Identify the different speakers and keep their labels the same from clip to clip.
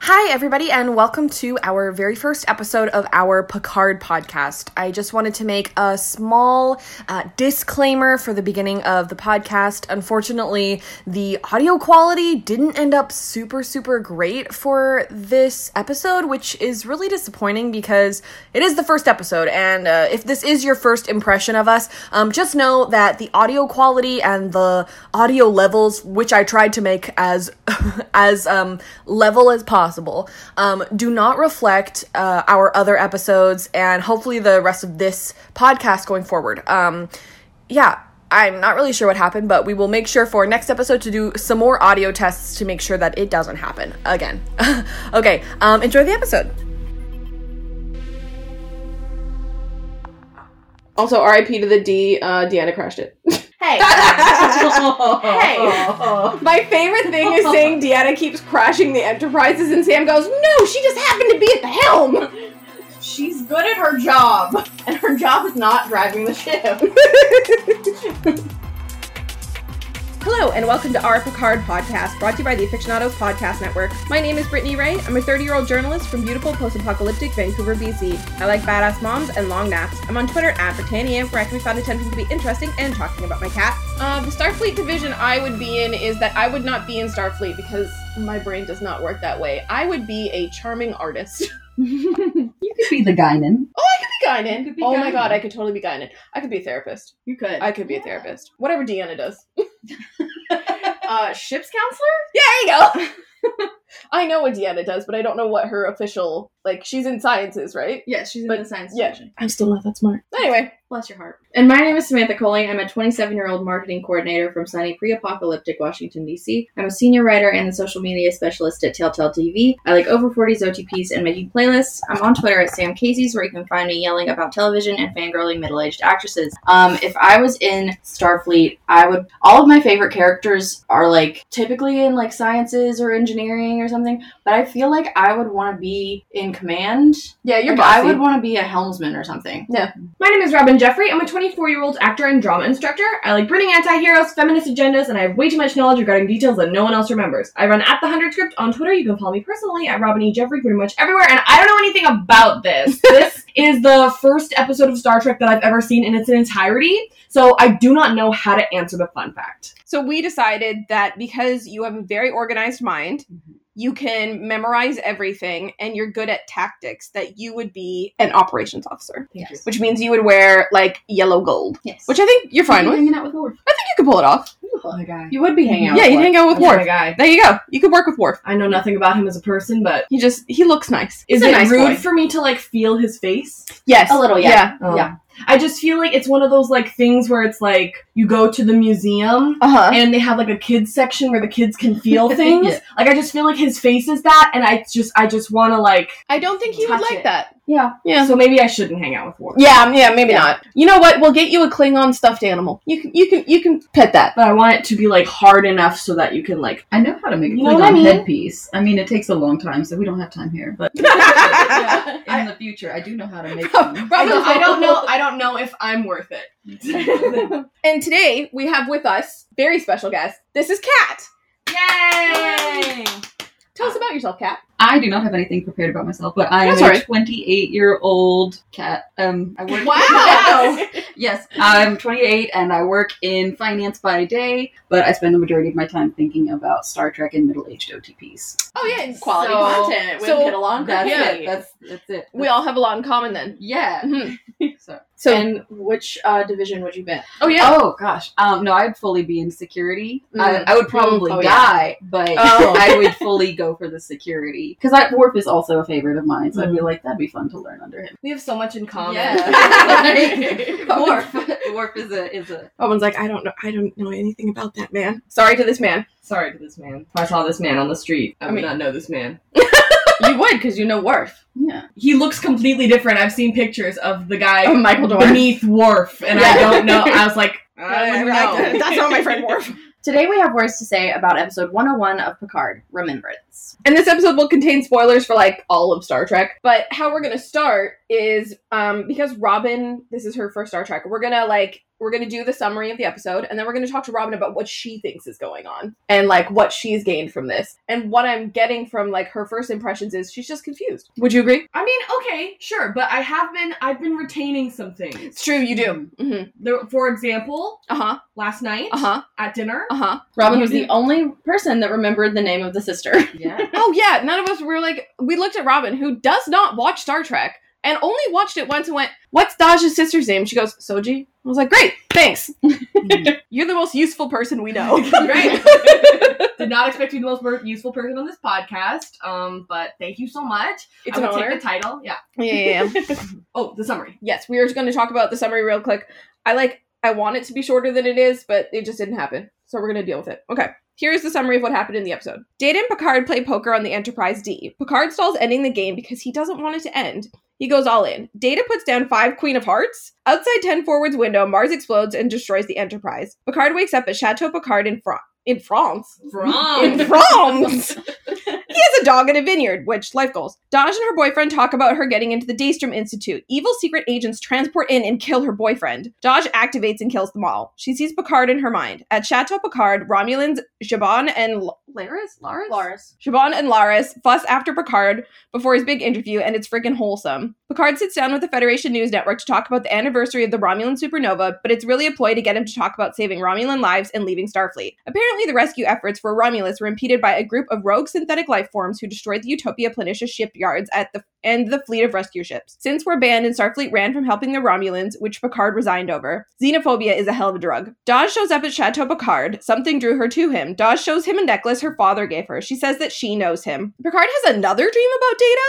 Speaker 1: Hi, everybody, and welcome to our very first episode of our Picard podcast. I just wanted to make a small uh, disclaimer for the beginning of the podcast. Unfortunately, the audio quality didn't end up super, super great for this episode, which is really disappointing because it is the first episode. And uh, if this is your first impression of us, um, just know that the audio quality and the audio levels, which I tried to make as as um, level as possible, um, do not reflect uh, our other episodes and hopefully the rest of this podcast going forward. Um, yeah. I'm not really sure what happened, but we will make sure for next episode to do some more audio tests to make sure that it doesn't happen again. okay, um, enjoy the episode.
Speaker 2: Also, RIP to the D. Uh, Deanna crashed it.
Speaker 3: Hey.
Speaker 2: hey. My favorite thing is saying Deanna keeps crashing the Enterprises, and Sam goes, "No, she just happened to be at the helm."
Speaker 3: She's good at her job, and her job is not driving the ship.
Speaker 2: Hello, and welcome to our Picard podcast, brought to you by the Aficionados Podcast Network. My name is Brittany Ray. I'm a 30 year old journalist from beautiful post apocalyptic Vancouver, BC. I like badass moms and long naps. I'm on Twitter at Britannia, where I can be found attempting to be interesting and talking about my cat. Uh, the Starfleet division I would be in is that I would not be in Starfleet because my brain does not work that way. I would be a charming artist.
Speaker 4: You could be the Guinan.
Speaker 2: Oh, I could be Guinan.
Speaker 3: could be
Speaker 2: oh my
Speaker 3: Guinan.
Speaker 2: god, I could totally be Guinan. I could be a therapist.
Speaker 3: You could.
Speaker 2: I could be a therapist. Whatever Deanna does.
Speaker 3: uh, ship's counselor?
Speaker 2: Yeah, there you go. I know what Deanna does, but I don't know what her official like. She's in sciences, right?
Speaker 3: Yes, she's in
Speaker 2: But-
Speaker 3: the science
Speaker 2: yeah.
Speaker 3: division.
Speaker 2: I'm still not that smart. Anyway,
Speaker 3: Bless your heart. And my name is Samantha Colling. I'm a 27 year old marketing coordinator from sunny pre apocalyptic Washington, D.C. I'm a senior writer and a social media specialist at Telltale TV. I like over 40s OTPs and making playlists. I'm on Twitter at Sam Casey's, where you can find me yelling about television and fangirling middle aged actresses. Um, if I was in Starfleet, I would. All of my favorite characters are like typically in like sciences or engineering or something, but I feel like I would want to be in command.
Speaker 2: yeah, you're
Speaker 3: Like, I
Speaker 2: bossy.
Speaker 3: would want to be a helmsman or something.
Speaker 5: My name is Robin Jeffrey. I'm a 24 year old actor and drama instructor. I like burning anti heroes, feminist agendas, and I have way too much knowledge regarding details that no one else remembers. I run at the 100 script on Twitter. You can follow me personally at Robin E. Jeffrey pretty much everywhere, and I don't know anything about this. this is the first episode of Star Trek that I've ever seen in its entirety, so I do not know how to answer the fun fact.
Speaker 2: So we decided that because you have a very organized mind,
Speaker 5: Mm-hmm.
Speaker 2: you can memorize everything, and you're good at tactics. That you would be an operations officer,
Speaker 3: Thank you.
Speaker 2: which means you would wear like yellow gold,
Speaker 3: Yes.
Speaker 2: which I think you're fine with.
Speaker 3: hanging out with Ward.
Speaker 2: You could pull it off.
Speaker 4: my guy.
Speaker 3: You would be hanging out.
Speaker 2: yeah,
Speaker 3: with
Speaker 2: you
Speaker 3: Ward.
Speaker 2: hang out with
Speaker 5: That's Oh my
Speaker 2: Worf.
Speaker 5: guy.
Speaker 2: There you go. You could work with Worf.
Speaker 5: I know nothing about him as a person, but
Speaker 2: He just he looks nice. He's
Speaker 5: is it
Speaker 2: a nice
Speaker 5: rude
Speaker 2: boy.
Speaker 5: for me to like feel his face?
Speaker 2: Yes,
Speaker 3: A little, yeah.
Speaker 2: Oh.
Speaker 3: Yeah.
Speaker 5: I just feel like it's one of those like things where it's like you go to the museum
Speaker 2: Uh huh.
Speaker 5: and they have like a kids section where the kids can feel things.
Speaker 4: Yeah.
Speaker 5: Like I just feel like his face is that and I just I just want to like
Speaker 2: I don't think he would
Speaker 3: Touch
Speaker 2: like
Speaker 3: it.
Speaker 2: that.
Speaker 3: Yeah.
Speaker 2: Yeah.
Speaker 5: so maybe I shouldn't hang out with Ward.
Speaker 2: Yeah, um, yeah, maybe
Speaker 3: Yeah.
Speaker 2: not. You know what? We'll get you a Klingon stuffed animal. You can, you can, you can pet that.
Speaker 5: But I want it to be like hard enough so that you can like
Speaker 4: I know how to make a
Speaker 5: You know
Speaker 4: Klingon
Speaker 5: what I mean?
Speaker 4: headpiece. I mean, it takes a long time, so we don't have time here. But
Speaker 2: Yeah.
Speaker 4: in the future, I do know how to make them.
Speaker 5: I don't, I don't know I don't know if I'm worth it.
Speaker 2: And today we have with us very special guest. This is Kat.
Speaker 5: Yay!
Speaker 2: Tell us about yourself, Kat.
Speaker 4: I do not have anything prepared about myself, but I am
Speaker 2: That's
Speaker 4: a
Speaker 2: alright.
Speaker 4: 28 year old cat. Um, I work.
Speaker 5: Wow.
Speaker 4: Yes, I'm 28 and I work in finance by day, but I spend the majority of my time thinking about Star Trek and middle aged OTPs.
Speaker 2: Oh yeah, it's-
Speaker 3: Quality
Speaker 5: So-
Speaker 3: content with
Speaker 2: so-
Speaker 3: Kittalong.
Speaker 4: That's
Speaker 2: Yeah.
Speaker 4: it. That's that's it.
Speaker 2: we all have a lot in common then.
Speaker 4: yeah.
Speaker 2: Mhm.
Speaker 5: Mm-hmm.
Speaker 4: So
Speaker 2: So
Speaker 3: and which uh, division would you be? in?
Speaker 2: oh yeah.
Speaker 4: Oh gosh, um, no, I'd fully be in security. I,
Speaker 2: Mm.
Speaker 4: I would probably
Speaker 2: Mm. Oh, yeah.
Speaker 4: die, but
Speaker 2: Oh.
Speaker 4: I would fully go for the security because I Worf is also a favorite of mine, so I'd be like, that'd be fun to learn under him.
Speaker 5: we have so much in
Speaker 2: Um,
Speaker 5: common.
Speaker 4: Worf, Worf is a is a
Speaker 2: Owen's like, I don't know, I don't know anything about that man. Sorry to this man.
Speaker 5: Sorry to this man. If I saw this man on the street, I,
Speaker 2: I
Speaker 5: would
Speaker 2: mean-
Speaker 5: not know this man.
Speaker 3: you would, because you know Worf.
Speaker 4: yeah.
Speaker 5: he looks completely different. I've seen pictures of the guy
Speaker 2: Oh, Michael Dorn.
Speaker 5: beneath Wharf, and I don't know. I was like, I wouldn't know.
Speaker 2: that's not my friend Worf.
Speaker 3: Today we have words to say about episode 101 of Picard, Remembrance.
Speaker 2: And this episode will contain spoilers for like all of Star Trek. But how we're gonna start is um because Robin, this is her first Star Trek, we're gonna like
Speaker 5: We're going to do the summary of the episode, and then we're going to talk to Robin about what she thinks is going on and like what she's gained from this. And what I'm getting from like her first impressions is she's just confused. Would you agree?
Speaker 2: I mean, okay, sure, but I have been I've been retaining some things.
Speaker 5: It's true, you do. hmm
Speaker 2: There, for example,
Speaker 5: Uh huh.
Speaker 2: last night
Speaker 5: Uh huh.
Speaker 2: at dinner,
Speaker 5: Uh huh.
Speaker 3: Robin was the only person that remembered the name of the sister.
Speaker 4: Yeah.
Speaker 5: Oh yeah, none of us were like we looked at Robin, who does not watch Star Trek, and only watched it once and went, "What's Daja's sister's name?" She goes, "Soji." I was like, "Great, thanks. You're the most useful person we know."
Speaker 2: Mm. Right. did not expect to be the most mer- useful person on this podcast, um, but thank you so much.
Speaker 5: It's
Speaker 2: I
Speaker 5: an
Speaker 2: will
Speaker 5: honor.
Speaker 2: take the title. Yeah.
Speaker 5: yeah, yeah, yeah.
Speaker 2: Oh, the summary.
Speaker 5: yes, we are going to talk about the summary real quick. I like. I want it to be shorter than it is, but it just didn't happen. So we're going to deal with it. Okay. Here's the summary of what happened in the episode. Data and Picard play poker on the Enterprise D. Picard stalls ending the game because he doesn't want it to end. He goes all in. Data puts down five Queen of Hearts. Outside 10 Forward's window, Mars explodes and destroys the Enterprise. Picard wakes up at Chateau Picard in France. In France? In
Speaker 2: From
Speaker 5: France! he has a dog in a vineyard, which, life goals. Dodge and her boyfriend talk about her getting into the Daystrom Institute. Evil secret agents transport in and kill her boyfriend. Dodge activates and kills them all. She sees Picard in her mind. At Chateau Picard, Romulans, Jabon, and L- Laris? Laris?
Speaker 3: Lars.
Speaker 5: Siobhan and Laris fuss after Picard before his big interview, and it's freaking wholesome. Picard sits down with the Federation News Network to talk about the anniversary of the Romulan supernova, but it's really a ploy to get him to talk about saving Romulan lives and leaving Starfleet. Apparently, the rescue efforts for Romulus were impeded by a group of rogue synthetic life forms who destroyed the Utopia Planitia shipyards at the and the fleet of rescue ships. Since we're banned and Starfleet ran from helping the Romulans, which Picard resigned over, xenophobia is a hell of a drug. Dodge shows up at Chateau Picard. Something drew her to him. Dodge shows him a necklace her father gave her. She says that she knows him. Picard has another dream about Data.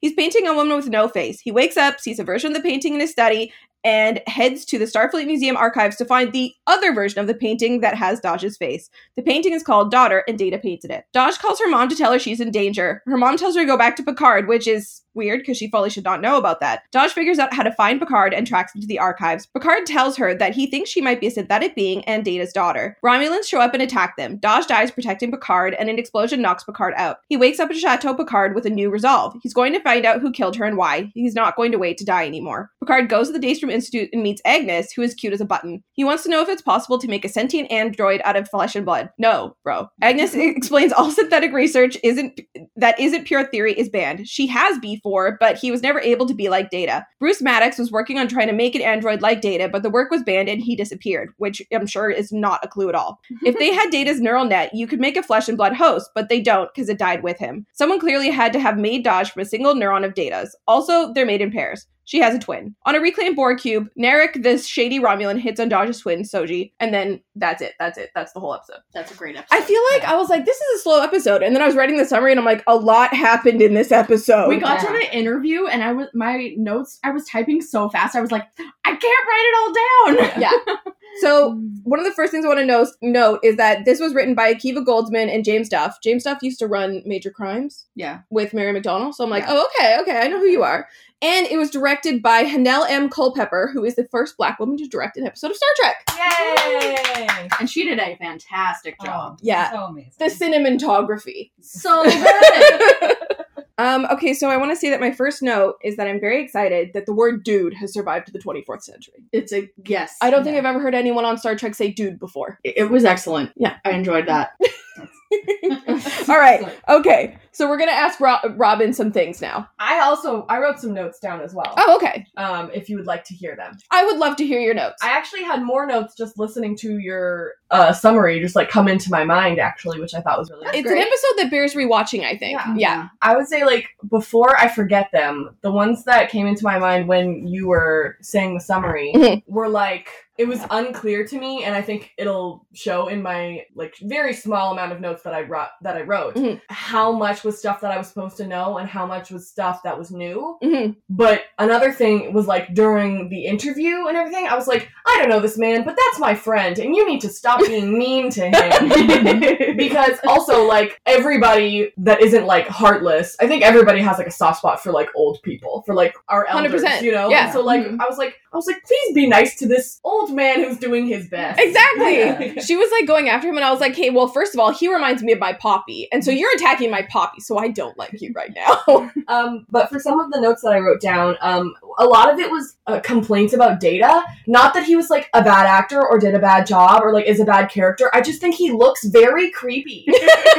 Speaker 5: He's painting a woman with no face. He wakes up, sees a version of the painting in his study, and heads to the Starfleet Museum archives to find the other version of the painting that has Dodge's face. The painting is called Daughter, and Data painted it. Dodge calls her mom to tell her she's in danger. Her mom tells her to go back to Picard, which is weird because she fully should not know about that. Dodge figures out how to find Picard and tracks him to the archives. Picard tells her that he thinks she might be a synthetic being and Data's daughter. Romulans show up and attack them. Dodge dies protecting Picard, and an explosion knocks Picard out. He wakes up at Chateau Picard with a new resolve. He's going to find out who killed her and why. He's not going to wait to die anymore. Picard goes to the Daystrom Institute and meets Agnes, who is cute as a button. He wants to know if it's possible to make a sentient android out of flesh and blood. No, bro. Agnes explains all synthetic research isn't that isn't pure theory is banned. She has B4, but he was never able to be like Data. Bruce Maddox was working on trying to make an android like Data, but the work was banned and he disappeared, which I'm sure is not a clue at all. if they had Data's neural net, you could make a flesh and blood host, but they don't because it died with him. Someone clearly had to have made Dodge from a single neuron of Data's. Also, they're made in pairs. She has a twin. On a reclaimed Borg cube, Narek, this shady Romulan, hits on Dodge's twin, Soji, and then that's it. That's it. That's the whole episode.
Speaker 3: That's a great episode.
Speaker 5: I feel like I was like, this is a slow episode. And then I was writing the summary and I'm like, a lot happened in this episode.
Speaker 3: we got to
Speaker 4: Yeah.
Speaker 3: the interview and I was my notes I was typing so fast I was like I can't write it all down.
Speaker 5: Yeah. so one of the first things I want to note, note is that this was written by Akiva Goldsman and James Duff. James Duff used to run Major Crimes
Speaker 4: Yeah.
Speaker 5: with Mary McDonald. So I'm like,
Speaker 4: Yeah.
Speaker 5: oh, okay, okay, I know who you are. And it was directed by Hanel M. Culpepper, who is the first black woman to direct an episode of Star Trek.
Speaker 2: Yay!
Speaker 3: And she did a fantastic
Speaker 4: Oh,
Speaker 3: job.
Speaker 5: Yeah.
Speaker 4: So amazing.
Speaker 5: The cinematography.
Speaker 3: So good.
Speaker 5: Um, okay, so I want to say that my first note is that I'm very excited that the word dude has survived to the 24th century.
Speaker 3: it's a yes.
Speaker 5: I don't think I've ever heard anyone on Star Trek say dude before.
Speaker 3: it it was excellent.
Speaker 5: Yeah.
Speaker 3: I enjoyed that.
Speaker 5: All right. Okay. So we're going to ask Ro- Robin some things now.
Speaker 2: I also I wrote some notes down as well.
Speaker 5: Oh, okay.
Speaker 2: Um, if you would like to hear them.
Speaker 5: I would love to hear your notes.
Speaker 2: I actually had more notes just listening to your uh summary just like come into my mind actually, which I thought was really
Speaker 5: it's
Speaker 2: great.
Speaker 5: an episode that bears rewatching, I think.
Speaker 2: Yeah.
Speaker 5: Yeah.
Speaker 2: I would say like before I forget them, the ones that came into my mind when you were saying the summary
Speaker 5: Mhm.
Speaker 2: were like it was unclear to me, and I think it'll show in my like very small amount of notes that I wrote that I wrote
Speaker 5: Mhm.
Speaker 2: how much was stuff that I was supposed to know and how much was stuff that was new.
Speaker 5: Mhm.
Speaker 2: But another thing was like during the interview and everything, I was like, I don't know this man, but that's my friend, and you need to stop being mean to him
Speaker 5: Mm-hmm.
Speaker 2: because also like everybody that isn't like heartless i think everybody has like a soft spot for like old people for like our elders
Speaker 5: 100%,
Speaker 2: you know
Speaker 5: yeah. Mm-hmm.
Speaker 2: so like i was like i was like please be nice to this old old man who's doing his best.
Speaker 5: Exactly.
Speaker 4: Yeah.
Speaker 5: She was like going after him, and I was like, "Hey, well, first of all, he reminds me of my poppy, and so you're attacking my poppy, so I don't like you right now."
Speaker 2: Um, but for some of the notes that I wrote down, um, a lot of it was uh, complaints about Data. Not that he was like a bad actor or did a bad job or like is a bad character. I just think he looks very creepy.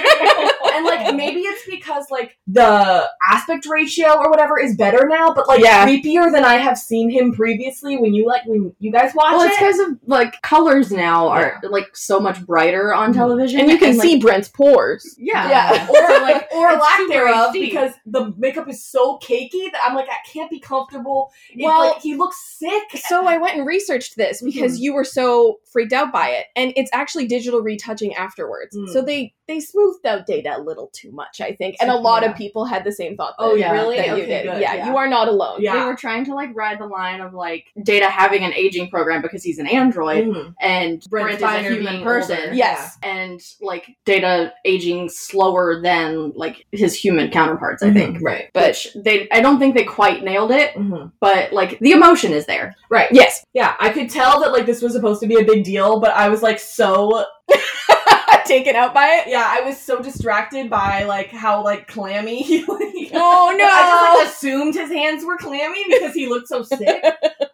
Speaker 2: and like maybe it's because like the aspect ratio or whatever is better now, but like
Speaker 5: Yeah.
Speaker 2: creepier than I have seen him previously. When you like when you guys watch
Speaker 3: Well,
Speaker 2: it,
Speaker 3: it's because of like colors now are like so much brighter on
Speaker 5: Mm-hmm.
Speaker 3: television,
Speaker 5: and you can
Speaker 3: like,
Speaker 5: see Brent's pores.
Speaker 2: Yeah.
Speaker 3: Yeah.
Speaker 2: Or like or
Speaker 3: It's
Speaker 2: lack
Speaker 3: super
Speaker 2: thereof
Speaker 3: HD.
Speaker 2: because the makeup is so cakey that I'm like, that can't be comfortable. It's
Speaker 5: Well-
Speaker 2: like, he looks sick.
Speaker 5: So I went and researched this because
Speaker 3: Mm-hmm.
Speaker 5: you were so freaked out by it, and it's actually digital retouching afterwards.
Speaker 2: Mm.
Speaker 5: So they they smoothed out data a little too much, I think, and a lot of people had the same thought. That,
Speaker 2: Oh,
Speaker 3: yeah.
Speaker 2: Really?
Speaker 5: that you
Speaker 2: Okay,
Speaker 5: did.
Speaker 2: good,
Speaker 5: yeah,
Speaker 3: yeah.
Speaker 5: you are not alone.
Speaker 2: Yeah.
Speaker 3: They were trying to like ride the line of like Data having an aging program because he's an android
Speaker 5: Mm-hmm.
Speaker 2: Mhm.
Speaker 3: and Brent,
Speaker 2: Spiner
Speaker 3: is a human
Speaker 2: being
Speaker 3: person.
Speaker 2: older.
Speaker 5: Yes.
Speaker 3: And like Data aging slower than like his human counterparts,
Speaker 2: Mm-hmm.
Speaker 5: Mm-hmm.
Speaker 3: I think.
Speaker 2: Right.
Speaker 3: But they, I don't think they quite nailed it,
Speaker 2: Mhm.
Speaker 3: but like the emotion is there.
Speaker 2: Right.
Speaker 5: Yes.
Speaker 2: Yeah. I could tell that like this was supposed to be a big deal, but I was like so
Speaker 5: Taken out by it.
Speaker 2: yeah, I was so distracted by like how like clammy he like,
Speaker 5: Oh no.
Speaker 2: I just like, assumed his hands were clammy because he looked so sick.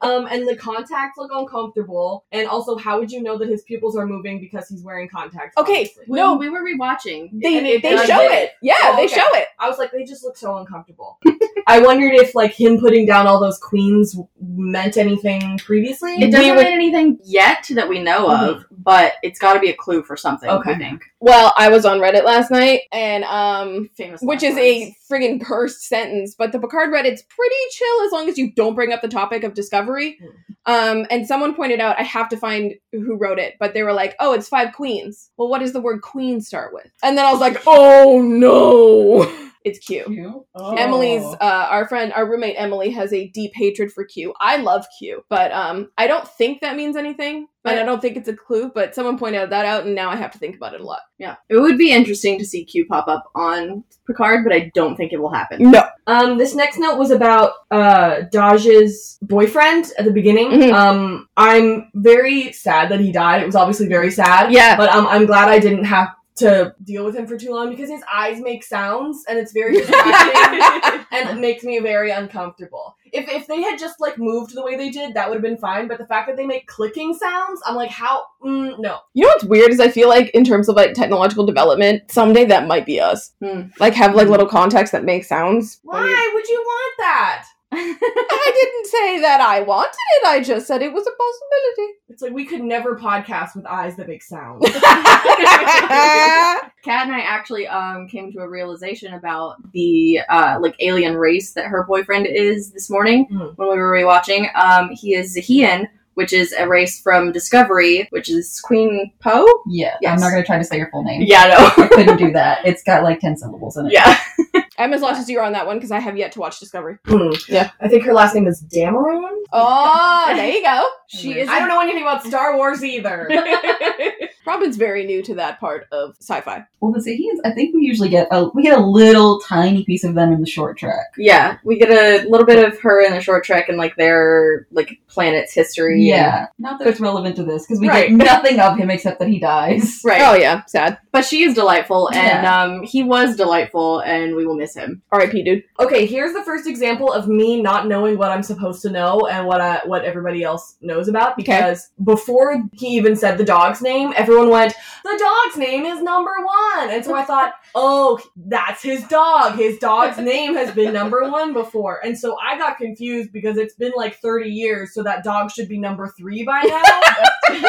Speaker 2: um, and the contacts look uncomfortable. And also, how would you know that his pupils are moving because he's wearing contacts?
Speaker 5: Okay,
Speaker 2: obviously?
Speaker 3: When
Speaker 5: No.
Speaker 3: we were rewatching.
Speaker 5: they
Speaker 2: and it
Speaker 5: they
Speaker 2: does
Speaker 5: show
Speaker 2: it.
Speaker 5: it. Yeah,
Speaker 2: Oh,
Speaker 5: they
Speaker 2: okay.
Speaker 5: show it.
Speaker 2: I was like, they just look so uncomfortable. I wondered if like him putting down all those queens meant anything previously.
Speaker 3: It doesn't
Speaker 5: We
Speaker 3: mean
Speaker 5: would-
Speaker 3: anything yet that we know of, but it's got to be a clue for something.
Speaker 2: Okay.
Speaker 3: I think.
Speaker 5: Well, I was on Reddit last night and um
Speaker 3: Famous
Speaker 5: which
Speaker 3: last
Speaker 5: is a
Speaker 3: words.
Speaker 5: friggin' burst sentence, but the Picard Reddit's pretty chill as long as you don't bring up the topic of discovery. Um and someone pointed out I have to find who wrote it, but they were like, "Oh, it's five queens." Well, what does the word queen start with? And then I was like, "Oh no." It's Q.
Speaker 4: You?
Speaker 5: Emily's
Speaker 3: Oh.
Speaker 5: uh, our friend, our roommate Emily has a deep hatred for Q. I love Q, but um, I don't think that means anything, and I don't think it's a clue. But someone pointed that out, and now I have to think about it a lot.
Speaker 3: Yeah, it would be interesting to see Q pop up on Picard, but I don't think it will happen.
Speaker 5: No,
Speaker 2: Um, this next note was about uh Daj's boyfriend at the beginning.
Speaker 5: Mhm.
Speaker 2: Um, I'm very sad that he died. It was obviously very sad.
Speaker 5: yeah,
Speaker 2: But um, I'm glad I didn't have to deal with him for too long because his eyes make sounds and it's very distracting and it makes me very uncomfortable. If if they had just like moved the way they did, that would have been fine. But the fact that they make clicking sounds, I'm like, how? Mm, no.
Speaker 5: you know what's weird is I feel like in terms of like technological development, someday that might be us.
Speaker 3: Hmm.
Speaker 5: Like have like little contacts that make sounds.
Speaker 2: Why would you want that?
Speaker 5: I didn't say that I wanted it. I just said it was a possibility.
Speaker 2: It's like we could never podcast with eyes that make sounds.
Speaker 3: Kat and I actually um, came to a realization about the uh, like alien race that her boyfriend is this morning
Speaker 2: Mm.
Speaker 3: when we were rewatching. Um, he is Zahian, which is a race from Discovery, which is Queen Poe.
Speaker 4: Yeah.
Speaker 3: Yes.
Speaker 4: I'm not gonna try to say your full name.
Speaker 3: Yeah,
Speaker 4: I couldn't do that. It's got like ten syllables in it.
Speaker 3: yeah.
Speaker 5: I'm as lost as you are on that one because I have yet to watch Discovery.
Speaker 2: Hmm. I think her last name is Dameron.
Speaker 5: Oh, there you go.
Speaker 3: She is.
Speaker 2: I don't know anything about Star Wars either.
Speaker 5: Robin's very new to that part of sci-fi.
Speaker 4: Well, the Sahians, I think we usually get a we get a little tiny piece of them in the short track.
Speaker 3: Yeah, we get a little bit of her in the short trek and like their like planet's history.
Speaker 4: Yeah, not that it's relevant to this because we
Speaker 3: Right.
Speaker 4: get nothing of him except that he dies.
Speaker 3: right.
Speaker 5: Oh yeah, sad.
Speaker 3: But she is delightful, and um, he was delightful, and we will miss him.
Speaker 5: R.I.P. Dude.
Speaker 2: okay, here's the first example of me not knowing what I'm supposed to know and what I, what everybody else knows about because before he even said the dog's name, everyone went, "The dog's name is number 1." And so I thought, "Oh, that's his dog. His dog's name has been number 1 before." And so I got confused because it's been like 30 years, so that dog should be number 3 by now.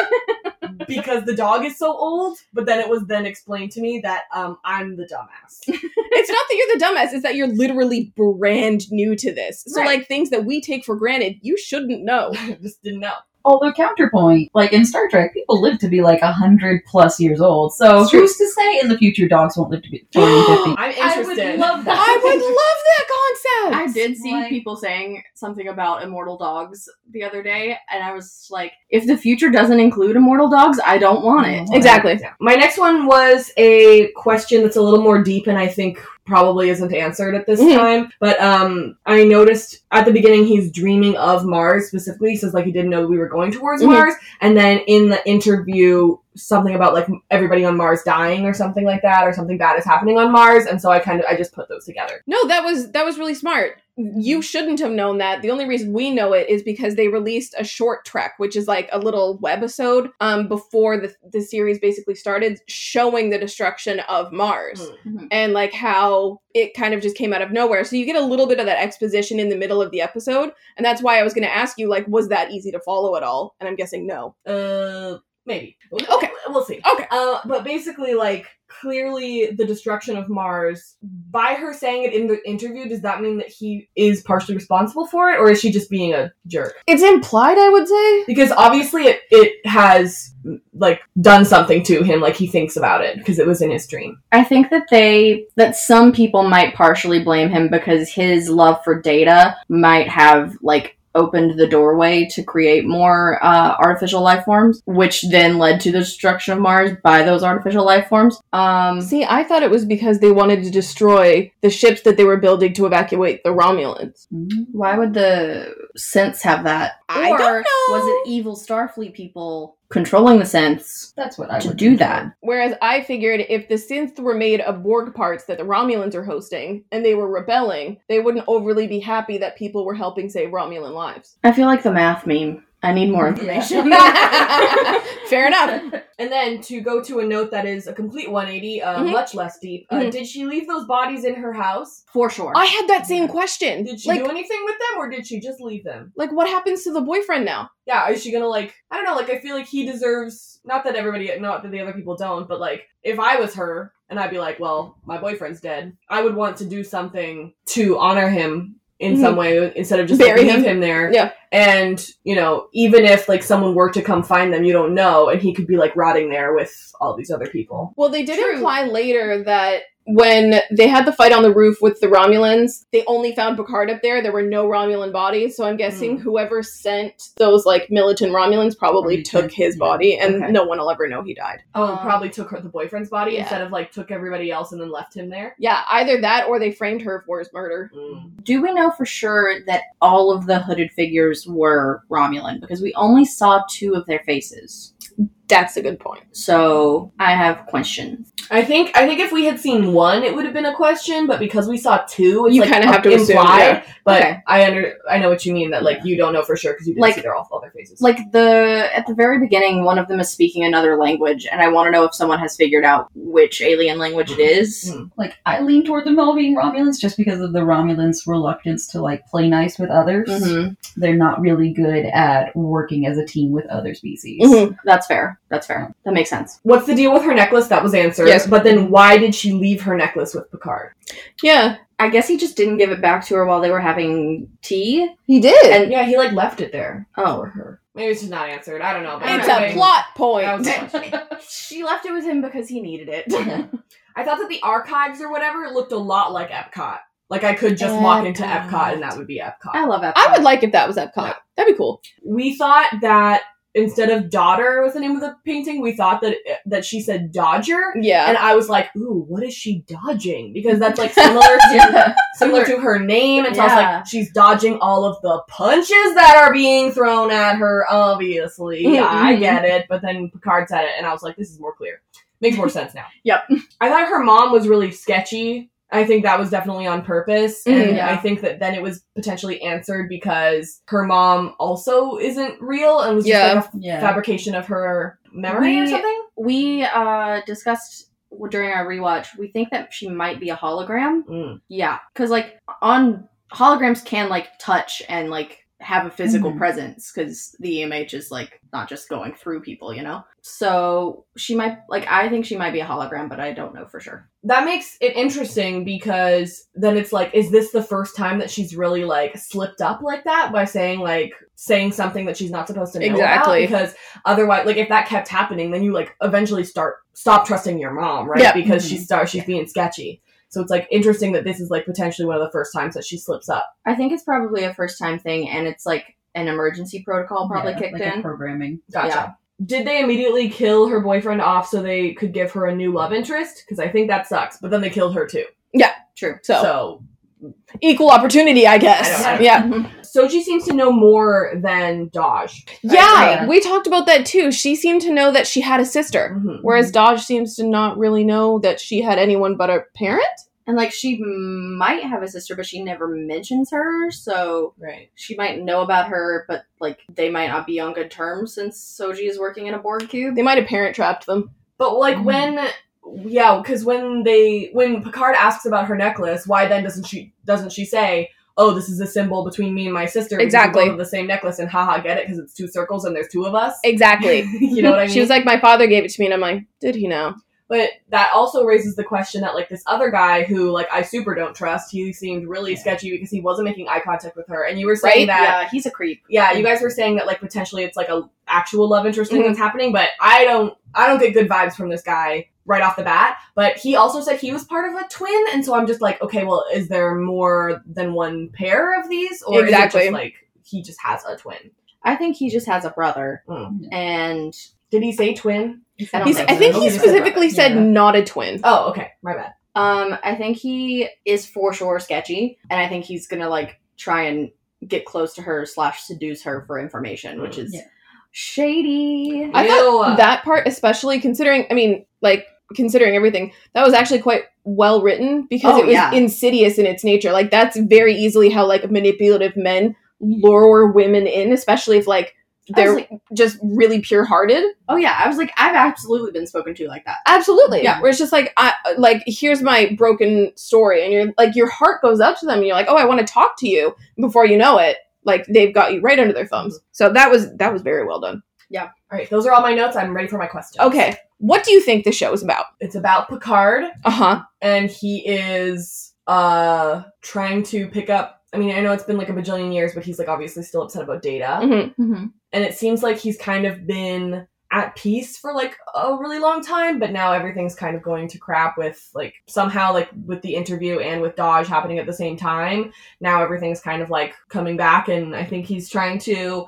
Speaker 2: because the dog is so old, but then it was then explained to me that um I'm the dumbass.
Speaker 5: It's not that you're the dumbass; it's that you're literally brand new to this. So
Speaker 3: Right.
Speaker 5: like things that we take for granted, you shouldn't know.
Speaker 2: Just didn't know.
Speaker 4: Although counterpoint, like in Star Trek, people live to be like hundred plus years old. So
Speaker 3: It's true.
Speaker 4: who's to say in the future dogs won't live to be 40, 50?
Speaker 2: I'm
Speaker 3: I
Speaker 2: interested.
Speaker 3: would love that.
Speaker 5: I would love that
Speaker 3: I
Speaker 1: dogs.
Speaker 3: did see
Speaker 4: like-
Speaker 3: people saying something about immortal dogs the other day, and I was like, if the future doesn't include immortal dogs, I don't want it.
Speaker 2: Exactly. My next one was a question that's a little more deep and I think probably isn't answered at this
Speaker 1: Mhm.
Speaker 2: time. But um I noticed at the beginning he's dreaming of Mars specifically. He says like he didn't know we were going towards
Speaker 1: Mhm.
Speaker 2: Mars. And then in the interview something about like everybody on Mars dying or something like that or something bad is happening on Mars and so I kind of I just put those together.
Speaker 5: No, that was that was really smart.
Speaker 1: Mm-hmm.
Speaker 5: You shouldn't have known that. The only reason we know it is because they released a short trek, which is like a little webisode um, before the the series basically started, showing the destruction of Mars
Speaker 1: Mm-hmm.
Speaker 5: and like how it kind of just came out of nowhere. So you get a little bit of that exposition in the middle of the episode, and that's why I was going to ask you like, was that easy to follow at all? And I'm guessing no.
Speaker 2: Uh, maybe.
Speaker 5: Okay.
Speaker 2: We'll see.
Speaker 5: Okay.
Speaker 2: Uh, but basically, like, clearly the destruction of Mars, by her saying it in the interview, does that mean that he is partially responsible for it, or is she just being a jerk?
Speaker 1: It's implied, I would say.
Speaker 2: Because obviously it, it has, like, done something to him, like, he thinks about it, because it was in his dream.
Speaker 3: I think that they that some people might partially blame him because his love for data might have like opened the doorway to create more uh, artificial life forms, which then led to the destruction of Mars by those artificial life forms. Um,
Speaker 5: See, I thought it was because they wanted to destroy the ships that they were building to evacuate the Romulans.
Speaker 4: Mm.
Speaker 3: why would the sense have that?
Speaker 5: I
Speaker 3: or
Speaker 5: don't know.
Speaker 3: was it evil Starfleet people controlling the sense
Speaker 4: That's what I
Speaker 3: to
Speaker 4: would
Speaker 3: do that?
Speaker 5: Whereas I figured if the synths were made of Borg parts that the Romulans are hosting and they were rebelling, they wouldn't overly be happy that people were helping save Romulan lives.
Speaker 3: I feel like the math meme. I need more information.
Speaker 5: Fair enough.
Speaker 2: And then to go to a note that is a complete 180, uh,
Speaker 5: Mhm.
Speaker 2: much less deep, uh,
Speaker 5: Mhm.
Speaker 2: did she leave those bodies in her house?
Speaker 3: For sure.
Speaker 5: I had that same question.
Speaker 2: Did she
Speaker 5: like,
Speaker 2: do anything with them, or did she just leave them?
Speaker 5: like what happens to the boyfriend now?
Speaker 2: yeah, is she gonna like I don't know, like I feel like he deserves not that everybody not that the other people don't, but like if I was her and I'd be like, Well, my boyfriend's dead, I would want to do something to honor him in some way instead of just like,
Speaker 5: Mm-hmm. Bury
Speaker 2: leave
Speaker 5: him.
Speaker 2: him there.
Speaker 5: Yeah.
Speaker 2: And, you know, even if like someone were to come find them, you don't know, and he could be like rotting there with all these other people.
Speaker 5: Well, they did
Speaker 3: True.
Speaker 5: imply later that when they had the fight on the roof with the Romulans, they only found Picard up there. There were no Romulan bodies, so I'm guessing whoever sent those like militant Romulans probably
Speaker 4: Probably
Speaker 5: took
Speaker 4: took-
Speaker 5: his
Speaker 4: yeah.
Speaker 5: body, and
Speaker 3: Okay.
Speaker 5: no one will ever know he died.
Speaker 2: Oh,
Speaker 3: Um,
Speaker 2: probably took her the boyfriend's body
Speaker 5: yeah.
Speaker 2: instead of like took everybody else and then left him there.
Speaker 5: Yeah, either that or they framed her for his murder.
Speaker 2: Mm.
Speaker 3: Do we know for sure that all of the hooded figures were Romulan? Because we only saw two of their faces.
Speaker 5: That's a good point.
Speaker 3: So I have questions.
Speaker 2: I think I think if we had seen one, it would have been a question, but because we saw two, it's
Speaker 5: You
Speaker 2: like
Speaker 5: kinda have to
Speaker 2: implied.
Speaker 5: assume, yeah.
Speaker 2: But
Speaker 3: Okay.
Speaker 2: I under I know what you mean that like
Speaker 3: Yeah.
Speaker 2: you don't know for sure because you didn't
Speaker 3: Like-
Speaker 2: see their all all their faces.
Speaker 3: Like the at the very beginning, one of them is speaking another language, and I want to know if someone has figured out which alien language it is.
Speaker 2: Mm.
Speaker 4: Like I lean toward them all being Romulans just because of the Romulans' reluctance to like play nice with others.
Speaker 3: Mhm.
Speaker 4: They're not really good at working as a team with other species.
Speaker 5: Mm-hmm.
Speaker 3: That's fair. That's fair. That makes sense.
Speaker 2: What's the deal with her necklace? That was answered.
Speaker 5: Yes.
Speaker 2: But then why did she leave her necklace with Picard?
Speaker 5: Yeah,
Speaker 3: I guess he just didn't give it back to her while they were having tea.
Speaker 5: he did.
Speaker 3: And-
Speaker 2: Yeah, he like left it there for
Speaker 3: Oh,
Speaker 2: her. Maybe it's just not answered. I don't know. But
Speaker 5: it's
Speaker 2: anyway,
Speaker 5: a plot point.
Speaker 2: that was a question.
Speaker 3: she left it with him because he needed it.
Speaker 2: I thought that the archives or whatever looked a lot like Epcot. Like I could just walk into
Speaker 3: Epcot.
Speaker 2: Epcot and that would be Epcot.
Speaker 3: I love Epcot.
Speaker 5: I would like if that was Epcot. That'd be cool.
Speaker 2: we thought that instead of daughter was the name of the painting, we thought that that she said Dodger,
Speaker 5: Yeah.
Speaker 2: and I was like, ooh, what is she dodging? Because that's like similar to
Speaker 3: Yeah.
Speaker 2: similar to her name, and so I was
Speaker 3: Yeah.
Speaker 2: like, she's dodging all of the punches that are being thrown at her. Obviously,
Speaker 3: Mm-hmm,
Speaker 5: Mhm.
Speaker 2: I get it, but then Picard said it, and I was like, this is more clear. Makes more sense now.
Speaker 3: Yep.
Speaker 2: I thought her mom was really sketchy. I think that was definitely on purpose.
Speaker 5: Mhm.
Speaker 2: and
Speaker 3: Mm, Yeah.
Speaker 2: I think that then it was potentially answered because her mom also isn't real and was just
Speaker 5: Yeah.
Speaker 2: like a
Speaker 4: Yeah.
Speaker 2: fabrication of her memory or
Speaker 3: We-
Speaker 2: something.
Speaker 3: we uh discussed during our rewatch we think that she might be a hologram
Speaker 2: Mm.
Speaker 3: yeah because like on holograms can like touch and like have a physical
Speaker 4: Mhm.
Speaker 3: presence because the emh is like not just going through people you know so she might like i think she might be a hologram but i don't know for sure
Speaker 2: that makes it interesting because then it's like is this the first time that she's really like slipped up like that by saying like saying something that she's not supposed to know
Speaker 5: Exactly.
Speaker 2: about? because otherwise like if that kept happening then you like eventually start stop trusting your mom right
Speaker 5: Yeah.
Speaker 2: because she
Speaker 4: Mhm.
Speaker 2: starts she's being sketchy So it's like interesting that this is like potentially one of the first times that she slips up.
Speaker 3: I think it's probably a first time thing, and it's like an emergency protocol probably
Speaker 4: Yeah,
Speaker 3: kicked
Speaker 4: like a
Speaker 3: in.
Speaker 4: programming.
Speaker 2: Gotcha. Did they immediately kill her boyfriend off so they could give her a new love interest? Because I think that sucks. But then they killed her too.
Speaker 3: True.
Speaker 2: So.
Speaker 5: So, equal opportunity, I guess.
Speaker 2: I don't-
Speaker 5: yeah.
Speaker 3: Mm-hmm.
Speaker 2: Soji seems to know more than Dodge.
Speaker 5: Yeah,
Speaker 4: agree.
Speaker 5: we talked about that too. She seemed to know that she had a sister,
Speaker 2: Mhm.
Speaker 5: whereas Dodge seems to not really know that she had anyone but her parent.
Speaker 3: And like she might have a sister, but she never mentions her, so
Speaker 2: Right.
Speaker 3: she might know about her, but like they might not be on good terms since Soji is working in a Borg cube.
Speaker 5: They might have parent trapped them.
Speaker 2: But like
Speaker 4: Mhm.
Speaker 5: Mm-hmm.
Speaker 2: when yeah, because when they when Picard asks about her necklace, why then doesn't she doesn't she say, "Oh, this is a symbol between me and my sister. because we
Speaker 5: Exactly.
Speaker 2: both have the same necklace, and haha, get it because it's two circles and there's two of us."
Speaker 5: Exactly.
Speaker 2: you know what I mean?
Speaker 5: She was like, My father gave it to me, and I'm like, Did he know?
Speaker 2: But that also raises the question that like this other guy who like I super don't trust, he seemed really
Speaker 4: Yeah.
Speaker 2: sketchy because he wasn't making eye contact with her. And you were saying
Speaker 5: Right?
Speaker 2: that
Speaker 3: yeah, he's a creep.
Speaker 2: yeah. you guys were saying that like potentially it's like a actual love interest
Speaker 5: Mm-hmm.
Speaker 2: thing that's happening, but I don't I don't get good vibes from this guy right off the bat. But he also said he was part of a twin, and so I'm just like, okay, well, is there more than one pair of these? Or
Speaker 5: Exactly.
Speaker 2: is it just like he just has a twin?
Speaker 3: I think he just has a brother,
Speaker 2: Mm.
Speaker 3: and
Speaker 2: Did he say twin?
Speaker 3: I don't
Speaker 5: He's,
Speaker 3: think
Speaker 5: I
Speaker 3: so.
Speaker 5: think
Speaker 3: He
Speaker 5: he
Speaker 3: just said
Speaker 5: specifically said
Speaker 4: Yeah.
Speaker 5: not a twin.
Speaker 2: Oh, okay, my bad.
Speaker 3: um, I think he is for sure sketchy, and I think he's gonna like try and get close to her slash seduce her for information, which is
Speaker 4: Yeah.
Speaker 3: shady.
Speaker 5: I
Speaker 2: Ew.
Speaker 5: thought that part, especially considering, I mean, like, considering everything, that was actually quite well written because
Speaker 3: Oh,
Speaker 5: it was
Speaker 3: yeah.
Speaker 5: insidious in its nature. Like, that's very easily how, like, manipulative men lure women in, especially if, like,
Speaker 3: I
Speaker 5: they're
Speaker 3: was like,
Speaker 5: just really pure hearted.
Speaker 3: oh yeah, I was like, I've absolutely been spoken to like that.
Speaker 5: Absolutely.
Speaker 3: Yeah.
Speaker 5: Where it's just like, I, like, here's my broken story. And you're like, your heart goes up to them and you're like, oh, I want to talk to you. Before you know it, like, they've got you right under their thumbs. So that was, that was very well done.
Speaker 2: All right, those are all my notes. I'm ready for my question.
Speaker 5: Okay. What do you think the show is about?
Speaker 2: It's about Picard,
Speaker 5: Uh huh.
Speaker 2: and he is uh trying to pick up. I mean, I know it's been like a bajillion years, but he's like obviously still upset about Data,
Speaker 5: Mhm.
Speaker 2: and it seems like he's kind of been at peace for like a really long time, but now everything's kind of going to crap with like somehow like with the interview and with Dodge happening at the same time. Now everything's kind of like coming back, and I think he's trying to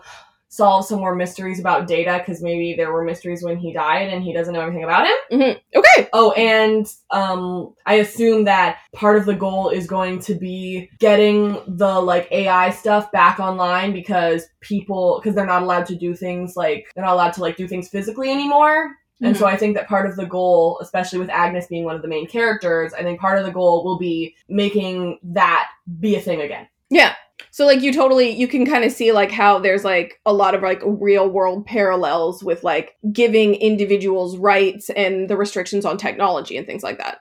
Speaker 2: solve some more mysteries about Data because maybe there were mysteries when he died and he doesn't know everything about him.
Speaker 5: Okay.
Speaker 2: Oh, and um, I assume that part of the goal is going to be getting the like AI stuff back online because people because they're not allowed to do things like they're not allowed to like do things physically anymore. And so I think that part of the goal, especially with Agnes being one of the main characters, I think part of the goal will be making that be a thing again.
Speaker 5: So like you totally you can kind of see like how there's like a lot of like real world parallels with like giving individuals rights and the restrictions on technology and things like that.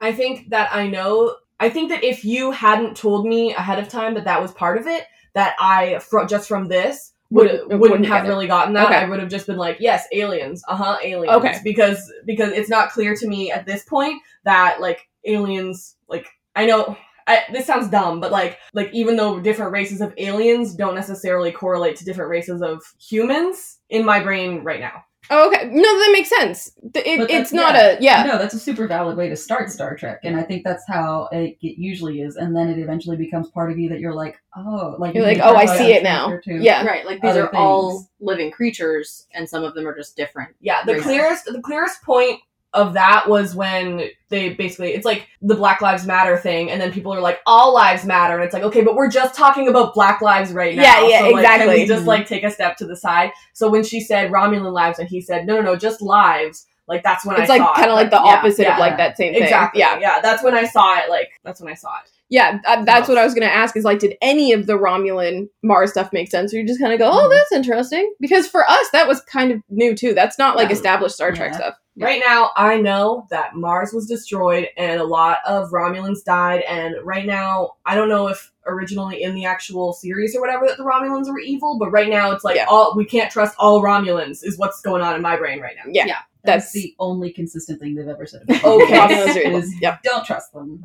Speaker 2: I think that I know. I think that if you hadn't told me ahead of time that that was part of it, that I fro- just from this would
Speaker 5: Wouldn't-
Speaker 2: wouldn't,
Speaker 5: wouldn't
Speaker 2: have
Speaker 5: get it.
Speaker 2: really gotten that.
Speaker 5: Okay.
Speaker 2: I would have just been like, yes, aliens, uh huh, aliens.
Speaker 5: Okay.
Speaker 2: because because it's not clear to me at this point that like aliens, like I know. I, this sounds dumb, but like, like even though different races of aliens don't necessarily correlate to different races of humans, in my brain right now.
Speaker 5: Oh, okay. No, that makes sense. Th- it-
Speaker 4: But
Speaker 5: it's
Speaker 4: that's-
Speaker 5: not a yeah.
Speaker 4: No, that's a super valid way to start Star Trek, and I think that's how it, it usually is. And then it eventually becomes part of you that you're like, oh, like
Speaker 5: You're
Speaker 4: you
Speaker 5: like,
Speaker 4: can
Speaker 5: oh, I
Speaker 4: talk
Speaker 5: see
Speaker 4: about
Speaker 5: it now.
Speaker 4: character too.
Speaker 5: Yeah.
Speaker 3: Right, like these
Speaker 4: Other
Speaker 3: are all
Speaker 4: things.
Speaker 3: living creatures, and some of them are just different.
Speaker 2: Yeah, the
Speaker 3: Right.
Speaker 2: clearest the clearest point of that was when they basically it's like the Black Lives Matter thing, and then people are like, all lives matter, and it's like, okay, but we're just talking about Black lives right now.
Speaker 5: Yeah, yeah,
Speaker 2: so, like, Can
Speaker 5: exactly. Mm-hmm.
Speaker 2: we just like take a step to the side? So when she said Romulan lives, and he said, no, no, no, just lives. Like that's when
Speaker 5: It's
Speaker 2: I
Speaker 5: like
Speaker 2: saw
Speaker 5: kind
Speaker 2: it.
Speaker 5: of like the
Speaker 3: yeah,
Speaker 5: opposite
Speaker 2: yeah.
Speaker 5: of like that same thing.
Speaker 2: exactly
Speaker 5: Yeah.
Speaker 2: yeah that's when I saw it. Like that's when I saw it.
Speaker 5: Yeah, uh, that's
Speaker 2: Yeah.
Speaker 5: what I was going to ask is like did any of the Romulan Mars stuff make sense? Or you just kind of go, "Oh,
Speaker 4: Mhm.
Speaker 5: that's interesting." Because for us that was kind of new too. That's not like
Speaker 4: Yeah.
Speaker 5: established Star Trek
Speaker 4: Yeah.
Speaker 5: stuff.
Speaker 4: Yeah.
Speaker 2: Right now, I know that Mars was destroyed and a lot of Romulans died. And right now, I don't know if originally in the actual series or whatever that the Romulans were evil, but right now it's like
Speaker 5: Yeah.
Speaker 2: all we can't trust all Romulans is what's going on in my brain right now.
Speaker 5: Yeah.
Speaker 3: Yeah.
Speaker 5: That's
Speaker 4: That's the only consistent thing they've ever said. About
Speaker 2: Okay.
Speaker 5: Romulan's are evil.
Speaker 4: Is,
Speaker 5: Yep.
Speaker 4: Don't trust them.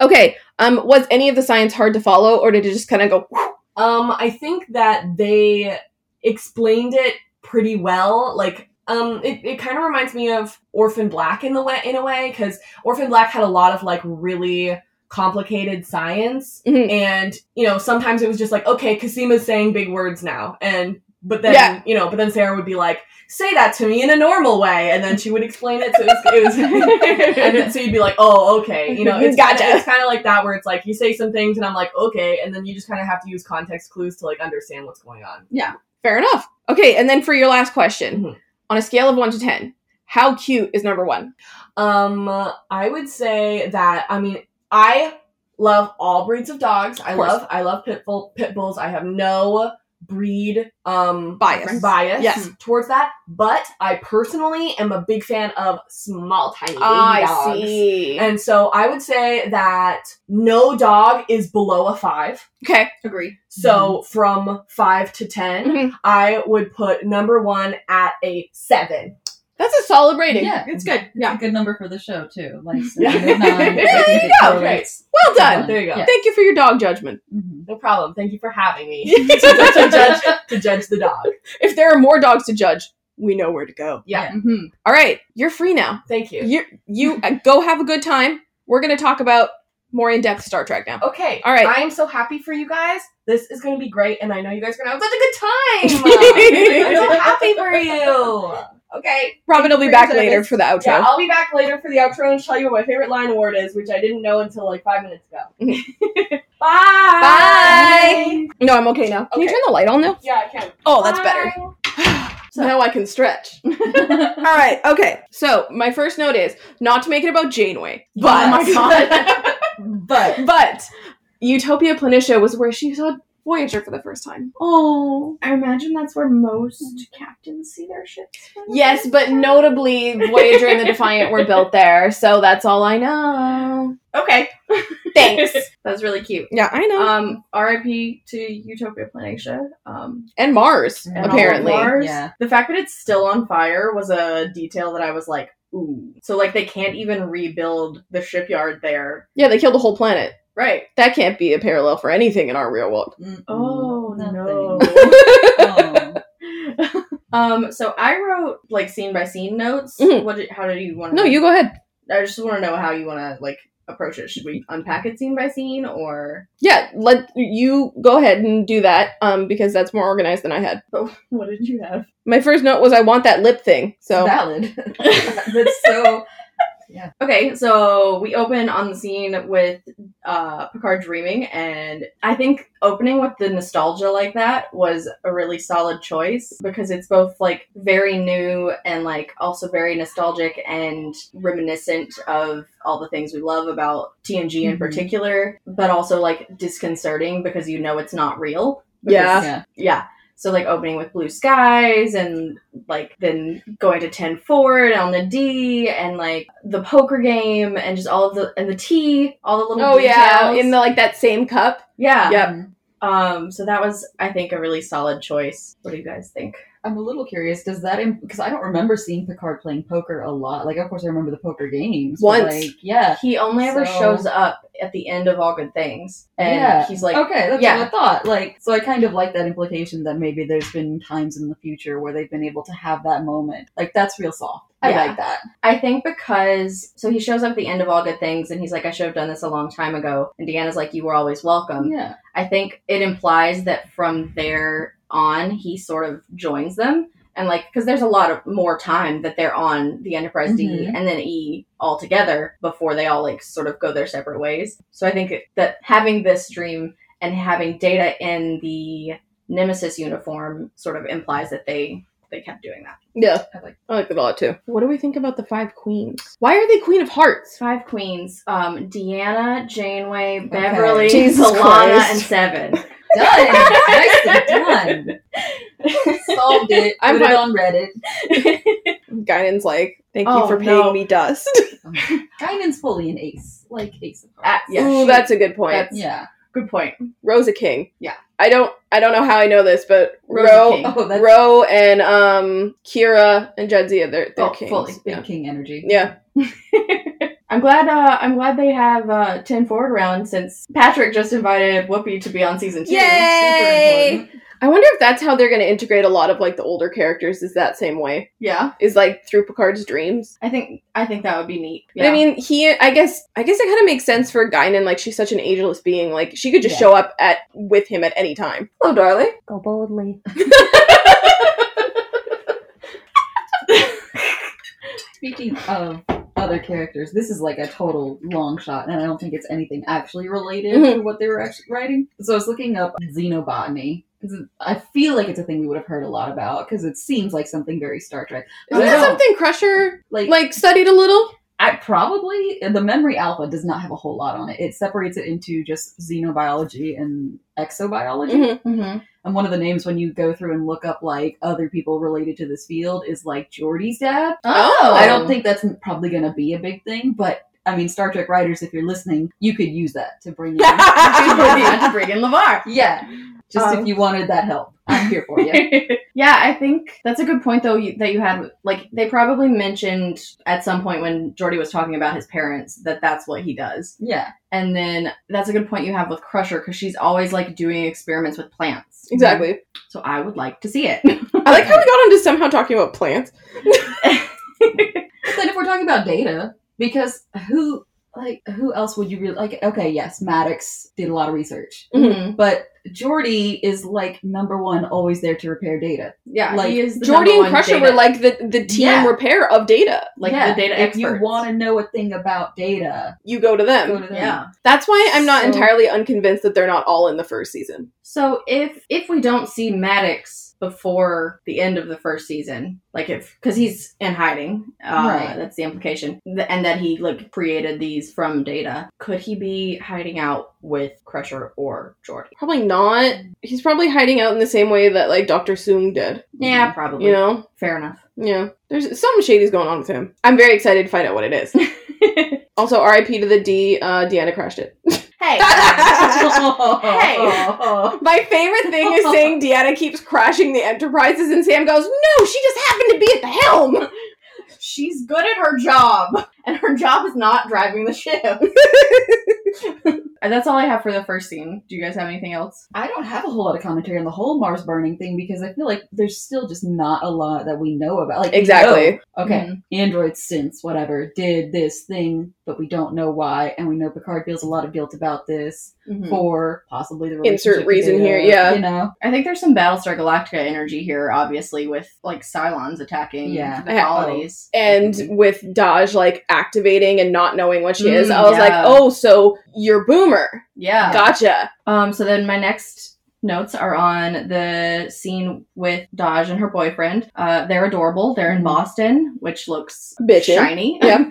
Speaker 5: Okay. Um, was any of the science hard to follow, or did it just kind of go? whew?
Speaker 2: Um, I think that they explained it pretty well. Like Um, it, it kind of reminds me of Orphan Black in the way in a way because Orphan Black had a lot of like really complicated science,
Speaker 5: Mhm.
Speaker 2: and you know sometimes it was just like okay, Casima's saying big words now, and but then
Speaker 5: Yeah.
Speaker 2: you know but then Sarah would be like say that to me in a normal way, and then she would explain it. So it was, it was and then, so you'd be like oh okay, you know it's
Speaker 5: Gotcha.
Speaker 2: Kinda, it's kind of like that where it's like you say some things and I'm like okay, and then you just kind of have to use context clues to like understand what's going on.
Speaker 5: Fair enough. Okay, and then for your last question,
Speaker 2: Mhm.
Speaker 5: on a scale of one to ten, how cute is number one?
Speaker 2: Um, I would say that I mean I love all breeds of dogs. I
Speaker 5: course.
Speaker 2: love I love pit bull, pit bulls. I have no breed um
Speaker 5: Bias.
Speaker 2: bias Mm.
Speaker 5: Yes.
Speaker 2: towards that. But I personally am a big fan of small tiny dogs.
Speaker 5: Ah, see.
Speaker 2: And so I would say that no dog is below a five.
Speaker 5: Okay.
Speaker 3: Agree.
Speaker 2: So from five to 10
Speaker 5: Mhm.
Speaker 2: I would put number one at a seven.
Speaker 5: That's a solid rating.
Speaker 4: Yeah,
Speaker 3: It's good.
Speaker 4: yeah, a good number for the show too. Like
Speaker 2: Yeah.
Speaker 4: seven, eight, nine,
Speaker 2: There
Speaker 4: I think
Speaker 2: you
Speaker 4: it
Speaker 2: go.
Speaker 4: correlates.
Speaker 5: Well done.
Speaker 2: There you go.
Speaker 4: Yeah.
Speaker 5: Thank you for your dog judgment.
Speaker 4: Mhm.
Speaker 2: No problem. Thank you for having me to, to judge to judge the dog.
Speaker 5: If there are more dogs to judge, we know where to go.
Speaker 2: Yeah.
Speaker 4: Mhm.
Speaker 5: All right, you're free now.
Speaker 2: Thank you.
Speaker 5: You you uh, go have a good time. We're going to talk about more in depth Star Trek now.
Speaker 2: Okay.
Speaker 5: All right.
Speaker 2: I am so happy for you guys. This is going to be great, and I know you guys are going to have such a Oh good time. Uh, I'm so happy for you. Okay.
Speaker 5: Robin will
Speaker 2: for
Speaker 5: be
Speaker 2: your
Speaker 5: back
Speaker 2: service.
Speaker 5: later for the outro.
Speaker 2: Yeah, I'll be back later for the outro and tell you what my favorite line award is, which I didn't know until like five minutes ago. Bye.
Speaker 5: Bye. no, I'm okay now. Can you
Speaker 2: Okay.
Speaker 5: turn the light on now?
Speaker 2: Yeah, I can.
Speaker 5: Oh, that's
Speaker 2: Bye.
Speaker 5: better. So now I can stretch. All right, okay. So my first note is not to make it about Janeway, but
Speaker 4: Oh my god. but
Speaker 5: but Utopia Planitia was where she saw Voyager for the first time.
Speaker 3: Oh, Mm-hmm. I imagine that's where most captains see their ships.
Speaker 5: Yes, but notably, Voyager and the Defiant were built there, so that's all I know.
Speaker 3: Okay,
Speaker 5: Thanks.
Speaker 3: that's really cute.
Speaker 5: Yeah, I know.
Speaker 3: Um, R.I.P. to Utopia Planatia. Um,
Speaker 5: and Mars,
Speaker 4: And
Speaker 3: and all of
Speaker 5: apparently.
Speaker 3: Mars.
Speaker 4: Yeah.
Speaker 3: The fact that it's still on fire was a detail that I was like, ooh. So like they can't even rebuild the shipyard there,
Speaker 5: Yeah, they killed a whole planet.
Speaker 3: right?
Speaker 5: That can't be a parallel for anything in our real world.
Speaker 4: Mm-mm.
Speaker 3: Oh,
Speaker 4: Nothing.
Speaker 3: no.
Speaker 4: Oh.
Speaker 3: Um, so I wrote like scene by scene notes.
Speaker 5: Mhm.
Speaker 3: What? Did, how did you want?
Speaker 5: No, you go ahead.
Speaker 3: I just want to know how you want to like approach it. Should we unpack it scene by scene, or
Speaker 5: Yeah, let you go ahead and do that, um, because that's more organized than I had.
Speaker 3: what did you have?
Speaker 5: My first note was I want that lip thing. So
Speaker 4: valid.
Speaker 3: That's so. Yeah. Okay, so we open on the scene with uh, Picard dreaming, and I think opening with the nostalgia like that was a really solid choice because it's both like very new and like also very nostalgic and reminiscent of all the things we love about TNG in
Speaker 4: Mhm.
Speaker 3: particular, but also like disconcerting because you know it's not real.
Speaker 5: Yeah.
Speaker 4: Oh, Yeah.
Speaker 3: Yeah. So like opening with blue skies and like then going to 10 forward on the D and like the poker game and just all of the and the tea, all the little
Speaker 5: Oh yeah,
Speaker 3: details.
Speaker 5: in the like that same cup.
Speaker 3: yeah.
Speaker 5: Yep.
Speaker 4: Mhm.
Speaker 3: Um so that was I think a really solid choice. What do you guys think?
Speaker 4: I'm a little curious. Does that because I don't remember seeing Picard playing poker a lot. Like, of course, I remember the poker games. but,
Speaker 5: Once.
Speaker 4: like, yeah.
Speaker 3: He only ever
Speaker 4: So-
Speaker 3: shows up at the end of all good things and
Speaker 4: Yeah.
Speaker 3: he's like
Speaker 4: okay, that's
Speaker 3: yeah.
Speaker 4: what I thought. Like, so I kind of like that implication that maybe there's been times in the future where they've been able to have that moment. Like, that's real soft. I
Speaker 3: Yeah.
Speaker 4: like that.
Speaker 3: I think because so he shows up at the end of all good things and he's like I should have done this a long time ago and Deanna's like you were always welcome.
Speaker 4: yeah.
Speaker 3: I think it implies that from there on, he sort of joins them. And like, because there's a lot of more time that they're on the Enterprise D
Speaker 5: Mm-hmm.
Speaker 4: Mhm.
Speaker 3: and then E all together before they all like sort of go their separate ways. So I think that having this dream and having Data in the Nemesis uniform sort of implies that they they kept doing that.
Speaker 5: Yeah,
Speaker 3: I like-
Speaker 5: I like that a lot too. What do we think about the five queens? Why are they Queen of Hearts?
Speaker 3: Five queens: um, Deanna, Janeway, Beverly,
Speaker 5: Jesus
Speaker 3: Solana,
Speaker 5: Christ.
Speaker 3: and Seven.
Speaker 4: Done. Nicely done. Solved it.
Speaker 5: I'm
Speaker 4: Put
Speaker 5: fine.
Speaker 4: it on Reddit.
Speaker 5: Guinan's like, thank you
Speaker 3: Oh,
Speaker 5: for paying
Speaker 3: no.
Speaker 5: me dust.
Speaker 4: Guinan's fully an ace. Like, ace of
Speaker 3: Uh,
Speaker 4: hearts.
Speaker 3: yeah,
Speaker 5: Ooh,
Speaker 3: she-
Speaker 5: that's a good point.
Speaker 3: that's-
Speaker 4: Yeah.
Speaker 3: good point.
Speaker 5: Rosa King.
Speaker 3: Yeah.
Speaker 5: I don't I don't know how I know this, but
Speaker 3: Rosa
Speaker 5: Ro
Speaker 3: King.
Speaker 4: Oh, that's
Speaker 5: Ro and um Kira and Jedzia, they're they're
Speaker 3: Oh,
Speaker 5: kings.
Speaker 3: fully.
Speaker 4: big
Speaker 5: Yeah.
Speaker 4: king energy.
Speaker 5: yeah.
Speaker 3: I'm glad. Uh, I'm glad they have uh, ten forward round since Patrick just invited Whoopi to be on season two.
Speaker 5: Yay!
Speaker 4: Super important.
Speaker 5: I wonder if that's how they're going to integrate a lot of like the older characters is that same way
Speaker 3: Yeah,
Speaker 5: is like through Picard's dreams.
Speaker 3: I think I think that would be neat.
Speaker 5: But I mean, he I guess I guess it kind of makes sense for Guinan like she's such an ageless being like she could just
Speaker 4: Yeah.
Speaker 5: show up at with him at any time.
Speaker 3: hello, darling.
Speaker 1: Go boldly.
Speaker 4: Speaking of other characters, this is like a total long shot, and I don't think it's anything actually related to what they were actually writing. So I was looking up xenobotany. 'cause it- I feel like it's a thing we would have heard a lot about because it seems like something very Star Trek.
Speaker 5: Isn't
Speaker 4: I
Speaker 5: that
Speaker 4: don't-
Speaker 5: something Crusher
Speaker 4: Like,
Speaker 5: like studied a little?
Speaker 4: I probably the memory alpha does not have a whole lot on it. It separates it into just xenobiology and exobiology.
Speaker 5: Mhm.
Speaker 3: Mm-hmm.
Speaker 4: And one of the names when you go through and look up like other people related to this field is like Geordie's dad.
Speaker 3: Oh,
Speaker 4: I don't think that's probably going to be a big thing, but I mean, Star Trek writers, if you're listening, you could use that to bring in.
Speaker 3: had to bring in Lavar.
Speaker 4: yeah, just
Speaker 3: Um,
Speaker 4: if you wanted that help, I'm here for you.
Speaker 3: yeah, I think that's a good point though you, that you had. Like they probably mentioned at some point when Jordy was talking about his parents that that's what he does.
Speaker 4: yeah,
Speaker 3: And then that's a good point you have with Crusher because she's always like doing experiments with plants.
Speaker 5: Exactly.
Speaker 3: So I would like to see it.
Speaker 5: I like how we got onto somehow talking about plants.
Speaker 4: but then if we're talking about data, because who like who else would you really like? Okay, yes, Maddox did a lot of research,
Speaker 3: Mhm.
Speaker 4: but Jordy is like number one, always there to repair data.
Speaker 3: Yeah,
Speaker 4: Like,
Speaker 3: he is the
Speaker 5: Jordy
Speaker 3: number one
Speaker 5: and Crusher
Speaker 3: data-
Speaker 5: were like the the team
Speaker 4: Yeah.
Speaker 5: repair of data.
Speaker 3: like
Speaker 4: Yeah,
Speaker 3: the data
Speaker 4: If you
Speaker 3: experts.
Speaker 4: want to know a thing about data,
Speaker 5: You go to them.
Speaker 4: go to them.
Speaker 3: yeah.
Speaker 5: That's why I'm not
Speaker 4: So-
Speaker 5: entirely unconvinced that they're not all in the first season.
Speaker 3: So if if we don't see Maddox before the end of the first season, like if because he's in hiding, uh,
Speaker 4: Right.
Speaker 3: that's the implication, th- and that he like created these from data. Could he be hiding out with Crusher or Jordy?
Speaker 5: Probably not. He's probably hiding out in the same way that like Dr. Soong did.
Speaker 3: Yeah, Mm, probably.
Speaker 5: You know?
Speaker 3: fair enough.
Speaker 5: Yeah. There's something shady's going on with him. I'm very excited to find out what it is. also, RIP to the D, uh, Deanna crashed it.
Speaker 3: Hey,
Speaker 5: My favorite thing is saying Deanna keeps crashing the Enterprises and Sam goes, No, she just happened to be at the helm.
Speaker 3: she's good at her job, and her job is not driving the ship. And that's all I have for the first scene. Do you guys have anything else?
Speaker 4: I don't have a whole lot of commentary on the whole Mars burning thing because I feel like there's still just not a lot that we know about. Like we
Speaker 5: Exactly.
Speaker 4: know, okay,
Speaker 3: Mhm.
Speaker 4: androids since whatever did this thing, but we don't know why, and we know Picard feels a lot of guilt about this
Speaker 3: Mhm.
Speaker 4: for possibly the
Speaker 5: Hmm. Insert
Speaker 4: relationship to
Speaker 5: reason
Speaker 4: Data,
Speaker 5: here, yeah.
Speaker 4: you know,
Speaker 3: I think there's some Battlestar Galactica energy here, obviously, with like Cylons attacking
Speaker 4: Yeah.
Speaker 3: the colonies.
Speaker 5: And with Daj like activating and not knowing what she is,
Speaker 3: Mm,
Speaker 5: I was like,
Speaker 3: yeah.
Speaker 5: Oh, so you're Boomer.
Speaker 3: Yeah.
Speaker 5: Gotcha.
Speaker 3: Um. So then my next notes are on the scene with Dodge and her boyfriend. Uh, they're adorable. They're in
Speaker 4: Mhm.
Speaker 3: Boston, which looks
Speaker 5: Bitchin'.
Speaker 3: shiny.
Speaker 5: Yeah.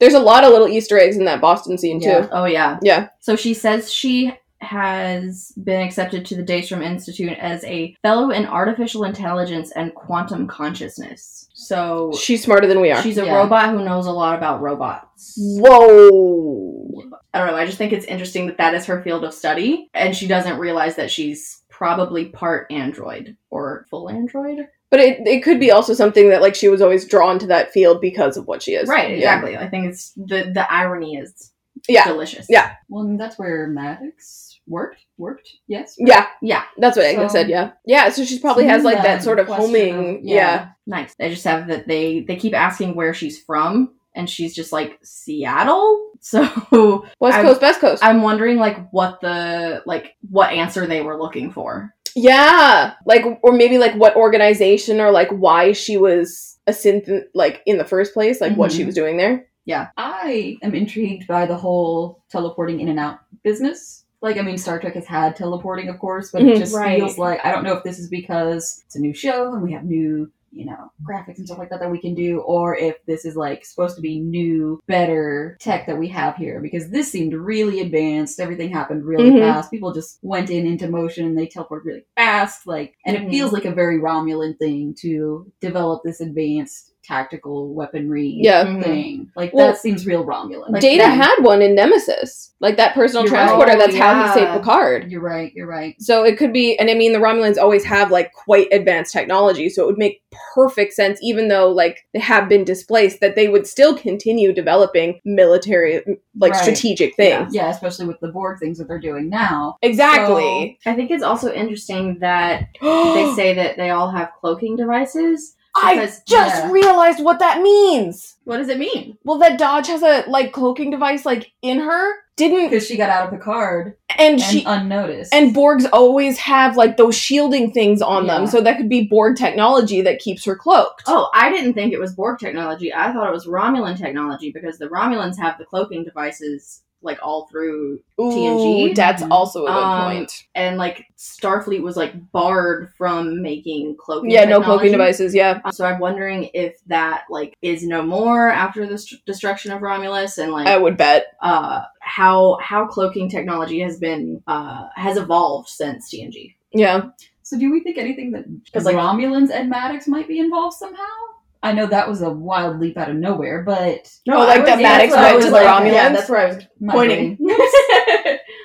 Speaker 5: There's a lot of little Easter eggs in that Boston scene
Speaker 4: Yeah.
Speaker 5: too.
Speaker 3: Oh yeah.
Speaker 5: Yeah.
Speaker 3: So she says she has been accepted to the Daystrom Institute as a fellow in artificial intelligence and quantum consciousness. So
Speaker 5: She's smarter than we are.
Speaker 3: she's a
Speaker 4: Yeah.
Speaker 3: robot who knows a lot about robots.
Speaker 5: Mm-hmm. Whoa.
Speaker 3: I don't know. I just think it's interesting that that is her field of study, and she doesn't realize that she's probably part android or full android.
Speaker 5: But it, it could be also something that like she was always drawn to that field because of what she is.
Speaker 3: Right.
Speaker 5: Yeah.
Speaker 3: Exactly. I think it's the the irony is
Speaker 5: Yeah.
Speaker 3: delicious.
Speaker 5: Yeah.
Speaker 4: well, and that's where Maddox worked, worked, yes,
Speaker 5: Yeah.
Speaker 3: Yeah.
Speaker 5: That's what Agnes
Speaker 4: So-
Speaker 5: said. Yeah. Yeah. So she probably has like that sort of
Speaker 4: Question
Speaker 5: homing.
Speaker 4: of-
Speaker 5: yeah.
Speaker 3: Nice. I just have that they they keep asking where she's from, and she's just like Seattle. So
Speaker 5: West
Speaker 3: I'm-
Speaker 5: Coast, West Coast.
Speaker 3: I'm wondering like what the like what answer they were looking for.
Speaker 5: yeah. Like, or maybe like what organization or like why she was a synth, like in the first place, like what she
Speaker 3: Mhm.
Speaker 5: was doing there.
Speaker 4: I am intrigued by the whole teleporting in and out business. Like, I mean, Star Trek has had teleporting, of course, but
Speaker 5: Mhm.
Speaker 4: it just
Speaker 3: Right.
Speaker 4: feels like I don't know if this is because it's a new show and we have new, you know, graphics and stuff like that that we can do, or if this is like supposed to be new, better tech that we have here. Because this seemed really advanced. Everything happened really
Speaker 5: Mhm.
Speaker 4: fast. People just went in into motion and they teleported really fast. Like, and
Speaker 5: Mm-hmm.
Speaker 3: Mhm.
Speaker 4: it feels like a very Romulan thing to develop this advanced tactical weaponry
Speaker 5: Yeah.
Speaker 3: Mhm.
Speaker 4: thing. Like
Speaker 5: Mm-hmm. Well,
Speaker 4: that seems real Romulan. Like,
Speaker 5: Data
Speaker 4: that-
Speaker 5: had one in Nemesis, like that personal
Speaker 4: You're right.
Speaker 5: transporter.
Speaker 3: Oh,
Speaker 5: That's how
Speaker 3: yeah.
Speaker 5: he saved Picard.
Speaker 4: You're right. You're right.
Speaker 5: So it could be, and I mean, the Romulans always have like quite advanced technology, so it would make perfect sense, even though like they have been displaced, that they would still continue developing military, like
Speaker 4: Right.
Speaker 5: strategic things.
Speaker 4: Yeah, especially with the Borg things that they're doing now.
Speaker 5: Exactly.
Speaker 3: I think it's also interesting that they say that they all have cloaking devices. Because,
Speaker 4: yeah.
Speaker 5: realized what that means.
Speaker 3: What does it mean?
Speaker 5: Well, that Dodge has a like cloaking device like in her, didn't,
Speaker 4: Because she got out of Picard
Speaker 5: and
Speaker 4: and
Speaker 5: she
Speaker 4: unnoticed.
Speaker 5: and Borgs always have like those shielding things on them,
Speaker 4: Yeah.
Speaker 5: so that could be Borg technology that keeps her cloaked.
Speaker 3: Oh, I didn't think it was Borg technology. I thought it was Romulan technology because the Romulans have the cloaking devices like all through, TNG?
Speaker 5: Ooh, that's
Speaker 4: Mhm.
Speaker 5: also a good
Speaker 3: Um,
Speaker 5: point.
Speaker 3: and like Starfleet was like barred from making cloaking.
Speaker 5: Yeah, no cloaking
Speaker 3: technology.
Speaker 5: devices. Yeah,
Speaker 3: Um, So I'm wondering if that like is no more after the st- destruction of Romulus and
Speaker 5: I
Speaker 3: like
Speaker 5: would bet.
Speaker 3: uh how how cloaking technology has been uh has evolved since TNG.
Speaker 5: Yeah,
Speaker 4: so, do we think anything that
Speaker 3: 'Cause, like-
Speaker 4: Romulans and Maddox might be involved somehow? I know that was a wild leap out of nowhere, but
Speaker 5: Oh,
Speaker 3: I
Speaker 5: like that
Speaker 3: was- yeah, that's
Speaker 5: Maddox
Speaker 3: what I
Speaker 4: went to
Speaker 3: was
Speaker 4: the
Speaker 3: like- Yeah,
Speaker 5: Romulans?
Speaker 3: that's where I was
Speaker 4: my
Speaker 3: pointing.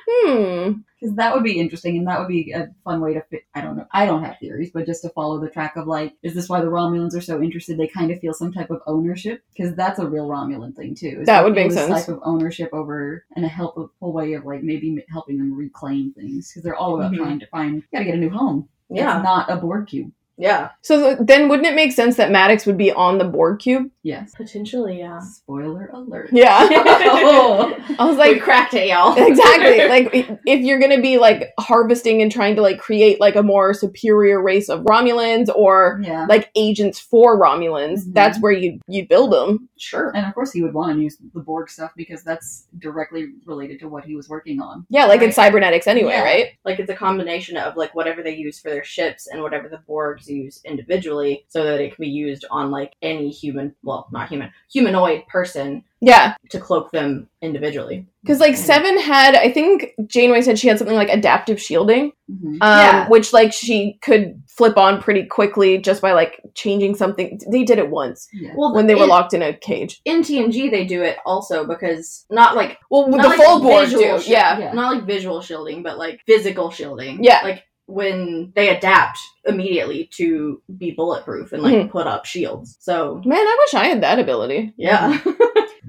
Speaker 5: hmm.
Speaker 4: because that would be interesting and that would be a fun way to fit i don't know i don't have theories but just to follow the track of like is this why the romulans are so interested they kind of feel some type of ownership because that's a real romulan thing too is
Speaker 5: That
Speaker 4: they
Speaker 5: would
Speaker 4: feel
Speaker 5: make
Speaker 4: this
Speaker 5: sense.
Speaker 4: type of ownership over and a helpful way of like maybe m- helping them reclaim things because they're all about
Speaker 5: Mm-hmm.
Speaker 3: Mhm.
Speaker 4: trying to find gotta get a new home
Speaker 3: yeah,
Speaker 4: it's not a board cube
Speaker 3: yeah.
Speaker 5: So th- then, wouldn't it make sense that Maddox would be on the Borg cube?
Speaker 4: yes
Speaker 3: Potentially, yeah.
Speaker 4: spoiler alert
Speaker 5: Yeah,
Speaker 3: oh,
Speaker 5: I was
Speaker 3: like
Speaker 5: like,
Speaker 3: cracked it, y'all.
Speaker 5: exactly. Like, i- if you're gonna be like harvesting and trying to like create like a more superior race of Romulans or
Speaker 4: yeah
Speaker 5: like agents for Romulans,
Speaker 3: Mm-hmm.
Speaker 4: Mhm.
Speaker 5: that's where you you build them.
Speaker 3: sure.
Speaker 4: and of course he would want to use the borg stuff because that's directly related to what he was working on
Speaker 5: Yeah, like in cybernetics anyway,
Speaker 4: Yeah.
Speaker 5: right?
Speaker 3: Like it's a combination of like whatever they use for their ships and whatever the Borgs use individually, so that it can be used on like any human, well, not human, humanoid person
Speaker 5: Yeah.
Speaker 3: to cloak them individually.
Speaker 5: Because like Seven had, I think Janeway said she had something like adaptive shielding,
Speaker 4: Mhm.
Speaker 5: um,
Speaker 3: Yeah.
Speaker 5: which like she could flip on pretty quickly just by like changing something. They did it once
Speaker 4: yeah.
Speaker 3: Well,
Speaker 5: when they were
Speaker 3: in,
Speaker 5: locked in a cage.
Speaker 3: in TNG, they do it also because not like
Speaker 5: Well,
Speaker 3: Not
Speaker 5: the
Speaker 3: like
Speaker 5: full board
Speaker 3: visual
Speaker 5: do,
Speaker 3: shit.
Speaker 5: yeah.
Speaker 4: Yeah.
Speaker 3: not like visual shielding, but like physical shielding.
Speaker 5: Yeah.
Speaker 3: like when they adapt immediately to be bulletproof and
Speaker 5: Mm-hmm.
Speaker 3: like put up shields. So
Speaker 5: Man, I wish I had that ability.
Speaker 3: yeah,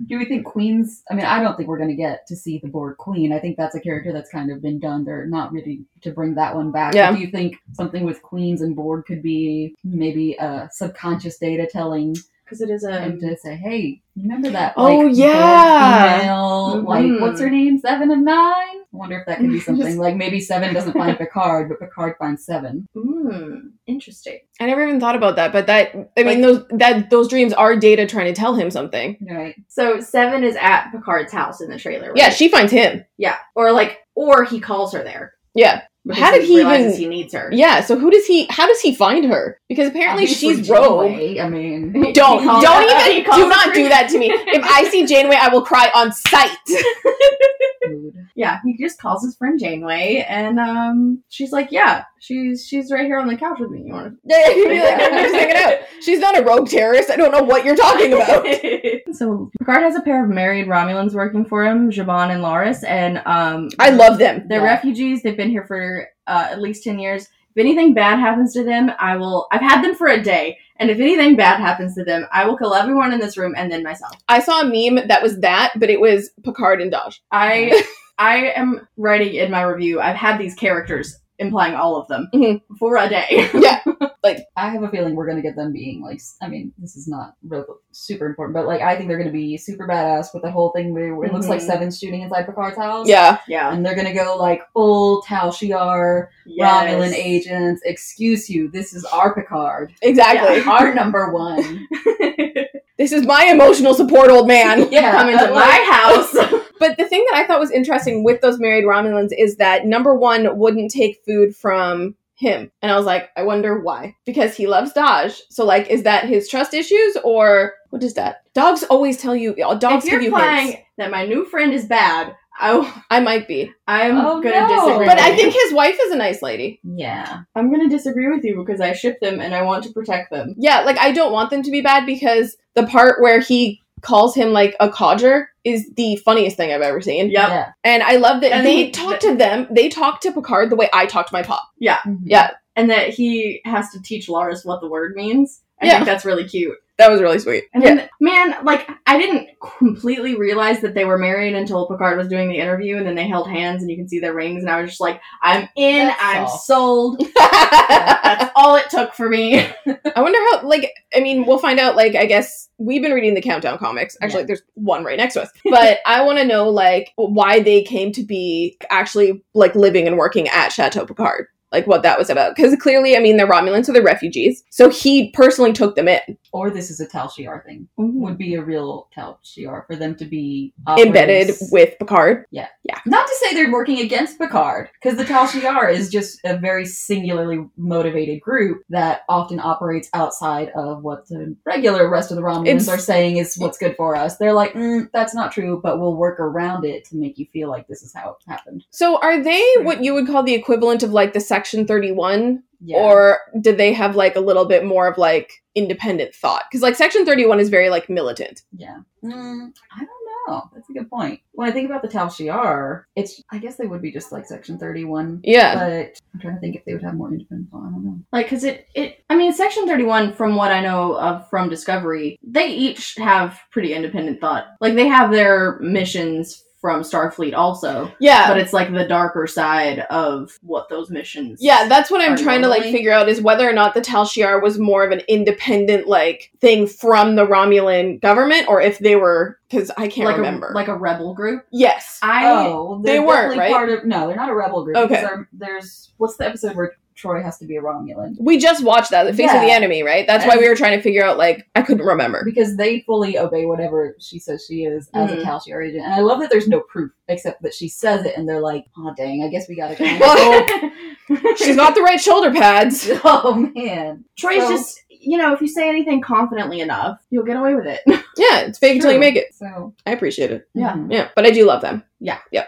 Speaker 4: Do we think Queen's? I mean, I don't think we're going to get to see the Borg Queen. I think that's a character that's kind of been done. They're not ready to bring that one back.
Speaker 5: Yeah.
Speaker 4: Do you think something with Queens and Borg could be maybe a subconscious data telling
Speaker 3: because it is a
Speaker 4: them to say, "Hey, remember that?"
Speaker 5: Um, Oh,
Speaker 4: like,
Speaker 5: yeah. Mm-hmm.
Speaker 4: Borg female,
Speaker 3: Mhm.
Speaker 4: like what's her name? Seven of Nine. I wonder if that could be something like maybe Seven doesn't find Picard, but Picard finds Seven.
Speaker 3: Mm, interesting.
Speaker 5: I never even thought about that, but that I mean those that those dreams are data trying to tell him something.
Speaker 4: Right.
Speaker 3: So Seven is at Picard's house in the trailer. Right?
Speaker 5: Yeah, she finds him.
Speaker 3: yeah, or like, or he calls her there.
Speaker 5: Yeah.
Speaker 3: because
Speaker 5: How did he
Speaker 3: realizes
Speaker 5: even-
Speaker 3: He needs her.
Speaker 5: Yeah, so who does he how does he find her? Because apparently
Speaker 4: Obviously,
Speaker 5: she's rogue.
Speaker 4: Janeway, I mean,
Speaker 5: Don't
Speaker 3: He calls
Speaker 5: don't
Speaker 3: her- he
Speaker 5: even
Speaker 3: calls
Speaker 5: do
Speaker 3: her
Speaker 5: not do
Speaker 3: freak.
Speaker 5: that to me. If I see Janeway, I will cry on sight.
Speaker 4: rude.
Speaker 3: Yeah, he just calls his friend Janeway, and um, she's like, "Yeah, she's she's right here on the couch with me. You want
Speaker 5: You'd be like, "We're just hanging out. She's not a rogue terrorist. I don't know what you're talking about.
Speaker 3: to?" so Picard has a pair of married Romulans working for him, Javon and Loris, and um,
Speaker 5: I love them.
Speaker 3: They're
Speaker 4: Yeah.
Speaker 3: refugees. They've been here for uh, at least ten years. If anything bad happens to them, I will. I've had them for a day, and if anything bad happens to them, I will kill everyone in this room and then myself.
Speaker 5: I saw a meme that was that, but it was Picard and Dosh.
Speaker 3: I I am writing in my review. I've had these characters implying all of them
Speaker 5: Mhm.
Speaker 3: for a day.
Speaker 4: I have a feeling we're going to get them being like, s- I mean, this is not real, super important, but like, I think they're going to be super badass with the whole thing where it looks like
Speaker 3: Mhm.
Speaker 4: Seven's shooting inside Picard's house.
Speaker 5: Yeah.
Speaker 3: yeah.
Speaker 4: And they're going to go like full Tal Shiar, Romulan agents, excuse you, this is our Picard,
Speaker 5: Exactly.
Speaker 4: our number one.
Speaker 5: This is my emotional support, old man.
Speaker 4: Yeah,
Speaker 3: Come into
Speaker 4: uh,
Speaker 3: my house.
Speaker 5: But the thing that I thought was interesting with those married Romulans is that number one wouldn't take food from him. And I was like, I wonder why. Because he loves Dodge. So, like, is that his trust issues or what is that? Dogs always tell you,
Speaker 3: if
Speaker 5: dogs give
Speaker 3: you're
Speaker 5: you
Speaker 3: implying
Speaker 5: hints.
Speaker 3: that my new friend is bad,
Speaker 5: I, I might be.
Speaker 3: I'm
Speaker 4: Oh,
Speaker 3: gonna
Speaker 4: no.
Speaker 3: disagree.
Speaker 5: But
Speaker 3: with
Speaker 5: I
Speaker 3: you.
Speaker 5: think his wife is a nice lady.
Speaker 4: Yeah.
Speaker 3: I'm gonna disagree with you because I ship them and I want to protect them.
Speaker 5: Yeah, like I don't want them to be bad because the part where he calls him like a codger is the funniest thing I've ever seen.
Speaker 3: Yep.
Speaker 4: Yeah.
Speaker 5: And I love that
Speaker 3: And
Speaker 5: they
Speaker 3: he-
Speaker 5: talk to them. They talk to Picard the way I talked to my pop.
Speaker 3: Mm-hmm.
Speaker 5: Yeah.
Speaker 3: And that he has to teach Lars what the word means. I
Speaker 5: Yeah.
Speaker 3: think that's really cute.
Speaker 5: That was really sweet.
Speaker 3: And
Speaker 5: yeah.
Speaker 3: then, man, like, I didn't completely realize that they were married until Picard was doing the interview, and then they held hands, and you can see their rings, and I was just like, I'm in,
Speaker 4: That's
Speaker 3: I'm
Speaker 4: all.
Speaker 3: sold. That's all it took for me.
Speaker 5: I wonder how, like, I mean, we'll find out, like, I guess we've been reading the Countdown comics. Actually, there's one right next to us. But I want to know, like, why they came to be actually, like, living and working at Chateau Picard. Like, what that was about. Because clearly, I mean, they're Romulans, so they're refugees. So he personally took them in.
Speaker 4: Or this is a Tal Shiar thing.
Speaker 3: Mm-hmm.
Speaker 4: Would be a real Tal Shiar for them to be
Speaker 5: embedded
Speaker 4: operatives.
Speaker 5: with Picard.
Speaker 4: Not to say they're working against Picard, because the Tal Shiar is just a very singularly motivated group that often operates outside of what the regular rest of the Romulans
Speaker 5: It's-
Speaker 4: are saying is what's good for us. They're like, mm, that's not true, but we'll work around it to make you feel like this is how it happened.
Speaker 5: So are they what you would call the equivalent of like the Section 31
Speaker 4: Yeah.
Speaker 5: or did they have like a little bit more of like independent thought? Cuz like Section 31 is very like militant.
Speaker 4: Yeah. Mm, I don't know. That's a good point. When I think about the Tal Shiar, it's I guess they would be just like Section Thirty One.
Speaker 5: Yeah.
Speaker 4: But I'm trying to think if they would have more independent thought. I don't know.
Speaker 3: Like, cause it, it, I mean, Section 31, from what I know of from Discovery, they each have pretty independent thought. Like, they have their missions from Starfleet also,
Speaker 5: yeah.
Speaker 3: but it's like the darker side of what those missions.
Speaker 5: Yeah, that's what I'm
Speaker 3: Are
Speaker 5: trying to like
Speaker 3: normally-
Speaker 5: figure out is whether or not the Tal Shiar was more of an independent like thing from the Romulan government or if they were cuz I can't
Speaker 3: like
Speaker 5: remember.
Speaker 3: a like a rebel group.
Speaker 5: yes.
Speaker 3: I
Speaker 4: Oh, well, they're
Speaker 5: they weren't,
Speaker 4: definitely
Speaker 5: right?
Speaker 4: Part of, no, they're not a rebel group. because
Speaker 5: Okay.
Speaker 4: they're- There's what's the episode where Troy has to be a Romulan
Speaker 5: we just watched that, The Face of the
Speaker 4: Yeah.
Speaker 5: Enemy, right? That's why we were trying to figure out like I couldn't remember.
Speaker 4: because they fully obey whatever she says she is as a
Speaker 3: Mhm.
Speaker 4: Tal Shiar agent, and I love that there's no proof except that she says it, and they're like, "Oh dang, I guess we gotta go."
Speaker 5: Well- She's got the right shoulder pads.
Speaker 4: oh man,
Speaker 3: Troy's
Speaker 4: So-
Speaker 3: just you know, if you say anything confidently enough, you'll get away with it.
Speaker 5: Yeah, it's fake until you
Speaker 4: True.
Speaker 5: make it.
Speaker 4: so
Speaker 5: I appreciate it.
Speaker 3: Yeah.
Speaker 4: mhm.
Speaker 5: Yeah, but I do love them.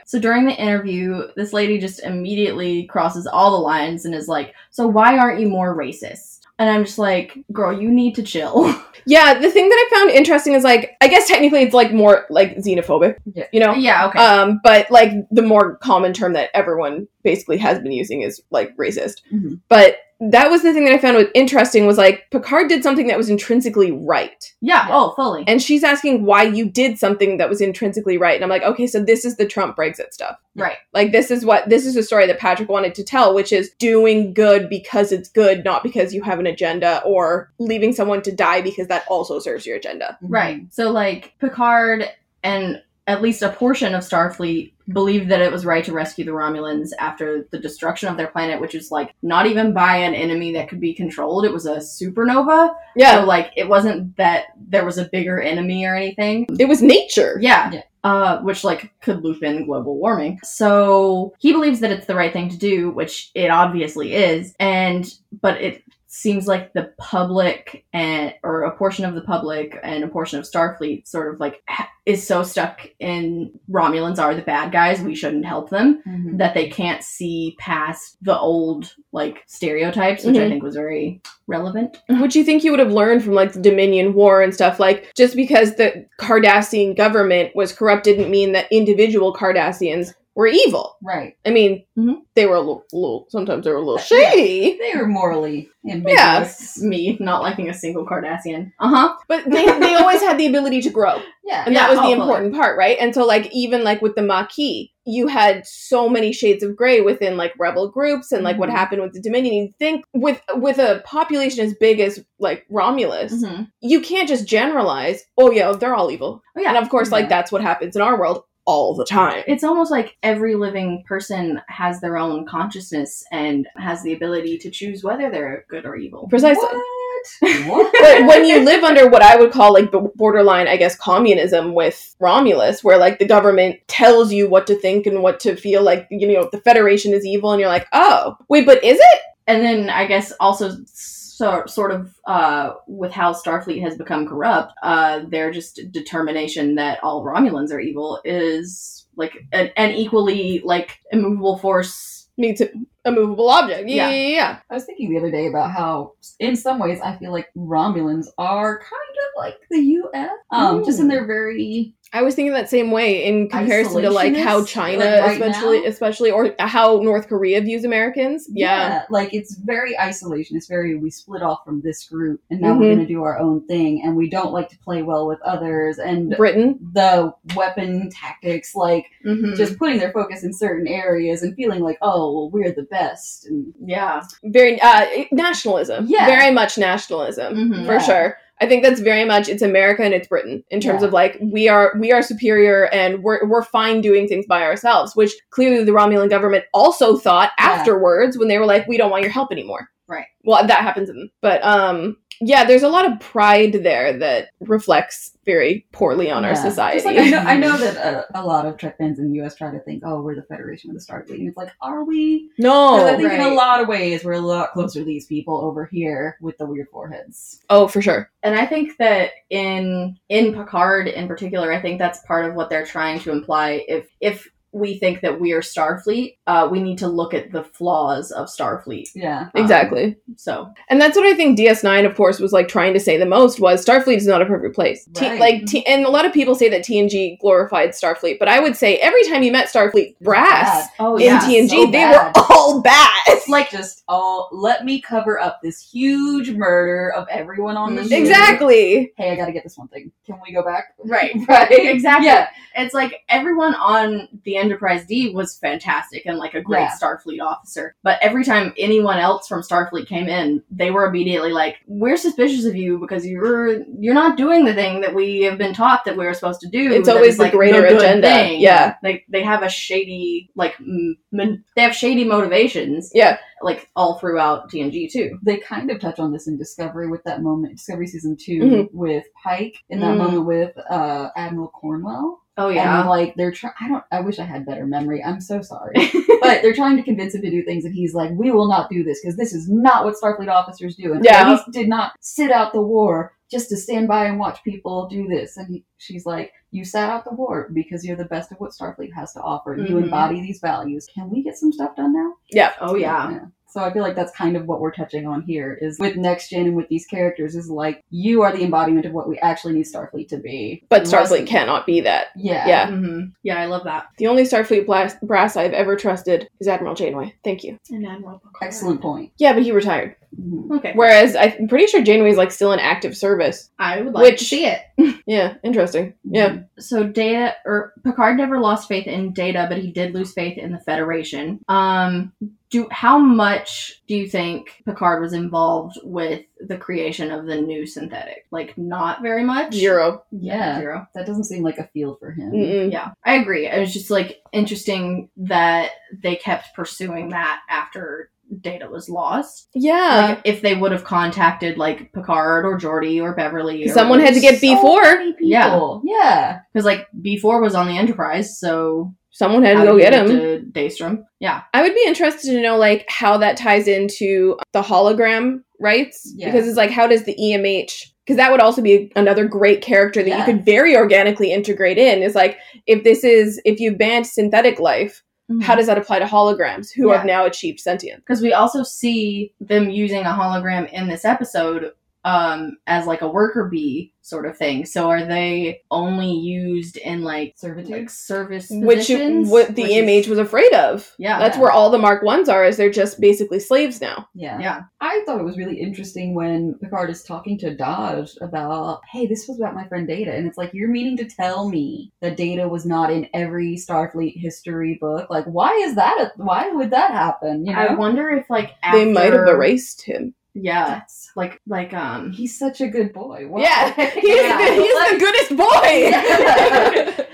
Speaker 3: So during the interview, this lady just immediately crosses all the lines and is like, "So why aren't you more racist?" And I'm just like, "Girl, you need to chill."
Speaker 5: Yeah, the thing that I found interesting is like I guess technically it's like more like xenophobic,
Speaker 4: Yeah.
Speaker 5: you know.
Speaker 3: yeah, okay.
Speaker 5: Um, but like the more common term that everyone basically has been using is like racist.
Speaker 4: Mhm.
Speaker 5: But that was the thing that I found was interesting was like Picard did something that was intrinsically right.
Speaker 3: yeah, oh, fully.
Speaker 5: And she's asking why you did something that was intrinsically right. And I'm like, okay, so this is the Trump Brexit stuff.
Speaker 3: right.
Speaker 5: Like this is what this is a story that Patrick wanted to tell, which is doing good because it's good, not because you have an agenda, or leaving someone to die because that also serves your agenda.
Speaker 4: mm-hmm,
Speaker 3: Right. So like Picard and at least a portion of Starfleet believed that it was right to rescue the Romulans after the destruction of their planet, which was like not even by an enemy that could be controlled. It was a supernova.
Speaker 5: Yeah,
Speaker 3: So like it wasn't that there was a bigger enemy or anything.
Speaker 5: it was nature.
Speaker 3: Yeah.
Speaker 4: Yeah.
Speaker 3: Uh, which like could loop in global warming. So he believes that it's the right thing to do, which it obviously is, and but it seems like the public and or a portion of the public and a portion of Starfleet sort of like ha- is so stuck in Romulans are the bad guys, we shouldn't help them
Speaker 4: Mhm.
Speaker 3: that they can't see past the old like stereotypes, which I think was very relevant.
Speaker 5: Which you think you would have learned from like the Dominion War and stuff. Like just because the Cardassian government was corrupt didn't mean that individual Cardassians were evil.
Speaker 4: Right.
Speaker 5: I mean,
Speaker 3: Mhm.
Speaker 5: they were a little, little- sometimes they were a little
Speaker 4: Yeah.
Speaker 5: shady,
Speaker 4: They are morally
Speaker 5: Yeah.
Speaker 4: ambiguous.
Speaker 3: Me not liking a single Cardassian. Uh huh.
Speaker 5: but they, they always had the ability to grow.
Speaker 4: Yeah.
Speaker 5: And
Speaker 3: Yeah,
Speaker 5: that was the
Speaker 3: totally.
Speaker 5: important part, right? And so, like, even like with the Maquis, you had so many shades of gray within like rebel groups, and like what
Speaker 4: Mhm.
Speaker 3: Mm-hmm.
Speaker 5: happened with the Dominion. You think with with a population as big as like Romulus,
Speaker 3: Mm-hmm.
Speaker 5: you can't just generalize. Oh yeah, they're all evil.
Speaker 3: Oh, yeah.
Speaker 5: and of course, like
Speaker 4: Yeah.
Speaker 5: that's what happens in our world all the time.
Speaker 3: it's almost like every living person has their own consciousness and has the ability to choose whether they're good or evil.
Speaker 5: Precisely.
Speaker 4: What? what?
Speaker 5: but when you live under what I would call like b- borderline, I guess, communism with Romulus, where like the government tells you what to think and what to feel, like you know the Federation is evil, and you're like, oh wait, but is it?
Speaker 3: And then I guess also so, sort of uh, with how Starfleet has become corrupt, uh, their just determination that all Romulans are evil is like an, an equally like immovable force.
Speaker 5: Needs a, a movable object. Yeah, yeah, yeah. yeah.
Speaker 4: I was thinking the other day about how, in some ways, I feel like Romulans are kind of like the U.S. Um, just
Speaker 3: Mm.
Speaker 4: in their very
Speaker 5: I was thinking that same way in comparison to like how
Speaker 4: Isolationist,
Speaker 5: China,
Speaker 4: like, right
Speaker 5: especially,
Speaker 4: now?
Speaker 5: especially, or how North Korea views Americans. Yeah.
Speaker 4: like it's very isolation. It's very we split off from this group, and now we're
Speaker 5: Mhm.
Speaker 4: going to do our own thing, and we don't like to play well with others, and
Speaker 5: Britain.
Speaker 4: the weapon tactics, like
Speaker 3: Mm-hmm.
Speaker 4: just putting their focus in certain areas and feeling like, oh, well, we're the best, and
Speaker 3: yeah.
Speaker 5: very uh nationalism
Speaker 4: Yeah.
Speaker 5: very much nationalism
Speaker 3: Mhm.
Speaker 5: for
Speaker 4: Yeah.
Speaker 5: sure i think that's very much it's america and it's britain in terms
Speaker 4: Yeah.
Speaker 5: of like we are we are superior and we're we're fine doing things by ourselves which clearly the romulan government also thought
Speaker 4: Yeah.
Speaker 5: afterwards when they were like we don't want your help anymore
Speaker 4: Right.
Speaker 5: well that happens in, but um yeah there's a lot of pride there that reflects very poorly on our
Speaker 4: Yeah.
Speaker 5: society
Speaker 4: Just like I know, I know that a, a lot of Trek fans in the U.S. try to think, oh, we're the Federation of the Starfleet, and it's like, are we? 'Cause I
Speaker 5: no
Speaker 4: think in a
Speaker 3: right.
Speaker 4: lot of ways we're a lot closer to these people over here with the weird foreheads.
Speaker 5: oh for sure
Speaker 3: And I think that in in Picard in particular, I think that's part of what they're trying to imply. If if we think that we are Starfleet, uh, we need to look at the flaws of Starfleet.
Speaker 4: Yeah,
Speaker 3: Um,
Speaker 5: exactly
Speaker 3: So
Speaker 5: And that's what I think DS9, of course, was like trying to say the most was Starfleet is not a perfect place. T-
Speaker 4: Right.
Speaker 5: like, t- and a lot of people say that TNG glorified Starfleet, but I would say every time you met Starfleet brass
Speaker 3: oh
Speaker 5: in
Speaker 3: yeah,
Speaker 5: TNG,
Speaker 4: so
Speaker 5: they
Speaker 4: bad.
Speaker 5: were all bad.
Speaker 4: It's like just all let me cover up this huge murder of everyone on the
Speaker 3: Mhm.
Speaker 4: ship.
Speaker 5: Mm-hmm. exactly.
Speaker 4: Hey, I gotta get this one thing. Can we go back?
Speaker 3: right.
Speaker 4: Right.
Speaker 3: Exactly.
Speaker 4: Yeah.
Speaker 3: It's like everyone on the Enterprise D was fantastic and like a great
Speaker 4: Yeah.
Speaker 3: Starfleet officer. But every time anyone else from Starfleet came in, they were immediately like, "We're suspicious of you because you're you're not doing the thing that we have been taught that we were supposed to do."
Speaker 5: It's
Speaker 3: that
Speaker 5: always
Speaker 3: is,
Speaker 5: the greater
Speaker 3: good
Speaker 5: agenda. Yeah.
Speaker 3: They they have a shady like m- mon- they have shady motivations.
Speaker 5: Yeah.
Speaker 3: Like all throughout TNG too.
Speaker 4: They kind of touch on this in Discovery with that moment, Discovery season 2
Speaker 5: Mhm.
Speaker 4: with Pike, in that
Speaker 3: Mm.
Speaker 4: moment with uh, Admiral Cornwell.
Speaker 3: Oh
Speaker 4: And
Speaker 3: yeah.
Speaker 4: like they're trying. I don't. I wish I had better memory. I'm so sorry. but they're trying to convince him to do things, and he's like, "We will not do this because this is not what Starfleet officers do." And
Speaker 5: Yeah.
Speaker 4: he did not sit out the war just to stand by and watch people do this. And he, she's like, "You sat out the war because you're the best of what Starfleet has to offer. You
Speaker 3: Mhm.
Speaker 4: embody these values. Can we get some stuff done now?"
Speaker 3: oh yeah.
Speaker 4: So I feel like that's kind of what we're touching on here is with next gen and with these characters is like you are the embodiment of what we actually need Starfleet to be.
Speaker 5: But
Speaker 4: Unless-
Speaker 5: Starfleet cannot be that.
Speaker 4: Yeah.
Speaker 5: Yeah.
Speaker 3: hmm Yeah, I love that.
Speaker 5: The only Starfleet blas- brass I've ever trusted is Admiral Janeway. Thank you.
Speaker 3: And Admiral Picard.
Speaker 4: Excellent point.
Speaker 5: Yeah, but he retired.
Speaker 4: Mhm.
Speaker 3: Okay.
Speaker 5: Whereas I'm pretty sure Janeway's like still in active service.
Speaker 3: I would like
Speaker 5: Which-
Speaker 3: to see it.
Speaker 5: Yeah, interesting. Yeah.
Speaker 4: Mm-hmm.
Speaker 3: so data or picard never lost faith in data but he did lose faith in the federation um do how much do you think picard was involved with the creation of the new synthetic like not very much
Speaker 5: Zero.
Speaker 4: Yeah.
Speaker 3: zero
Speaker 4: That doesn't seem like a field for him.
Speaker 5: Mm-mm.
Speaker 3: yeah i agree it was just like interesting that they kept pursuing that after data was lost
Speaker 5: Yeah.
Speaker 3: like if they would have contacted like picard or jordy or beverly or
Speaker 5: Someone had to get
Speaker 4: So
Speaker 5: B4.
Speaker 4: many people.
Speaker 3: Yeah.
Speaker 4: Yeah.
Speaker 3: because like b4 was on the enterprise so
Speaker 5: Someone had to
Speaker 3: how
Speaker 5: go
Speaker 3: did
Speaker 5: get
Speaker 3: he
Speaker 5: him.
Speaker 3: to daystrom yeah
Speaker 5: I would be interested to know like how that ties into the hologram rights
Speaker 4: Yeah.
Speaker 5: because it's like how does the E EMH because that would also be another great character that you
Speaker 4: Yeah.
Speaker 5: could very organically integrate in is like if this is if you banned synthetic life
Speaker 3: Mm-hmm.
Speaker 5: how does that apply to holograms who have now achieved sentience
Speaker 3: because we also see them using a hologram in this episode um as like a worker bee sort of thing so are they only used in like
Speaker 4: Servitude.
Speaker 3: like service
Speaker 5: which
Speaker 3: positions?
Speaker 5: what the
Speaker 3: Which is-
Speaker 5: EMH was afraid of
Speaker 3: yeah
Speaker 5: that's where all the Mark 1s are is they're just basically slaves now
Speaker 4: Yeah.
Speaker 3: yeah
Speaker 4: I thought it was really interesting when Picard is talking to Dodge about, hey, this was about my friend Data. And it's like, you're meaning to tell me that Data was not in every Starfleet history book. Like, why is that? A, why would that happen? You know?
Speaker 3: i wonder if like after,
Speaker 5: they might have erased him
Speaker 3: yeah like like um
Speaker 4: He's such a good boy. Why?
Speaker 5: yeah he's,
Speaker 3: Yeah.
Speaker 5: The, he's the goodest boy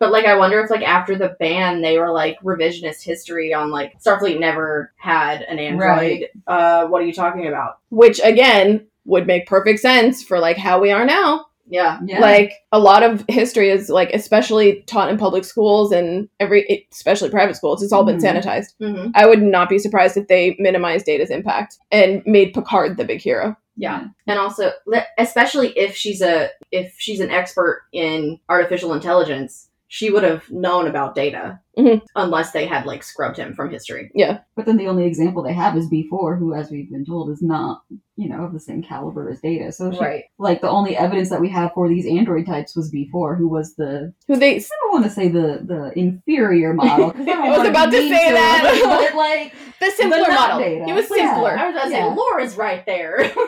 Speaker 3: But like, I wonder if like after the ban, they were like revisionist history on like Starfleet never had an android. Uh, what are you talking about?
Speaker 5: which again would make perfect sense for like how we are now.
Speaker 3: Yeah,
Speaker 4: Yeah.
Speaker 5: Like a lot of history is like especially taught in public schools and every especially private schools, it's all been
Speaker 4: Mhm.
Speaker 5: sanitized.
Speaker 3: mm-hmm.
Speaker 5: I would not be surprised if they minimized Data's impact and made Picard the big hero.
Speaker 3: yeah. And also, le- especially if she's a if she's an expert in artificial intelligence, she would have known about data
Speaker 4: Mm-hmm.
Speaker 5: Mhm.
Speaker 3: unless they had like scrubbed him from history.
Speaker 4: But then the only example they have is B4, who, as we've been told, is not, you know, of the same caliber as Data. So, she,
Speaker 2: Right.
Speaker 4: like, the only evidence that we have for these android types was B4, who was the,
Speaker 5: Who they?
Speaker 4: I don't want to say the the inferior model. 'cause don't
Speaker 5: I was
Speaker 4: wanna
Speaker 5: about to
Speaker 4: mean
Speaker 5: say that.
Speaker 4: But, like,
Speaker 5: The simpler
Speaker 4: not
Speaker 5: model.
Speaker 4: data.
Speaker 5: He was
Speaker 4: Yeah.
Speaker 5: simpler.
Speaker 3: I was gonna say
Speaker 4: Yeah.
Speaker 3: Laura's right there.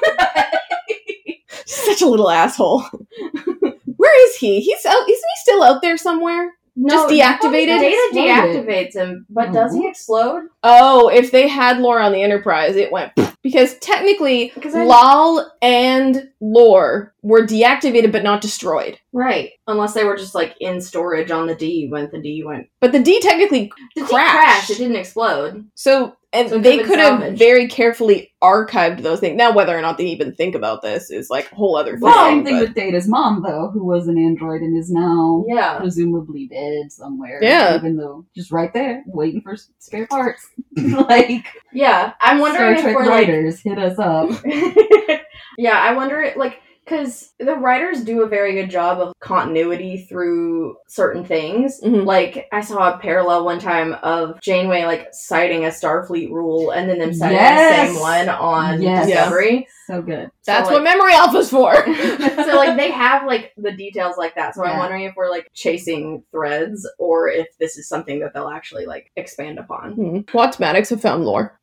Speaker 5: Such a little asshole. Where is he? He's out. Isn't he still out there somewhere?
Speaker 3: No,
Speaker 5: Just deactivated?
Speaker 3: Data
Speaker 4: Exploded. Mm-hmm.
Speaker 3: deactivates him, but does he explode?
Speaker 5: Oh, if they had lore on the Enterprise, it went because technically,
Speaker 3: Because I
Speaker 5: Lol and lore were deactivated but not destroyed.
Speaker 3: right, unless they were just like in storage on the D when the D went.
Speaker 5: But the D technically,
Speaker 3: The D
Speaker 5: Crashed.
Speaker 3: crashed. It didn't explode.
Speaker 5: so and
Speaker 3: So it
Speaker 5: they
Speaker 3: could've been
Speaker 5: could have
Speaker 3: salvaged.
Speaker 5: very carefully archived those things. Now, whether or not they even think about this is like a whole other thing.
Speaker 4: The same thing
Speaker 5: but-
Speaker 4: with Data's mom, though, who was an android and is now
Speaker 3: Yeah.
Speaker 4: presumably dead somewhere.
Speaker 5: Yeah.
Speaker 4: Even though just right there, waiting for s- spare parts. like
Speaker 3: Yeah. I'm
Speaker 4: Star
Speaker 3: wondering if
Speaker 4: Trek
Speaker 3: we're like
Speaker 4: writers hit us up.
Speaker 3: yeah, I wonder, like, because the writers do a very good job of continuity through certain things.
Speaker 5: Mhm.
Speaker 3: Like, I saw a parallel one time of Janeway, like, citing a Starfleet rule and then them citing
Speaker 4: Yes!
Speaker 3: the same one on
Speaker 4: Yes.
Speaker 3: Discovery.
Speaker 4: So good.
Speaker 5: That's
Speaker 3: So,
Speaker 5: what memory alpha's for.
Speaker 3: like, so, like, they have, like, the details like that. So I'm
Speaker 4: Yeah.
Speaker 3: wondering if we're, like, chasing threads or if this is something that they'll actually, like, expand upon.
Speaker 5: Hmm. Watchmatics have found lore.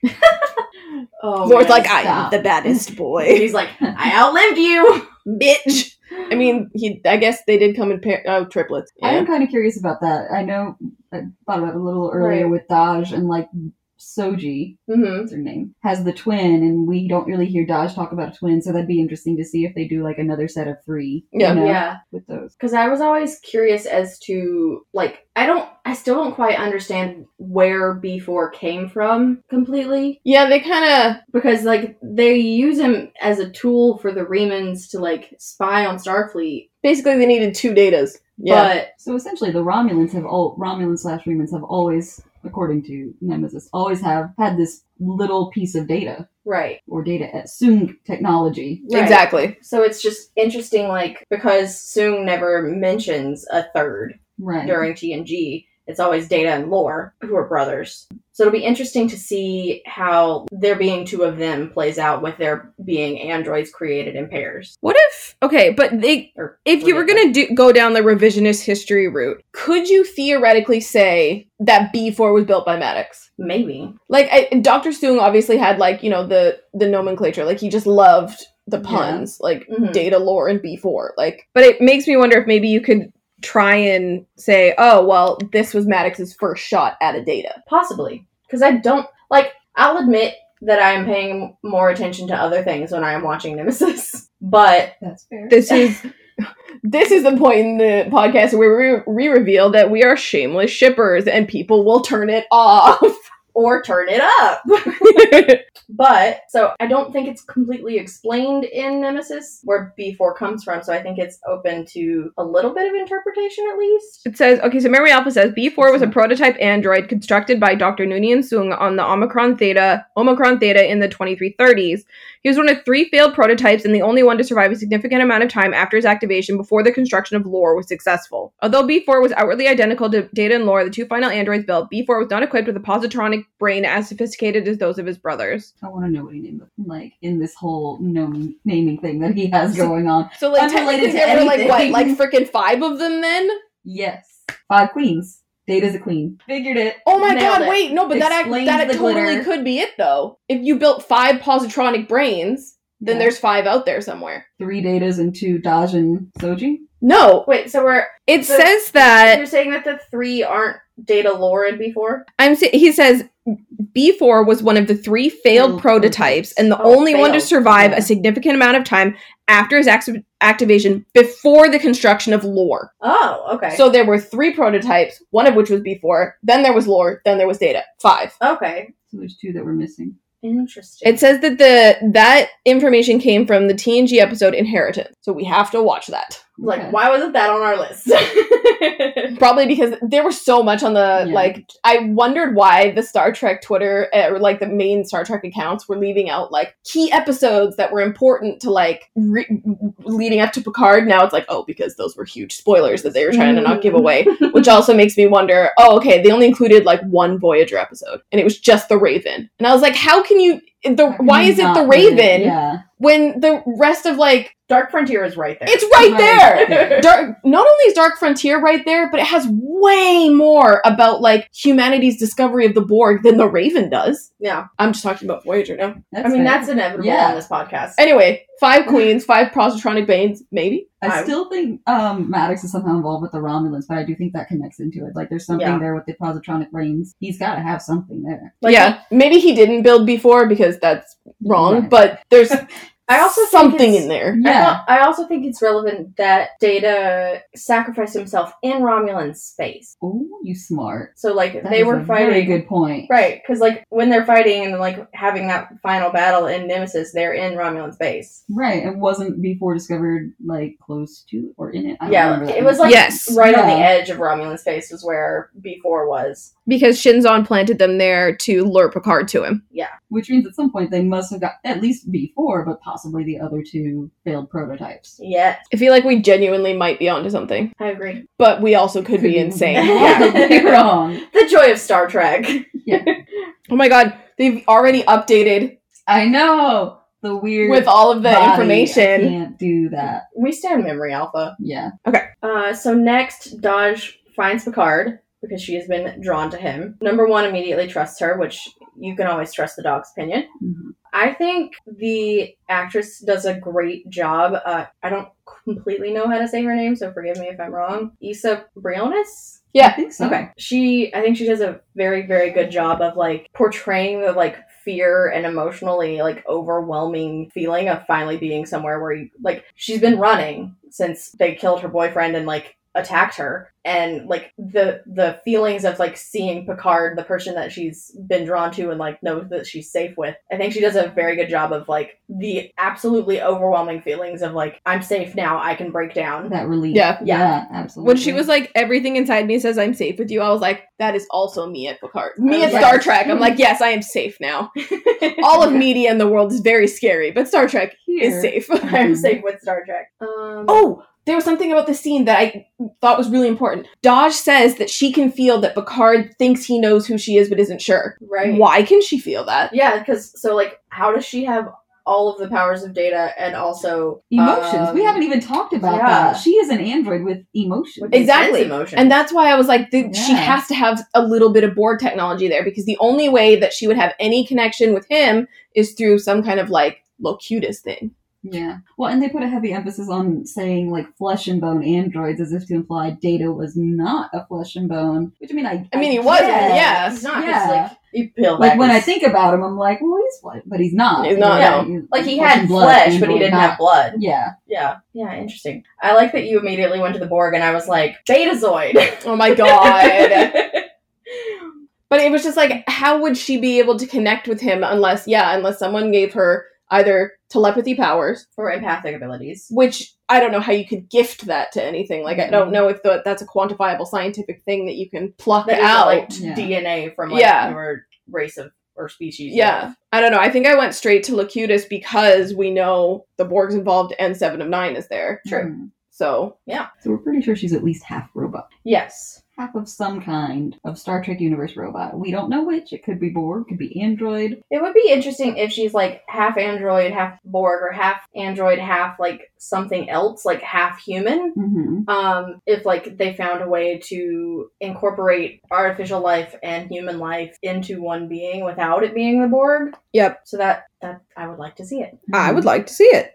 Speaker 3: Oh,
Speaker 5: Lore's
Speaker 3: man,
Speaker 5: like, I am
Speaker 4: stop.
Speaker 5: the baddest boy,
Speaker 3: He's like, I outlived you!
Speaker 5: bitch. I mean, he. I guess they did come in pair. Oh, triplets.
Speaker 4: I
Speaker 5: Yeah.
Speaker 4: am kind of curious about that. I know I thought about it a little earlier
Speaker 3: Right.
Speaker 4: with Dodge and like Soji,
Speaker 3: hmm
Speaker 4: what's her name, has the twin, and we don't really hear Dodge talk about a twin. So that'd be interesting to see if they do like another set of three. you
Speaker 5: Yeah.
Speaker 4: know,
Speaker 3: Yeah.
Speaker 4: With those.
Speaker 3: because I was always curious as to like I don't I still don't quite understand where B4 came from completely
Speaker 5: Yeah, they kind of.
Speaker 3: because like they use him as a tool for the Remans to like spy on Starfleet,
Speaker 5: Basically, they needed two datas. Yeah.
Speaker 4: So essentially, the Romulans have all Romulans slash Remans have always, according to Nemesis, always have had this little piece of data
Speaker 3: but right.
Speaker 4: or data assumed technology.
Speaker 3: right.
Speaker 5: Exactly.
Speaker 3: So it's just interesting like because Soong never mentions a third
Speaker 4: Right.
Speaker 3: during TNG. It's always Data and Lore who are brothers. So it'll be interesting to see how there being two of them plays out with there being androids created in pairs.
Speaker 5: What if okay, but they
Speaker 3: Or
Speaker 5: if you were gonna do go down the revisionist history route, could you theoretically say that B four was built by Maddox?
Speaker 3: maybe
Speaker 5: Like I, Dr. Soong obviously had like, you know, the the nomenclature. Like he just loved the
Speaker 4: Yeah.
Speaker 5: puns, like
Speaker 3: Mhm.
Speaker 5: data lore and B4. Like but it makes me wonder if maybe you could try and say, oh well, this was Maddox's first shot at a data.
Speaker 3: possibly because I don't like. I'll admit that I am paying more attention to other things when I am watching Nemesis, but
Speaker 4: That's fair.
Speaker 5: This is This is the point in the podcast where we, we reveal that we are shameless shippers and people will turn it off.
Speaker 3: or turn it up. But so I don't think it's completely explained in Nemesis where B4 comes from, so I think it's open to a little bit of interpretation at least.
Speaker 5: It says, okay, so Memory Alpha says B4 was a prototype android constructed by Dr. Noonien Sung on the Omicron Theta, Omicron Theta in the 2330s. He was one of three failed prototypes and the only one to survive a significant amount of time after his activation before the construction of Lore was successful. Although B4 was outwardly identical to Data and Lore, the two final androids built, B4 was not equipped with a positronic brain as sophisticated as those of his brothers.
Speaker 4: I want to know what he named them. Like in this whole nom- naming thing that he has going on.
Speaker 5: So,
Speaker 4: like, Unrelated technically, to there were, like, what, anything.
Speaker 5: freaking five of them then?
Speaker 4: Yes. Five queens. Data's a queen. Figured it.
Speaker 5: Oh my
Speaker 3: Nailed
Speaker 5: god,
Speaker 3: it.
Speaker 5: wait, no, but
Speaker 4: Explains
Speaker 5: that act, that
Speaker 4: the
Speaker 5: totally
Speaker 4: glitter.
Speaker 5: could be it though. If you built five positronic brains, then
Speaker 4: Yeah.
Speaker 5: there's five out there somewhere.
Speaker 4: three datas and two Daj and Soji.
Speaker 5: No,
Speaker 3: Wait, so we're
Speaker 5: it
Speaker 3: So-
Speaker 5: says that
Speaker 3: you're saying that the three aren't Data, Lore, and B4?
Speaker 5: I'm sa- he says B4 was one of the three failed
Speaker 4: Failed
Speaker 5: prototypes
Speaker 4: prototypes.
Speaker 5: and the
Speaker 3: Oh,
Speaker 5: only one to
Speaker 3: failed.
Speaker 5: survive
Speaker 4: Yeah.
Speaker 5: a significant amount of time after his act- activation before the construction of lore.
Speaker 3: Oh, okay.
Speaker 5: So there were three prototypes, one of which was B4, then there was lore, then there was data. Five.
Speaker 3: okay.
Speaker 4: So there's two that we're missing.
Speaker 3: Interesting.
Speaker 5: It says that the that information came from the TNG episode Inheritance, so we have to watch that.
Speaker 3: Like,
Speaker 4: Okay.
Speaker 3: why wasn't that on our list?
Speaker 5: Probably because there was so much on the
Speaker 4: Yeah.
Speaker 5: like. I wondered why the Star Trek Twitter eh, or like the main Star Trek accounts were leaving out like key episodes that were important to like re- leading up to Picard. Now it's like oh because those were huge spoilers that they were trying to not give away, which also makes me wonder. Oh okay, they only included like one Voyager episode and it was just the Raven, and I was like, how can you? The why is it the
Speaker 4: Not
Speaker 5: Raven
Speaker 4: Yeah.
Speaker 5: when the rest of like
Speaker 3: Dark Frontier is right there.
Speaker 5: it's right
Speaker 4: Right.
Speaker 5: there. Dark, not only is Dark Frontier right there, but it has way more about like humanity's discovery of the Borg than the Raven does.
Speaker 3: Yeah.
Speaker 5: I'm just talking about Voyager now.
Speaker 4: That's
Speaker 3: I mean,
Speaker 4: fair.
Speaker 3: that's inevitable
Speaker 4: Yeah.
Speaker 3: on this podcast.
Speaker 5: Anyway, five queens, five positronic veins, maybe.
Speaker 4: I
Speaker 3: I-
Speaker 4: still think um, Maddox is somehow involved with the Romulans, but I do think that connects into it. Like, there's something
Speaker 3: Yeah.
Speaker 4: there with the positronic brains. He's got to have something there.
Speaker 3: Like,
Speaker 5: yeah, maybe he didn't build before because that's wrong,
Speaker 4: Right.
Speaker 5: but there's
Speaker 3: I also think
Speaker 5: something
Speaker 3: it's-
Speaker 5: in there.
Speaker 3: I,
Speaker 4: Yeah,
Speaker 3: thought- I also think it's relevant that Data sacrificed himself in Romulan space.
Speaker 4: oh, you smart.
Speaker 3: So like
Speaker 4: That
Speaker 3: they
Speaker 4: is
Speaker 3: were
Speaker 4: a
Speaker 3: fighting.
Speaker 4: Very good point.
Speaker 3: Right, because like when they're fighting and like having that final battle in Nemesis, they're in Romulan space.
Speaker 4: Right, it wasn't before discovered like close to or in it. I don't
Speaker 3: Yeah,
Speaker 4: remember
Speaker 3: like,
Speaker 4: that
Speaker 3: it was
Speaker 4: much.
Speaker 3: like
Speaker 5: Yes.
Speaker 3: right on the
Speaker 4: Yeah.
Speaker 3: edge of Romulan space was where before was.
Speaker 5: Because Shinzon planted them there to lure Picard to him.
Speaker 4: which means at some point they must have got at least before, but possibly the other two failed prototypes.
Speaker 3: Yes,
Speaker 5: I feel like we genuinely might be onto something,
Speaker 3: I agree.
Speaker 5: but we also could be insane.
Speaker 4: Wildly wrong.
Speaker 3: The joy of Star Trek.
Speaker 5: Oh my god, they've already updated
Speaker 4: I know the weird
Speaker 5: with all of the
Speaker 4: body, I
Speaker 5: information.
Speaker 4: can't do that.
Speaker 3: We stand memory alpha.
Speaker 4: Yeah,
Speaker 3: Uh, so next, Dodge finds Picard because she has been drawn to him. Number one immediately trusts her, which you can always trust the dog's opinion.
Speaker 4: Mhm.
Speaker 3: I think the actress does a great job. Uh, I don't completely know how to say her name, so forgive me if I'm wrong. Issa Briones.
Speaker 4: I think so.
Speaker 3: Okay, she. I think she does a very, very good job of like portraying the like fear and emotionally like overwhelming feeling of finally being somewhere where you like she's been running since they killed her boyfriend and like attacked her and like the the feelings of like seeing Picard the person that she's been drawn to and like knows that she's safe with I think she does a very good job of like the absolutely overwhelming feelings of like I'm safe now I can break down
Speaker 4: That relief.
Speaker 5: Yeah.
Speaker 4: yeah, absolutely.
Speaker 5: When she was like, everything inside me says I'm safe with you, I was like, that is also me at Picard. Me at
Speaker 3: Yeah.
Speaker 5: Star Trek. I'm like, yes, I am safe now. All of media in the world is very scary, but Star Trek is
Speaker 4: Here.
Speaker 5: safe.
Speaker 3: I'm safe with Star Trek um
Speaker 5: oh, there was something about the scene that I thought was really important. Dodge says that she can feel that Picard thinks he knows who she is but isn't sure.
Speaker 3: right
Speaker 5: Why can she feel that?
Speaker 3: Yeah, because so like, how does she have all of the powers of data and also
Speaker 4: emotions. we
Speaker 3: um,
Speaker 4: haven't even talked about
Speaker 3: yeah.
Speaker 4: that. She is an android with emotions.
Speaker 3: with intense
Speaker 5: Exactly.
Speaker 3: emotions.
Speaker 5: And that's why I was like, th- she
Speaker 4: Yeah.
Speaker 5: has to have a little bit of board technology there because the only way that she would have any connection with him is through some kind of like locutus thing.
Speaker 4: Yeah. Well, and they put a heavy emphasis on saying like flesh and bone androids as if to imply Data was not a flesh and bone. Which I mean, I.
Speaker 5: I mean, he
Speaker 3: Oh,
Speaker 5: wasn't, yeah.
Speaker 3: he's not.
Speaker 4: Yeah.
Speaker 3: It's like you peel
Speaker 4: Like
Speaker 3: back
Speaker 4: when I
Speaker 3: his-
Speaker 4: think about him, I'm like, well, he's flesh, but he's not.
Speaker 5: He's not,
Speaker 4: Yeah.
Speaker 3: like he
Speaker 4: Flesh
Speaker 3: had
Speaker 4: and blood,
Speaker 3: flesh, but he
Speaker 4: android,
Speaker 3: didn't
Speaker 4: not-
Speaker 3: have blood.
Speaker 4: Yeah.
Speaker 3: Yeah, yeah, interesting. I like that you immediately went to the Borg, and I was like, Betazoid.
Speaker 5: Oh my God. but it was just like, how would she be able to connect with him unless, yeah, unless someone gave her either telepathy powers,
Speaker 3: For empathic abilities.
Speaker 5: which I don't know how you could gift that to anything. Like, I
Speaker 3: Mm-hmm.
Speaker 5: don't know if the, that's a quantifiable scientific thing that you can pluck
Speaker 3: That
Speaker 5: out.
Speaker 3: is
Speaker 4: Yeah.
Speaker 3: like DNA from like
Speaker 5: Yeah.
Speaker 3: your race of or species.
Speaker 5: Yeah. I don't know. I think I went straight to Locutus because we know the Borg's involved and Seven of Nine is there.
Speaker 3: True.
Speaker 4: Mm.
Speaker 5: So
Speaker 4: So we're pretty sure she's at least half robot,
Speaker 3: Yes.
Speaker 4: half of some kind of Star Trek universe robot. We don't know which. It could be Borg, could be android.
Speaker 3: It would be interesting if she's like half android, half Borg, or half android, half like something else, like half human.
Speaker 4: Mm-hmm.
Speaker 3: Um, if like they found a way to incorporate artificial life and human life into one being without it being the Borg.
Speaker 5: Yep.
Speaker 3: So that that I would like to see it.
Speaker 5: like to see it.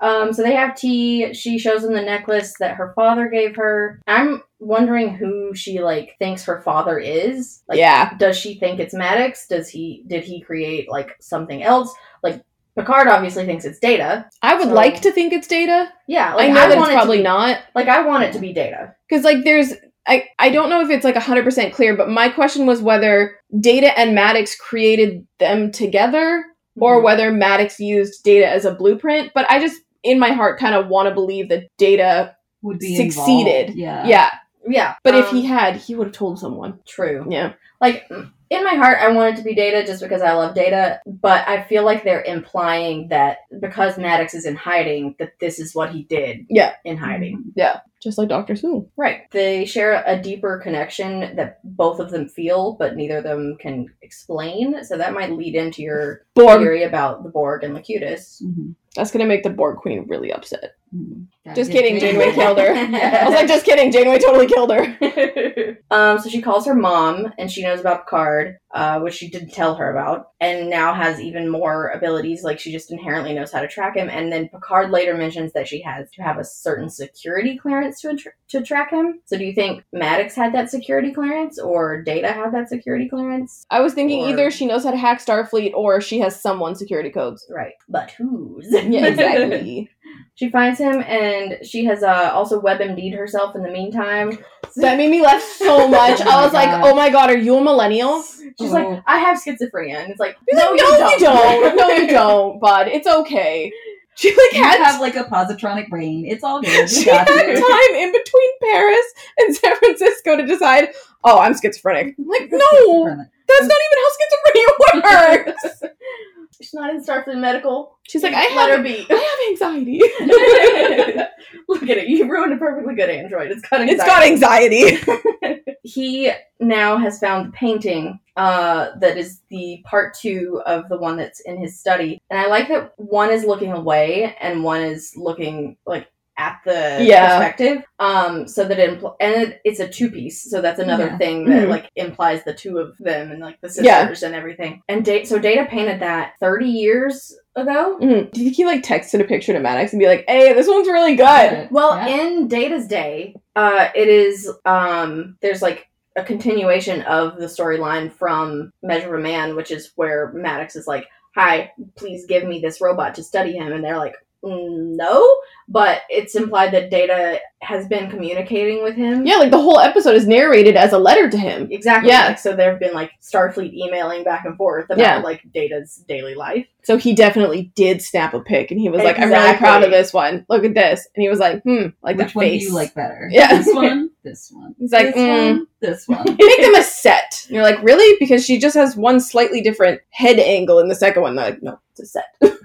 Speaker 3: um, so they have tea. She shows him the necklace that her father gave her. I'm wondering who she like thinks her father is. Like,
Speaker 5: yeah.
Speaker 3: does she think it's Maddox? Does he did he create like something else? Like Picard obviously thinks it's Data.
Speaker 5: I would
Speaker 3: So-
Speaker 5: like to think it's data.
Speaker 3: Yeah, like,
Speaker 5: I know
Speaker 3: want
Speaker 5: that it's
Speaker 3: it to
Speaker 5: probably
Speaker 3: be-
Speaker 5: not.
Speaker 3: Like I want it to be Data.
Speaker 5: Because, like, there's. I, I don't know if it's like 100% clear, but my question was whether Data and Maddox created them together
Speaker 3: Mm-hmm.
Speaker 5: or whether Maddox used Data as a blueprint. But I just, in my heart, kind of want to believe that Data
Speaker 4: would be
Speaker 5: Succeeded.
Speaker 4: involved. Yeah.
Speaker 5: yeah, yeah. But if
Speaker 3: Um,
Speaker 5: he had, he would have told someone.
Speaker 3: True.
Speaker 5: Yeah,
Speaker 3: Like in my heart, I wanted to be Data just because I love Data, but I feel like they're implying that because Maddox is in hiding, that this is what he did.
Speaker 5: Yeah.
Speaker 3: In hiding.
Speaker 5: just like Doctor Who.
Speaker 3: Right. They share a deeper connection that both of them feel, but neither of them can explain. So that might lead into your
Speaker 5: Borg.
Speaker 3: theory about the Borg and Locutus.
Speaker 4: Mhm.
Speaker 5: That's gonna make the Borg Queen really upset.
Speaker 4: Mhm. That
Speaker 5: Just
Speaker 4: is
Speaker 5: kidding,
Speaker 4: very-
Speaker 5: Janeway killed her. I was like, just kidding. Janeway totally killed her.
Speaker 3: um, so she calls her mom, and she knows about Picard, uh, which she didn't tell her about, and now has even more abilities. Like she just inherently knows how to track him. And then Picard later mentions that she has to have a certain security clearance to attr- to track him. So do you think Maddox had that security clearance, or Data had that security clearance?
Speaker 5: I was thinking
Speaker 3: Or-
Speaker 5: either she knows how to hack Starfleet or she has someone security codes.
Speaker 3: Right, but whose?
Speaker 5: Yeah, exactly.
Speaker 3: she finds him, and she has uh, also WebMD'd herself in the meantime.
Speaker 5: that made me laugh so much.
Speaker 4: Oh
Speaker 5: I
Speaker 4: my
Speaker 5: was like,
Speaker 4: God.
Speaker 5: oh my god, are you a millennial?
Speaker 3: She's
Speaker 4: Oh.
Speaker 3: like, I have schizophrenia, and it's like,
Speaker 5: He's like, no, you don't. No, you don't, bud. It's okay. She like
Speaker 4: You
Speaker 5: had
Speaker 4: have like a positronic brain. It's all good. We
Speaker 5: she
Speaker 4: got
Speaker 5: had
Speaker 4: you.
Speaker 5: time in between Paris and San Francisco to decide, oh, I'm schizophrenic. I'm like, no, that's not even how schizophrenia works.
Speaker 3: She's not in Starfleet Medical.
Speaker 5: She's like, I
Speaker 3: Let
Speaker 5: have,
Speaker 3: her be.
Speaker 5: I have anxiety.
Speaker 3: Look at it. You ruined a perfectly good android. It's got anxiety.
Speaker 5: It's got anxiety.
Speaker 3: He now has found the painting uh, that is the part two of the one that's in his study. And I like that one is looking away and one is looking like at the
Speaker 5: Yeah.
Speaker 3: perspective. Um, so that it impl- and it, it's a two piece. So that's another
Speaker 4: Yeah.
Speaker 3: thing that
Speaker 5: Mhm.
Speaker 3: like implies the two of them and like the
Speaker 5: Yeah.
Speaker 3: sisters and everything. And da- so Data painted that 30 years ago.
Speaker 5: Mm. Do you think he like texted a picture to Maddox and be like, hey, this one's really good?
Speaker 3: Well,
Speaker 4: Yeah.
Speaker 3: in Data's Day, uh, it is um, there's like a continuation of the storyline from Measure of a Man, which is where Maddox is like, "Hi, please give me this robot to study him," and they're like, "Mm, "No," but it's implied that Data has been communicating with him.
Speaker 5: Yeah, like the whole episode is narrated as a letter to him.
Speaker 3: Exactly.
Speaker 5: Yeah.
Speaker 3: Like, so there have been like Starfleet emailing back and forth about
Speaker 5: Yeah.
Speaker 3: like Data's daily life.
Speaker 5: So he definitely did snap a pic and he was like, I'm really
Speaker 3: Exactly.
Speaker 5: proud of this one. Look at this. And he was like, hmm, like
Speaker 4: Which
Speaker 5: that
Speaker 4: one
Speaker 5: face.
Speaker 4: do you like better?
Speaker 5: Yeah.
Speaker 4: This one. This one.
Speaker 5: He's like,
Speaker 4: this
Speaker 5: mm.
Speaker 4: one. This one.
Speaker 5: Make them a set. And you're like, really? Because she just has one slightly different head angle in the second one. They're like, no, it's a set.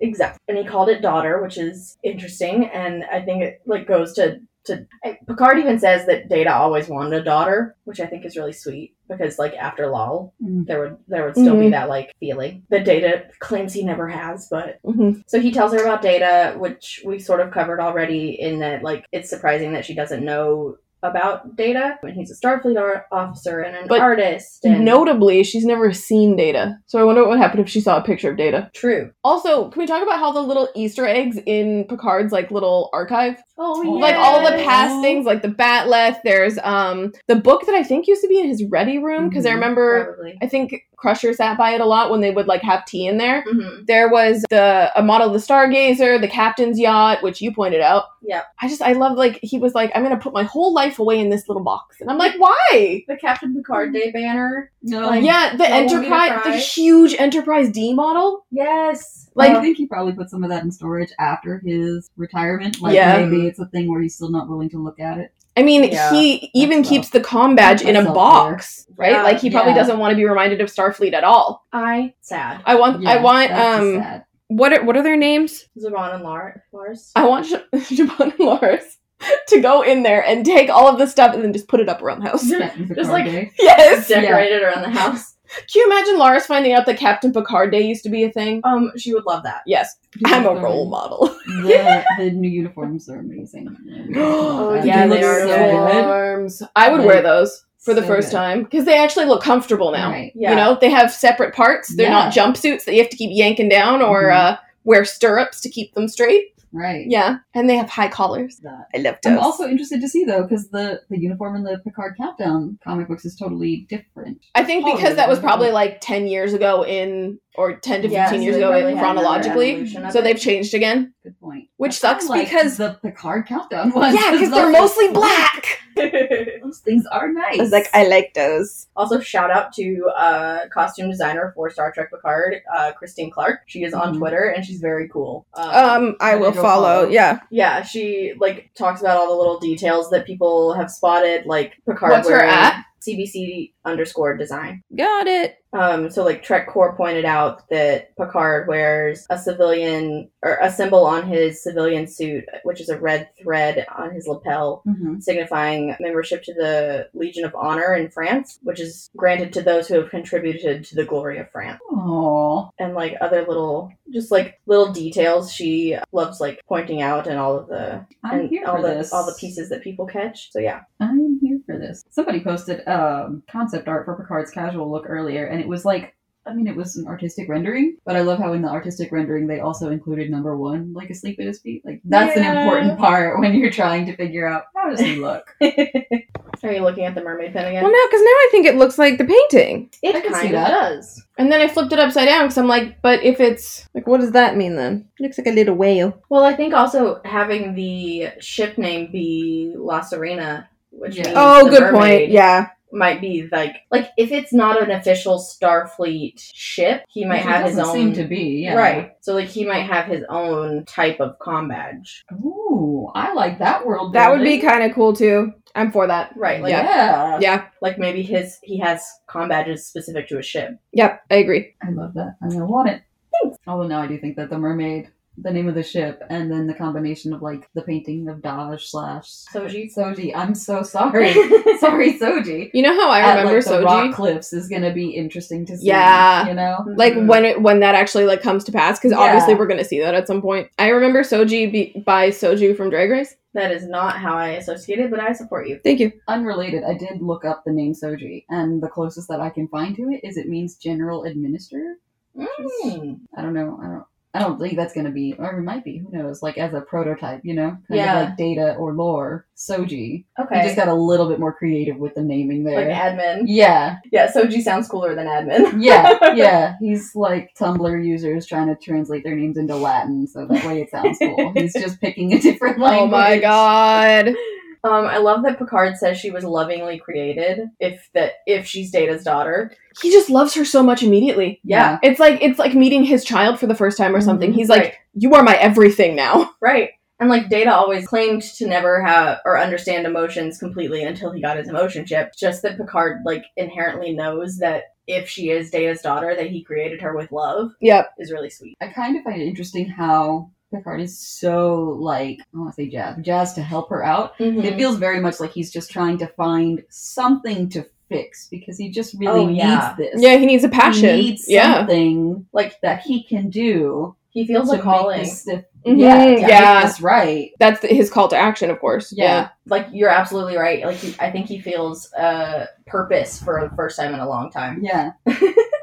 Speaker 3: Exactly. And he called it daughter, which is interesting, and I think it like goes to to I- Picard even says that Data always wanted a daughter, which I think is really sweet because like after Lol,
Speaker 4: Mm.
Speaker 3: there would there would still be
Speaker 5: Mhm.
Speaker 3: that like feeling that Data claims he never has, but
Speaker 5: Mhm.
Speaker 3: so he tells her about Data, which we sort of covered already in that like it's surprising that she doesn't know about Data when he's a Starfleet ar- officer and an
Speaker 5: But
Speaker 3: artist. And
Speaker 5: Notably, she's never seen data. So I wonder what would happen if she saw a picture of data.
Speaker 3: true.
Speaker 5: Also, can we talk about how the little Easter eggs in Picard's like little archive?
Speaker 3: Oh,
Speaker 5: Like all the
Speaker 4: Yes.
Speaker 5: past things, like the batleth, there's um the book that I think used to be in his ready room, because I
Speaker 3: Mm-hmm.
Speaker 4: Mhm.
Speaker 5: remember
Speaker 3: Probably.
Speaker 5: I think Crusher sat by it a lot when they would like have tea in there.
Speaker 3: Mhm.
Speaker 5: There was the a model of the Stargazer, the captain's yacht, which you pointed out.
Speaker 3: Yep.
Speaker 5: I just I love like he was like, I'm gonna put my whole life away in this little box. And I'm like, why?
Speaker 3: The Captain Picard Day banner.
Speaker 4: No.
Speaker 3: Oh, Like,
Speaker 5: yeah, the
Speaker 3: don't want me to
Speaker 5: enterprise the
Speaker 3: cry.
Speaker 5: huge enterprise D model.
Speaker 3: Yes.
Speaker 5: Like
Speaker 4: I think he probably put some of that in storage after his retirement. Like
Speaker 5: Yeah.
Speaker 4: maybe it's a thing where he's still not willing to look at it.
Speaker 5: I mean,
Speaker 3: Yeah,
Speaker 5: he even
Speaker 4: that's
Speaker 5: keeps the com badge in a
Speaker 4: myself
Speaker 5: box, right?
Speaker 3: Yeah,
Speaker 5: like he probably
Speaker 4: yeah.
Speaker 5: doesn't want to be reminded of Starfleet at all.
Speaker 3: I sad.
Speaker 5: I want I
Speaker 4: Yeah,
Speaker 5: want
Speaker 4: that's just
Speaker 5: um
Speaker 4: sad.
Speaker 5: what are what are their names?
Speaker 3: Zabon and Lar- Lars.
Speaker 5: I want Sh- Siobhan and Lars to go in there and take all of the stuff and then just put it up around the house.
Speaker 4: Captain Picard
Speaker 3: like-
Speaker 4: Day.
Speaker 5: Yes.
Speaker 3: decorated around the house.
Speaker 5: Can you imagine Lars finding out that Captain Picard Day used to be a thing?
Speaker 3: Um, she would love that.
Speaker 5: Yes.
Speaker 4: People
Speaker 5: I'm a
Speaker 4: are-
Speaker 5: role model.
Speaker 4: The, the new uniforms are amazing.
Speaker 5: Oh,
Speaker 4: Uh,
Speaker 3: yeah,
Speaker 4: look
Speaker 3: they are
Speaker 4: so good.
Speaker 5: Arms. I would wear those for the
Speaker 4: So
Speaker 5: first
Speaker 4: good.
Speaker 5: time because they actually look comfortable now.
Speaker 4: Right.
Speaker 3: Yeah.
Speaker 5: You know, they have separate parts. They're not jumpsuits that you have to keep yanking down or
Speaker 4: Mhm.
Speaker 5: uh, wear stirrups to keep them straight.
Speaker 4: Right.
Speaker 5: Yeah. And they have high collars.
Speaker 4: That.
Speaker 5: I love those.
Speaker 4: I'm also interested to see though, because the the uniform in the Picard Countdown comic books is totally different.
Speaker 5: I think
Speaker 4: Totally
Speaker 5: because that was
Speaker 4: different.
Speaker 5: probably like 10 years ago in or 10 to 15
Speaker 4: Yeah, so
Speaker 5: years
Speaker 4: they
Speaker 5: ago
Speaker 4: probably had another
Speaker 5: chronologically.
Speaker 4: evolution of
Speaker 5: So
Speaker 4: it.
Speaker 5: they've changed again,
Speaker 4: Good point.
Speaker 5: which
Speaker 4: That's
Speaker 5: sucks
Speaker 4: kinda like
Speaker 5: because
Speaker 4: the Picard countdown was.
Speaker 5: yeah, because they're mostly black.
Speaker 4: Those things are nice.
Speaker 5: I like those.
Speaker 3: Also, shout out to uh, costume designer for Star Trek Picard, uh, Christine Clark. She is on
Speaker 4: Mhm.
Speaker 3: Twitter and she's very cool.
Speaker 5: Um, I
Speaker 4: Gotta
Speaker 5: will
Speaker 4: go
Speaker 5: follow.
Speaker 4: follow.
Speaker 5: Yeah,
Speaker 3: yeah, she like talks about all the little details that people have spotted, like Picard
Speaker 5: What's her
Speaker 3: wearing
Speaker 5: at?
Speaker 3: CBC underscore design.
Speaker 5: got it.
Speaker 3: Um, so like Trek Core pointed out that Picard wears a civilian or a symbol on his civilian suit, which is a red thread on his lapel,
Speaker 4: Mhm.
Speaker 3: signifying membership to the Legion of Honor in France, which is granted to those who have contributed to the glory of France.
Speaker 4: Aw.
Speaker 3: And like other little, just like little details she loves like pointing out and all of the
Speaker 4: I'm
Speaker 3: and
Speaker 4: here
Speaker 3: all
Speaker 4: for
Speaker 3: the
Speaker 4: this.
Speaker 3: all the pieces that people catch. So yeah,
Speaker 4: I'm here for this. Somebody posted um, concept art for Picard's casual look earlier, and it was like, I mean, it was an artistic rendering, but I love how in the artistic rendering they also included number one, like asleep at his feet. Like that's an
Speaker 3: Yeah.
Speaker 4: important part when you're trying to figure out how does he look.
Speaker 3: are you looking at the mermaid pen again?
Speaker 5: Well, no, because now I think it looks like the painting.
Speaker 3: it
Speaker 4: I can see
Speaker 3: kind of
Speaker 4: that.
Speaker 3: does.
Speaker 5: And then I flipped it upside down because I'm like, but if it's like, what does that mean then? It looks like a little whale.
Speaker 3: Well, I think also having the ship name be La Serena, which
Speaker 4: Yeah.
Speaker 3: means
Speaker 5: Oh,
Speaker 3: the
Speaker 5: good point.
Speaker 3: mermaid,
Speaker 5: Yeah,
Speaker 3: might be like like if it's not an official Starfleet ship, he might
Speaker 4: Which it
Speaker 3: have his
Speaker 4: doesn't
Speaker 3: own.
Speaker 4: seem to be yeah.
Speaker 3: Right, so like he might have his own type of com badge.
Speaker 4: Ooh, I like that world.
Speaker 5: that would be
Speaker 4: building.
Speaker 5: kind of cool too. I'm for that.
Speaker 3: Right, like
Speaker 5: Yeah.
Speaker 4: yeah.
Speaker 5: Yeah.
Speaker 3: like maybe his he has com badges specific to his ship.
Speaker 5: Yep, I agree.
Speaker 4: I love that. and I want it. Although now I do think that the mermaid, the name of the ship, and then the combination of like the painting of Daj slash
Speaker 3: Soji.
Speaker 4: Soji. I'm so sorry, sorry Soji.
Speaker 5: You know how I
Speaker 4: At,
Speaker 5: remember
Speaker 4: like, the
Speaker 5: Soji?
Speaker 4: rock cliffs is gonna be interesting to see.
Speaker 5: Yeah.
Speaker 4: you know.
Speaker 5: like
Speaker 3: Mhm.
Speaker 5: when it when that actually like comes to pass because obviously
Speaker 4: Yeah.
Speaker 5: we're gonna see that at some point i remember soji be- by soju from drag race
Speaker 3: that is not how I associate it, but I support you.
Speaker 5: thank you
Speaker 4: Unrelated, I did look up the name Soji, and the closest that I can find to it is it means general administrator.
Speaker 3: Mm.
Speaker 4: I don't know. I don't. I don't think that's gonna be, or it might be. Who knows? Like as a prototype, you know, kind
Speaker 3: Yeah.
Speaker 4: of like data or lore. Soji. We
Speaker 3: Okay,
Speaker 4: just got a little bit more creative with the naming
Speaker 3: like
Speaker 4: there.
Speaker 3: admin.
Speaker 4: yeah,
Speaker 3: Yeah, Soji sounds cooler than admin.
Speaker 4: yeah, yeah. He's like Tumblr users trying to translate their names into Latin, so that way it sounds cool. He's just picking a different language.
Speaker 5: oh my god
Speaker 3: Um, I love that Picard says she was lovingly created. If that, if she's Data's daughter,
Speaker 5: he just loves her so much immediately
Speaker 4: Yeah.
Speaker 5: it's like it's like meeting his child for the first time or something
Speaker 4: Mhm.
Speaker 5: he's like
Speaker 3: Right.
Speaker 5: you are my everything now
Speaker 3: right? And like Data always claimed to never have or understand emotions completely until he got his emotion chip. Just that Picard like inherently knows that if she is Data's daughter, that he created her with love
Speaker 5: yep
Speaker 3: is really sweet.
Speaker 4: I kind of find it interesting how Picard is so like I want to say jazz, jazz to help her out.
Speaker 5: Mm-hmm.
Speaker 4: It feels very much like he's just trying to find something to fix because he just really
Speaker 3: Oh, yeah.
Speaker 4: needs this.
Speaker 5: yeah he needs a passion
Speaker 4: He needs
Speaker 5: yeah
Speaker 4: something
Speaker 3: Like
Speaker 4: that he can do.
Speaker 3: he feels
Speaker 4: to
Speaker 3: a
Speaker 4: make
Speaker 3: calling.
Speaker 4: this- to-
Speaker 5: Mhm,
Speaker 4: Yeah,
Speaker 5: yeah,
Speaker 4: to make this right.
Speaker 5: that's the- his call to action of course
Speaker 4: Yeah.
Speaker 3: Like you're absolutely right. Like he, I think he feels uh, purpose for the first time in a long time.
Speaker 4: Yeah.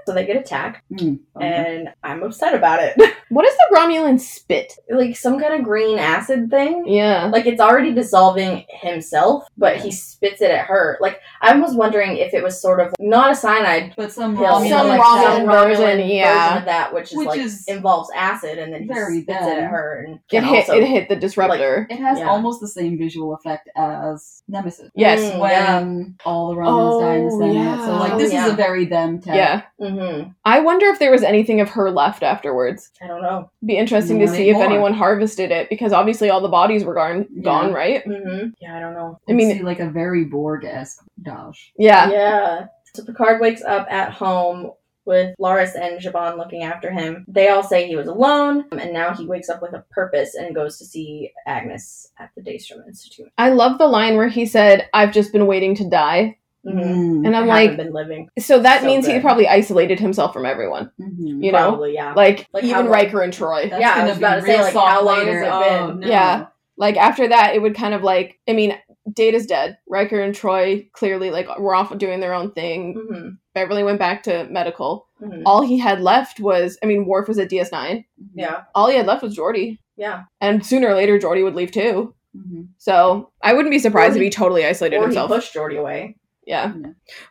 Speaker 3: So they get attacked,
Speaker 4: Mm.
Speaker 5: Eh.
Speaker 3: and I'm upset about it.
Speaker 5: what is the romulan spit
Speaker 3: like some kind of green acid thing.
Speaker 5: yeah
Speaker 3: Like it's already dissolving himself, but he spits it at her. Like I was wondering if it was sort of not a cyanide
Speaker 4: But some
Speaker 3: pill,
Speaker 4: Romulan-
Speaker 5: Some
Speaker 3: like
Speaker 5: Romulan
Speaker 3: some Romulan
Speaker 5: version, yeah.
Speaker 3: version of that, which is
Speaker 4: Which
Speaker 3: like
Speaker 4: is
Speaker 3: involves acid, and then he
Speaker 4: very
Speaker 3: spits it
Speaker 4: bad.
Speaker 3: at her, and
Speaker 5: it
Speaker 3: can
Speaker 5: hit,
Speaker 3: also
Speaker 5: it hit the disruptor
Speaker 4: It has
Speaker 3: Yeah.
Speaker 4: almost the same visual effect as Nemesis.
Speaker 5: yes
Speaker 3: Mm,
Speaker 4: When
Speaker 3: yeah.
Speaker 4: all the Romulans die in the
Speaker 5: Oh,
Speaker 4: Senate.
Speaker 5: yeah.
Speaker 4: So like this
Speaker 3: Oh,
Speaker 4: is
Speaker 3: yeah.
Speaker 4: a very them tech.
Speaker 5: yeah
Speaker 3: Mhm.
Speaker 5: i wonder if there was anything of her left afterwards
Speaker 3: I don't know.
Speaker 5: be interesting
Speaker 4: Not
Speaker 5: to see if
Speaker 4: anymore.
Speaker 5: anyone harvested it because obviously all the bodies were gone,
Speaker 4: Yeah.
Speaker 5: gone right?
Speaker 3: hmm Yeah, I don't know.
Speaker 5: I
Speaker 4: I
Speaker 5: mean-
Speaker 4: mean, like a very Borg esque Dodge.
Speaker 5: Yeah.
Speaker 3: Yeah. So Picard wakes up at home with Laris and Jabon looking after him. They all say he was alone, and now he wakes up with a purpose and goes to see Agnes at the Daystrom Institute.
Speaker 5: I love the line where he said, I've just been waiting to die.
Speaker 3: Mhm.
Speaker 4: Mm.
Speaker 5: And I'm
Speaker 3: haven't
Speaker 5: like,
Speaker 3: been living.
Speaker 5: so that
Speaker 3: So
Speaker 5: means he
Speaker 3: good.
Speaker 5: probably isolated himself from everyone,
Speaker 4: Mhm.
Speaker 5: you know?
Speaker 3: Probably, yeah.
Speaker 5: Like,
Speaker 3: Like, how
Speaker 5: even
Speaker 3: long-
Speaker 5: Riker and Troy.
Speaker 4: That's
Speaker 3: Yeah, I
Speaker 4: gonna
Speaker 3: was
Speaker 4: be
Speaker 3: about to
Speaker 4: real
Speaker 3: say, like,
Speaker 4: soft
Speaker 3: how long has
Speaker 4: later.
Speaker 3: it
Speaker 4: Oh,
Speaker 3: been?
Speaker 4: no.
Speaker 5: Yeah. Like, after that, it would kind of like, I mean, Data's dead. Riker and Troy clearly, like, were off doing their own thing.
Speaker 3: hmm
Speaker 5: Beverly went back to medical.
Speaker 3: hmm
Speaker 5: All he had left was, I mean, Worf was at DS9.
Speaker 3: Yeah,
Speaker 5: All he had left was Geordi.
Speaker 3: yeah.
Speaker 5: And sooner or later, Geordi would leave too.
Speaker 4: Mhm.
Speaker 5: So I wouldn't be surprised
Speaker 3: Or
Speaker 5: if he totally isolated
Speaker 3: Or he
Speaker 5: himself.
Speaker 3: pushed Jordy away.
Speaker 5: Yeah.
Speaker 4: Yeah.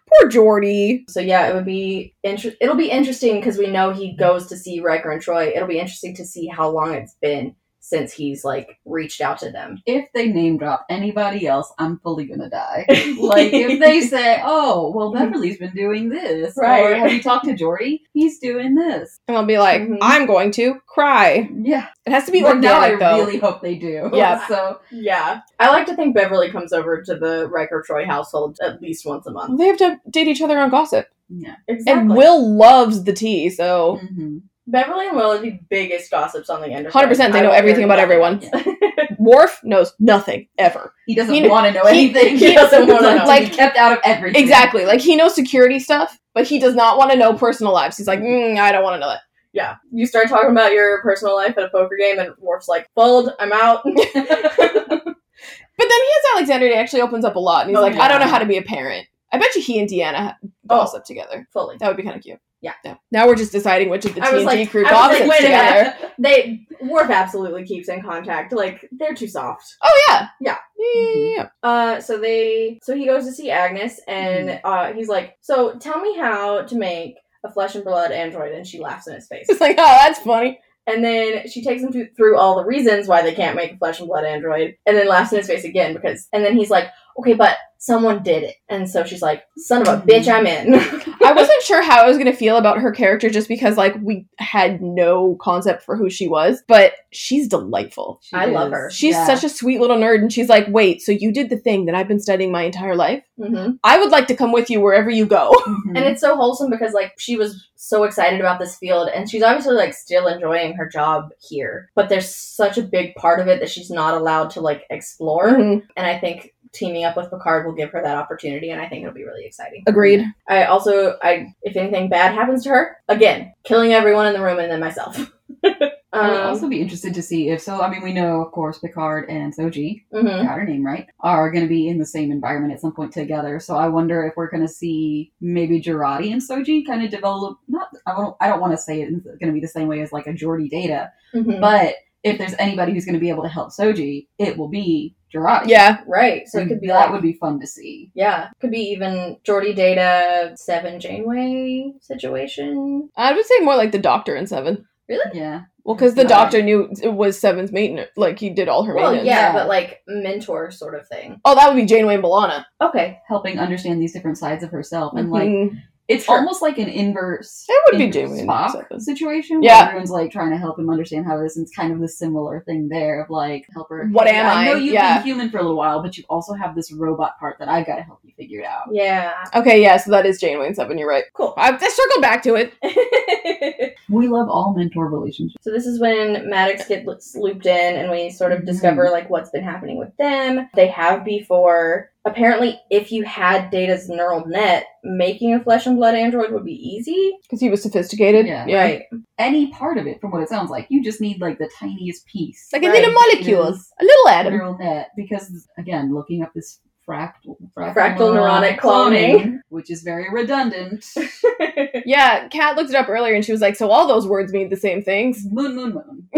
Speaker 5: Poor Poor Geordi.
Speaker 3: So yeah, it would be inter- it'll be interesting because we know he goes to see Riker and Troy. It'll be interesting to see how long it's been since he's like reached out to them.
Speaker 4: If they name drop anybody else, I'm fully gonna die. Like if they say, "Oh, well, Beverly's been doing this," or
Speaker 3: Right.
Speaker 4: "Have you talked to Jordy? He's doing this."
Speaker 5: And I'll be like,
Speaker 3: Mhm.
Speaker 5: I'm going to cry.
Speaker 4: Yeah,
Speaker 5: It has to be
Speaker 4: Mm-hmm. but
Speaker 5: organic,
Speaker 4: now I
Speaker 5: though.
Speaker 4: really hope they do.
Speaker 5: Yeah.
Speaker 4: So
Speaker 3: Yeah, I like to think Beverly comes over to the Riker Troy household at least once a month.
Speaker 5: they have to date each other on gossip.
Speaker 4: yeah.
Speaker 3: Exactly.
Speaker 5: And Will loves the tea, so
Speaker 4: Mhm.
Speaker 3: Beverly and Will are the biggest gossips on the Enterprise.
Speaker 5: 100% they
Speaker 3: I
Speaker 5: know
Speaker 3: will hear
Speaker 5: everything about
Speaker 3: nothing
Speaker 5: everyone.
Speaker 4: Yeah.
Speaker 5: Worf knows nothing ever.
Speaker 4: He doesn't
Speaker 5: He-
Speaker 4: want to know
Speaker 5: he-
Speaker 4: anything.
Speaker 3: he doesn't wanna
Speaker 4: want
Speaker 3: know.
Speaker 4: like
Speaker 5: Like-
Speaker 4: be kept out of everything.
Speaker 5: Exactly. Like he knows security stuff, but he does not want to know personal lives. He's like, mm, I don't want to know that.
Speaker 3: Yeah, you start talking about your personal life at a poker game, and Worf's like, "Fold, I'm out."
Speaker 5: But then he has Alexander. and He actually opens up a lot, and he's
Speaker 3: Oh,
Speaker 5: like, I don't know
Speaker 4: yeah. Oh.
Speaker 5: how to be a parent. I bet you he and Deanna ha- gossip together.
Speaker 3: Fully.
Speaker 5: That would be kind of cute.
Speaker 3: Yeah.
Speaker 5: Now we're just deciding which of the
Speaker 3: I was
Speaker 5: TNG
Speaker 3: like-
Speaker 5: crew
Speaker 3: I was like,
Speaker 5: gossips
Speaker 3: wait a minute.
Speaker 5: together.
Speaker 3: They Worf absolutely keeps in contact. Like they're too soft.
Speaker 5: Oh yeah.
Speaker 3: Yeah.
Speaker 5: Yeah, yeah, yeah.
Speaker 3: Uh, so they, so he goes to see Agnes, and
Speaker 5: Mm-hmm.
Speaker 3: uh, he's like, "So tell me how to make a flesh and blood android," and she laughs in his face.
Speaker 5: It's like, oh, that's funny.
Speaker 3: And then she takes him to, through all the reasons why they can't make a flesh and blood android, and then laughs in his face again because. And then he's like, "Okay, but someone did it," and so she's like, "Son of a bitch, I'm in."
Speaker 5: I wasn't sure how I was gonna feel about her character just because like we had no concept for who she was, but she's delightful.
Speaker 4: She
Speaker 3: I love
Speaker 4: is-
Speaker 3: her.
Speaker 5: She's
Speaker 4: yeah.
Speaker 5: such a sweet little nerd, and she's like, wait, so you did the thing that I've been studying my entire life?
Speaker 3: hmm
Speaker 5: I would like to come with you wherever you go.
Speaker 4: Mhm.
Speaker 3: And it's so wholesome because like she was so excited about this field and she's obviously like still enjoying her job here. But there's such a big part of it that she's not allowed to like explore. And I think teaming up with Picard will give her that opportunity and I think it'll be really exciting.
Speaker 5: Agreed.
Speaker 3: I also I if anything bad happens to her, again, killing everyone in the room and then myself.
Speaker 4: I would
Speaker 3: um,
Speaker 4: also be interested to see if so. I mean, we know of course Picard and Soji
Speaker 3: mhm.
Speaker 4: got her name right, are going to be in the same environment at some point together. So I wonder if we're going to see maybe Girardi and Soji kind of develop. Not I don't I don't want to say it's going to be the same way as like a Jordy Data,
Speaker 3: Mhm.
Speaker 4: but if there's anybody who's going to be able to help Soji, it will be Girardi.
Speaker 5: Yeah.
Speaker 3: right. So it could be
Speaker 4: mm, that
Speaker 3: like
Speaker 4: would be fun to see.
Speaker 3: yeah, could be even Geordie Data Seven Janeway situation.
Speaker 5: I would say more like the doctor in Seven.
Speaker 4: Yeah,
Speaker 5: Well, because the
Speaker 4: Right.
Speaker 5: doctor knew it was Seven's maintenance. Like, he did all her
Speaker 3: Well,
Speaker 5: maintenance.
Speaker 3: yeah,
Speaker 4: Yeah.
Speaker 3: but like mentor sort of thing.
Speaker 5: Oh, that would be Janeway and B'Elanna.
Speaker 3: Okay.
Speaker 4: helping understand these different sides of herself and like
Speaker 5: Mhm.
Speaker 4: It's
Speaker 3: Sure.
Speaker 4: almost like an inverse.
Speaker 5: It would be
Speaker 4: inverse
Speaker 5: Jamie and
Speaker 4: Spock
Speaker 5: Seven.
Speaker 4: situation.
Speaker 5: Yeah.
Speaker 4: where everyone's like trying to help him understand how this is kind of the similar thing there of like help her.
Speaker 5: What am
Speaker 4: I know
Speaker 5: I?
Speaker 4: you've
Speaker 5: Yeah.
Speaker 4: been human for a little while, but you also have this robot part that I've got to help you figure it out.
Speaker 3: Yeah.
Speaker 5: Okay, yeah, so that is Janeway and Seven. You're right.
Speaker 3: Cool.
Speaker 5: I, I circled back to it.
Speaker 3: so
Speaker 4: We love all mentor relationships.
Speaker 3: this is when Maddox gets looped in, and we sort of
Speaker 5: Mm-hmm.
Speaker 4: Mhm.
Speaker 3: discover like what's been happening with them. They have before. Apparently, if you had Data's neural net, making a flesh and blood android would be easy.
Speaker 5: Because he was sophisticated.
Speaker 4: Yeah.
Speaker 3: Right.
Speaker 4: Any part of it, from what it sounds like, you just need like the tiniest piece.
Speaker 5: Like, I need a
Speaker 3: Right.
Speaker 5: molecules. A little
Speaker 4: a
Speaker 5: atom.
Speaker 4: neural net because again, looking up this fractal fractal,
Speaker 3: Fractal
Speaker 4: neuron
Speaker 3: neuronic cloning.
Speaker 4: which is very redundant.
Speaker 5: Yeah, Kat looked it up earlier and she was like, so all those words mean the same things.
Speaker 4: moon, moon, moon.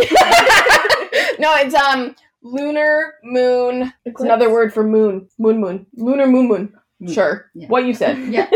Speaker 5: no, it's um lunar moon. It's another word for moon. Moon moon. Lunar moon moon.
Speaker 4: Moon.
Speaker 5: Sure.
Speaker 4: Yeah.
Speaker 5: What you said.
Speaker 4: Yeah.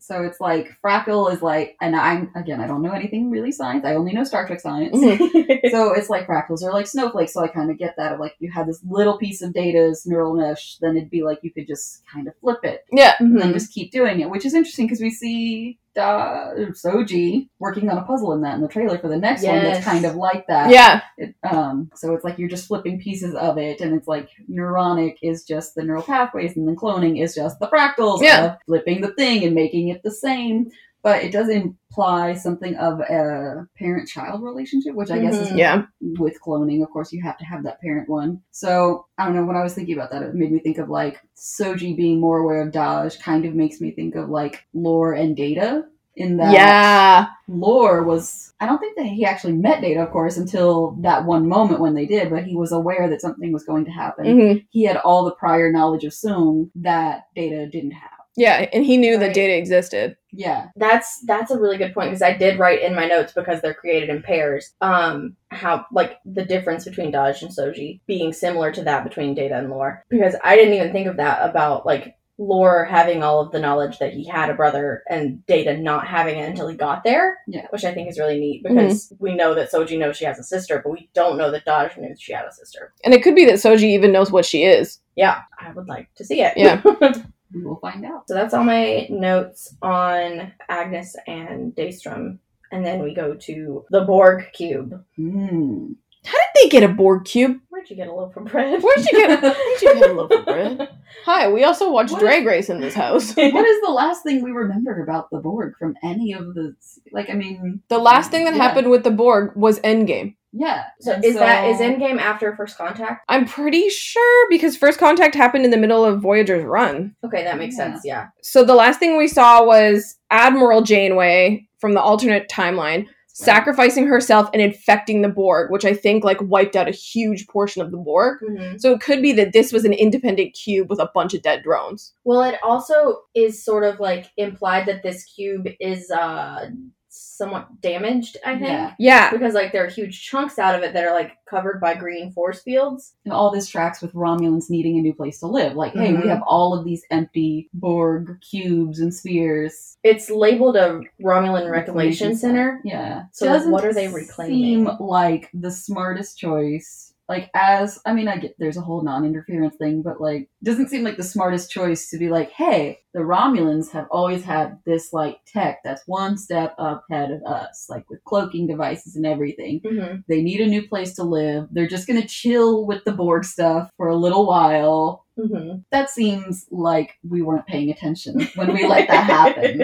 Speaker 4: So it's like Fractal is like, and I'm again, I don't know anything really science. I only know Star Trek science. so it's like fractals are like snowflakes. So I kind of get that of like if you had this little piece of data's neural mesh, then it'd be like you could just kind of flip it and then
Speaker 3: Mhm.
Speaker 4: just keep doing it, which is interesting because we see da- Soji working on a puzzle in that in the trailer for the next one that's
Speaker 3: Yes.
Speaker 4: kind of like that.
Speaker 5: Yeah.
Speaker 4: It, um, so it's like you're just flipping pieces of it, and it's like neuronic is just the neural pathways, and then cloning is just the fractals
Speaker 5: Yeah.
Speaker 4: of flipping the thing and making it the same. But it does imply something of a parent-child relationship, which I guess is
Speaker 5: Mm-hmm. Yeah.
Speaker 4: with cloning. Of course, you have to have that parent one. So I don't know. When I was thinking about that, it made me think of like Soji being more aware of Daj. Kind of makes me think of like Lore and Data in that
Speaker 5: Yeah.
Speaker 4: lore was i don't think that he actually met data of course until that one moment when they did but he was aware that something was going to happen
Speaker 3: Mm-hmm.
Speaker 5: hmm
Speaker 4: he had all the prior knowledge of soon that data didn't have
Speaker 5: Yeah. And he knew that
Speaker 3: Right.
Speaker 5: data existed.
Speaker 4: yeah
Speaker 3: that's that's a really good point because I did write in my notes because they're created in pairs. Um, how like the difference between Dodge and Soji being similar to that between Data and Lore because I didn't even think of that about like Lore having all of the knowledge that he had a brother and Data not having it until he got there.
Speaker 4: Yeah.
Speaker 3: Which I think is really neat because we know that Soji knows she has a sister, but we don't know that Dodge knew she had a sister.
Speaker 5: And it could be that Soji even knows what she is.
Speaker 3: Yeah, I would like to see it.
Speaker 5: Yeah.
Speaker 4: We will find out.
Speaker 3: So that's all my notes on Agnes and Daystrom. And then we go to the Borg Cube.
Speaker 4: Mm.
Speaker 5: How did they get a Borg cube?
Speaker 3: Where'd you get a loaf of bread?
Speaker 5: Where'd you get, where'd you get a loaf of bread? Hi, we also watch
Speaker 4: What?
Speaker 5: Drag Race in this house.
Speaker 4: what is the last thing we remember about the Borg from any of the like? I mean,
Speaker 5: The last thing that
Speaker 4: Yeah.
Speaker 5: happened with the Borg was Endgame.
Speaker 4: yeah.
Speaker 3: So
Speaker 4: And
Speaker 3: is that is
Speaker 4: so-
Speaker 3: Endgame after First Contact?
Speaker 5: I'm pretty sure because First Contact happened in the middle of Voyager's run.
Speaker 3: Okay, that makes
Speaker 4: Yeah.
Speaker 3: sense. Yeah.
Speaker 5: So the last thing we saw was Admiral Janeway from the alternate timeline sacrificing herself and infecting the Borg, which I think like wiped out a huge portion of the Borg. So it could be that this was an independent cube with a bunch of dead drones.
Speaker 3: Well, it also is sort of like implied that this cube is uh somewhat damaged. I think.
Speaker 4: Yeah.
Speaker 5: Yeah.
Speaker 3: Because like there are huge chunks out of it that are like covered by green force fields.
Speaker 4: And all this tracks with Romulans needing a new place to live. Like, hey,
Speaker 3: Mhm.
Speaker 4: we have all of these empty Borg cubes and spheres.
Speaker 3: It's labeled a Romulan Reclamation Center.
Speaker 4: Yeah.
Speaker 3: So, like, what are they reclaiming?
Speaker 4: Seem like the smartest choice. Like, as I mean, I get there's a whole non-interference thing, but like, doesn't seem like the smartest choice to be like, hey, the Romulans have always had this like tech that's one step up ahead of us, like with cloaking devices and everything.
Speaker 3: Mm-hmm.
Speaker 4: They need a new place to live. They're just gonna chill with the Borg stuff for a little while.
Speaker 3: Mm-hmm.
Speaker 4: that seems like we weren't paying attention when we let that happen.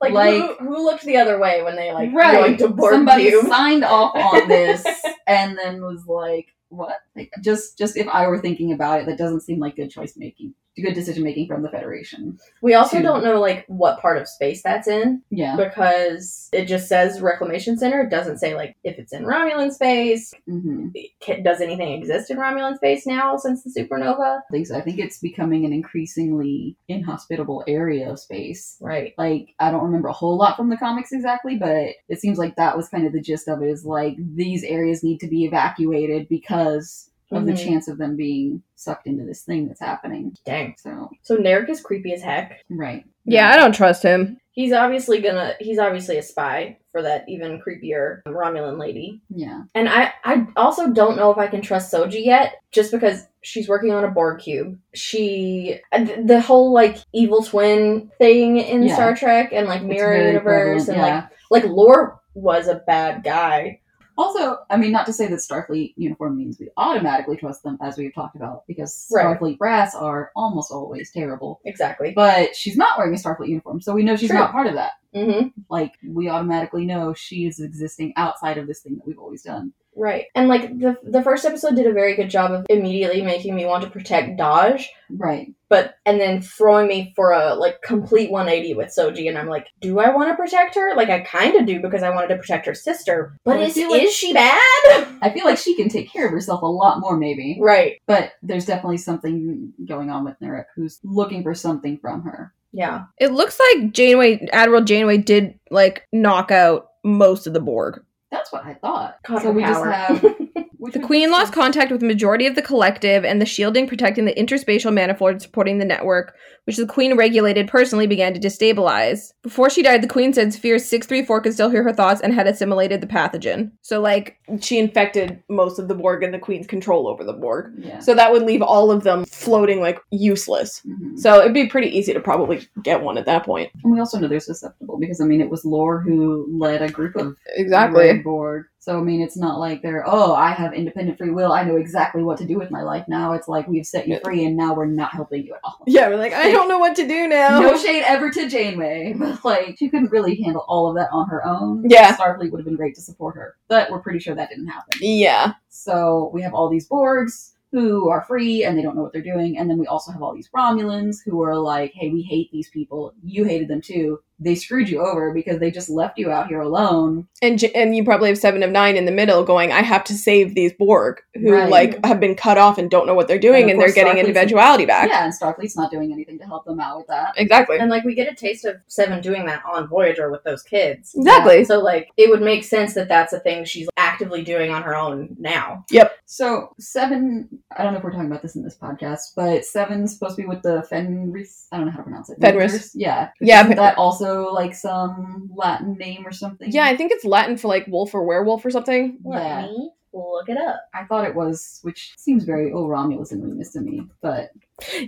Speaker 3: Like,
Speaker 4: Like-
Speaker 3: who, who looked the other way when they like going to board
Speaker 4: Somebody
Speaker 3: cube?
Speaker 4: signed off on this and then was like, what? Like just just if I were thinking about it, that doesn't seem like good choice making. Good decision making from the Federation.
Speaker 3: We also do
Speaker 4: to-
Speaker 3: don't know like what part of space that's in
Speaker 4: Yeah.
Speaker 3: because it just says reclamation center. It doesn't say like if it's in Romulan space.
Speaker 4: hmm
Speaker 3: Ca- Does anything exist in Romulan space now since the supernova?
Speaker 4: I think so. I think it's becoming an increasingly inhospitable area of space.
Speaker 3: Right.
Speaker 4: like I don't remember a whole lot from the comics exactly, but it seems like that was kind of the gist of it is like these areas need to be evacuated because of
Speaker 3: Mhm.
Speaker 4: the chance of them being sucked into this thing that's happening.
Speaker 3: Dang.
Speaker 4: So
Speaker 3: So Narek is creepy as heck.
Speaker 4: right.
Speaker 5: Yeah, I don't trust him.
Speaker 3: He's obviously gonna. He's obviously a spy for that even creepier Romulan lady.
Speaker 4: Yeah.
Speaker 3: And I, I also don't know if I can trust Soji yet, just because she's working on a Borg cube. She, th- the whole like evil twin thing in
Speaker 4: Yeah.
Speaker 3: Star Trek and like
Speaker 4: It's
Speaker 3: Mirror
Speaker 4: very
Speaker 3: Universe
Speaker 4: prevalent,
Speaker 3: and
Speaker 4: yeah.
Speaker 3: like like Lore was a bad guy.
Speaker 4: also, I mean not to say that Starfleet uniform means we automatically trust them as we've talked about, because
Speaker 3: Right.
Speaker 4: Starfleet brass are almost always terrible.
Speaker 3: Exactly.
Speaker 4: But she's not wearing a Starfleet uniform, so we know she's
Speaker 3: True.
Speaker 4: not part of that.
Speaker 3: hmm
Speaker 4: Like we automatically know she is existing outside of this thing that we've always done.
Speaker 3: Right. And like the the first episode did a very good job of immediately making me want to protect Dodge,
Speaker 4: Right.
Speaker 3: but and then throwing me for a like complete 180 with Soji, and I'm like, do I want to protect her? Like I kind of do because I wanted to protect her sister, but
Speaker 4: Well, I
Speaker 3: is
Speaker 4: feel like-
Speaker 3: is she bad?
Speaker 4: I feel like she can take care of herself a lot more, maybe.
Speaker 3: Right.
Speaker 4: But there's definitely something going on with Narek who's looking for something from her.
Speaker 3: Yeah.
Speaker 5: It looks like Janeway, Admiral Janeway, did like knock out most of the Borg.
Speaker 4: That's what I thought.
Speaker 3: God,
Speaker 4: so
Speaker 3: her
Speaker 4: we
Speaker 3: power.
Speaker 4: just have which
Speaker 5: The
Speaker 4: would-
Speaker 5: Queen lost contact with the majority of the collective, and the shielding protecting the interspatial manifold supporting the network, which the Queen regulated personally, began to destabilize. Before she died, the Queen said Sphere 634 could still hear her thoughts and had assimilated the pathogen. So, like, she infected most of the Borg and the Queen's control over the Borg.
Speaker 4: Yeah.
Speaker 5: So that would leave all of them floating, like, useless.
Speaker 4: Mhm.
Speaker 5: So it'd be pretty easy to probably get one at that point.
Speaker 4: And we also know they're susceptible because I mean it was Lore who led a group of Red Borg. So I mean it's not like they're oh I have independent free will I know exactly what to do with my life now. It's like we've set you free and now we're not helping you at all.
Speaker 5: Yeah, we're like, I don't know what to do now.
Speaker 4: No shade ever to Janeway, but like she couldn't really handle all of that on her own.
Speaker 5: Yeah.
Speaker 4: Starfleet would have been great to support her, but we're pretty sure that didn't happen.
Speaker 5: yeah.
Speaker 4: So we have all these Borgs who are free and they don't know what they're doing, and then we also have all these Romulans who are like, "Hey, we hate these people. You hated them too. they screwed you over because they just left you out here alone.
Speaker 5: and J- and you probably have seven of nine in the middle going i have to save these borg who
Speaker 4: Right.
Speaker 5: like have been cut off and don't know what they're
Speaker 4: And
Speaker 5: doing
Speaker 4: of
Speaker 5: and, they're
Speaker 4: course
Speaker 5: getting
Speaker 4: Starfleet's-
Speaker 5: individuality back
Speaker 4: Yeah, and Starfleet's not doing anything to help them out with that.
Speaker 5: exactly
Speaker 3: And like we get a taste of Seven doing that on Voyager with those kids.
Speaker 5: exactly
Speaker 3: So like it would make sense that that's a thing she's actively doing on her own now.
Speaker 4: So seven, I don't know if we're talking about this in this podcast, but seven's supposed to be with the Fenris. I don't know how to pronounce it.
Speaker 5: Fenris.
Speaker 4: Winters? Yeah.
Speaker 5: Yeah,
Speaker 4: Isn't
Speaker 5: but-
Speaker 4: that also like some Latin name or something?
Speaker 5: yeah i think it's latin for like wolf or werewolf or something
Speaker 4: Yeah.
Speaker 3: Let me look it up.
Speaker 4: I thought it was, which seems very old Romulus and Remus to me, but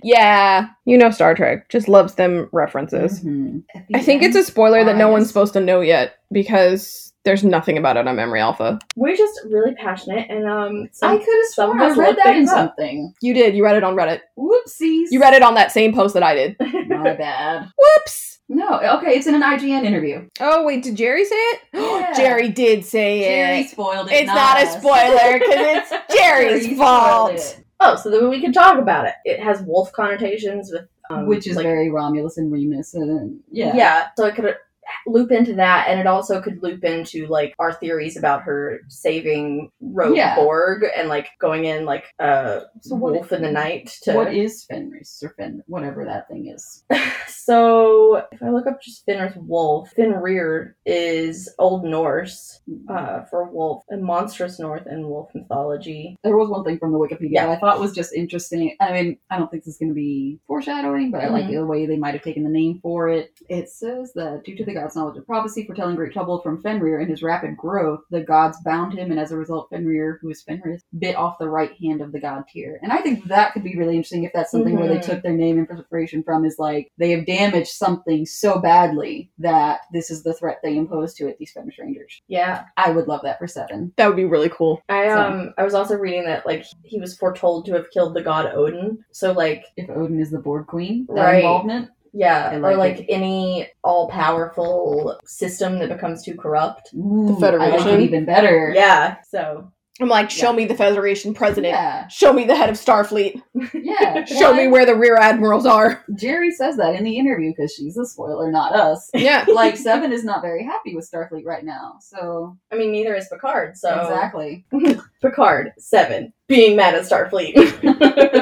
Speaker 5: yeah you know star trek just loves them references
Speaker 3: Mm-hmm.
Speaker 4: Mhm. At the
Speaker 5: i think it's
Speaker 4: end-
Speaker 5: a spoiler that no
Speaker 4: I-
Speaker 5: one's supposed to know yet because there's nothing about it on memory alpha
Speaker 6: We're just really passionate, and um,
Speaker 4: I
Speaker 6: some-
Speaker 4: could have
Speaker 6: some
Speaker 4: sworn
Speaker 6: of
Speaker 4: I
Speaker 6: us
Speaker 4: read
Speaker 6: look
Speaker 4: that in
Speaker 6: things up.
Speaker 4: something.
Speaker 5: you did you read it on reddit
Speaker 4: Whoopsies.
Speaker 5: you read it on that same post that i did
Speaker 4: My bad.
Speaker 5: whoops
Speaker 4: No, okay, it's in an IGN interview.
Speaker 5: oh wait did jerry say it
Speaker 4: Yeah.
Speaker 5: jerry did say it
Speaker 4: Jerry spoiled it.
Speaker 5: It's not, a
Speaker 4: us.
Speaker 5: spoiler because it's
Speaker 4: Jerry
Speaker 5: Jerry's
Speaker 4: spoiled
Speaker 5: fault.
Speaker 3: Oh, so then we can talk about it. It has wolf connotations with um,
Speaker 4: which is
Speaker 3: like,
Speaker 4: very Romulus and Remus, and yeah,
Speaker 3: yeah. So it could loop into that, and it also could loop into like our theories about her saving Rogue
Speaker 4: Yeah.
Speaker 3: Borg and like going in like a uh,
Speaker 4: So what-
Speaker 3: wolf in the night to.
Speaker 4: What is Fenris or Fen, whatever that thing is?
Speaker 3: so if I look up just Fenrir's wolf, Fenrir is Old Norse uh, for wolf, and monstrous North in wolf mythology.
Speaker 4: There was one thing from the Wikipedia
Speaker 3: Yeah.
Speaker 4: that I thought was just interesting. I mean, I don't think this is going to be foreshadowing, but I like
Speaker 3: Mm-hmm.
Speaker 4: the way they might have taken the name for it. It says that due to the god's knowledge of prophecy, foretelling great trouble from Fenrir and his rapid growth, the gods bound him, and as a result, Fenrir, who is Fenris, bit off the right hand of the god Tyr. And I think that could be really interesting if that's something where they
Speaker 3: Mhm.
Speaker 4: took their name and inspiration from is like they have damaged something so badly that this is the threat they impose to it, these Fenris Rangers.
Speaker 3: Yeah.
Speaker 4: I would love that for seven.
Speaker 5: That would be really cool.
Speaker 3: I
Speaker 4: So-
Speaker 3: um I was also reading that like he was foretold to have killed the god Odin. So like
Speaker 4: If Odin is the Borg Queen, that
Speaker 3: Right.
Speaker 4: involvement. I
Speaker 3: yeah,
Speaker 4: like
Speaker 3: or like
Speaker 4: it.
Speaker 3: any all powerful system that becomes too corrupt.
Speaker 4: Ooh, I like
Speaker 5: Federation.
Speaker 4: it even better.
Speaker 3: Yeah. So
Speaker 5: I'm like, show
Speaker 4: Yeah.
Speaker 5: me the Federation president.
Speaker 4: Yeah.
Speaker 5: Show me the head of Starfleet.
Speaker 4: Yeah.
Speaker 5: Show me
Speaker 4: Why-
Speaker 5: where the rear admirals are.
Speaker 4: Jerry says that in the interview because she's a spoiler, not us.
Speaker 5: Yeah.
Speaker 4: like Seven is not very happy with Starfleet right now. So
Speaker 3: I mean neither is Picard, so
Speaker 4: exactly.
Speaker 3: Picard, seven, being mad at Starfleet.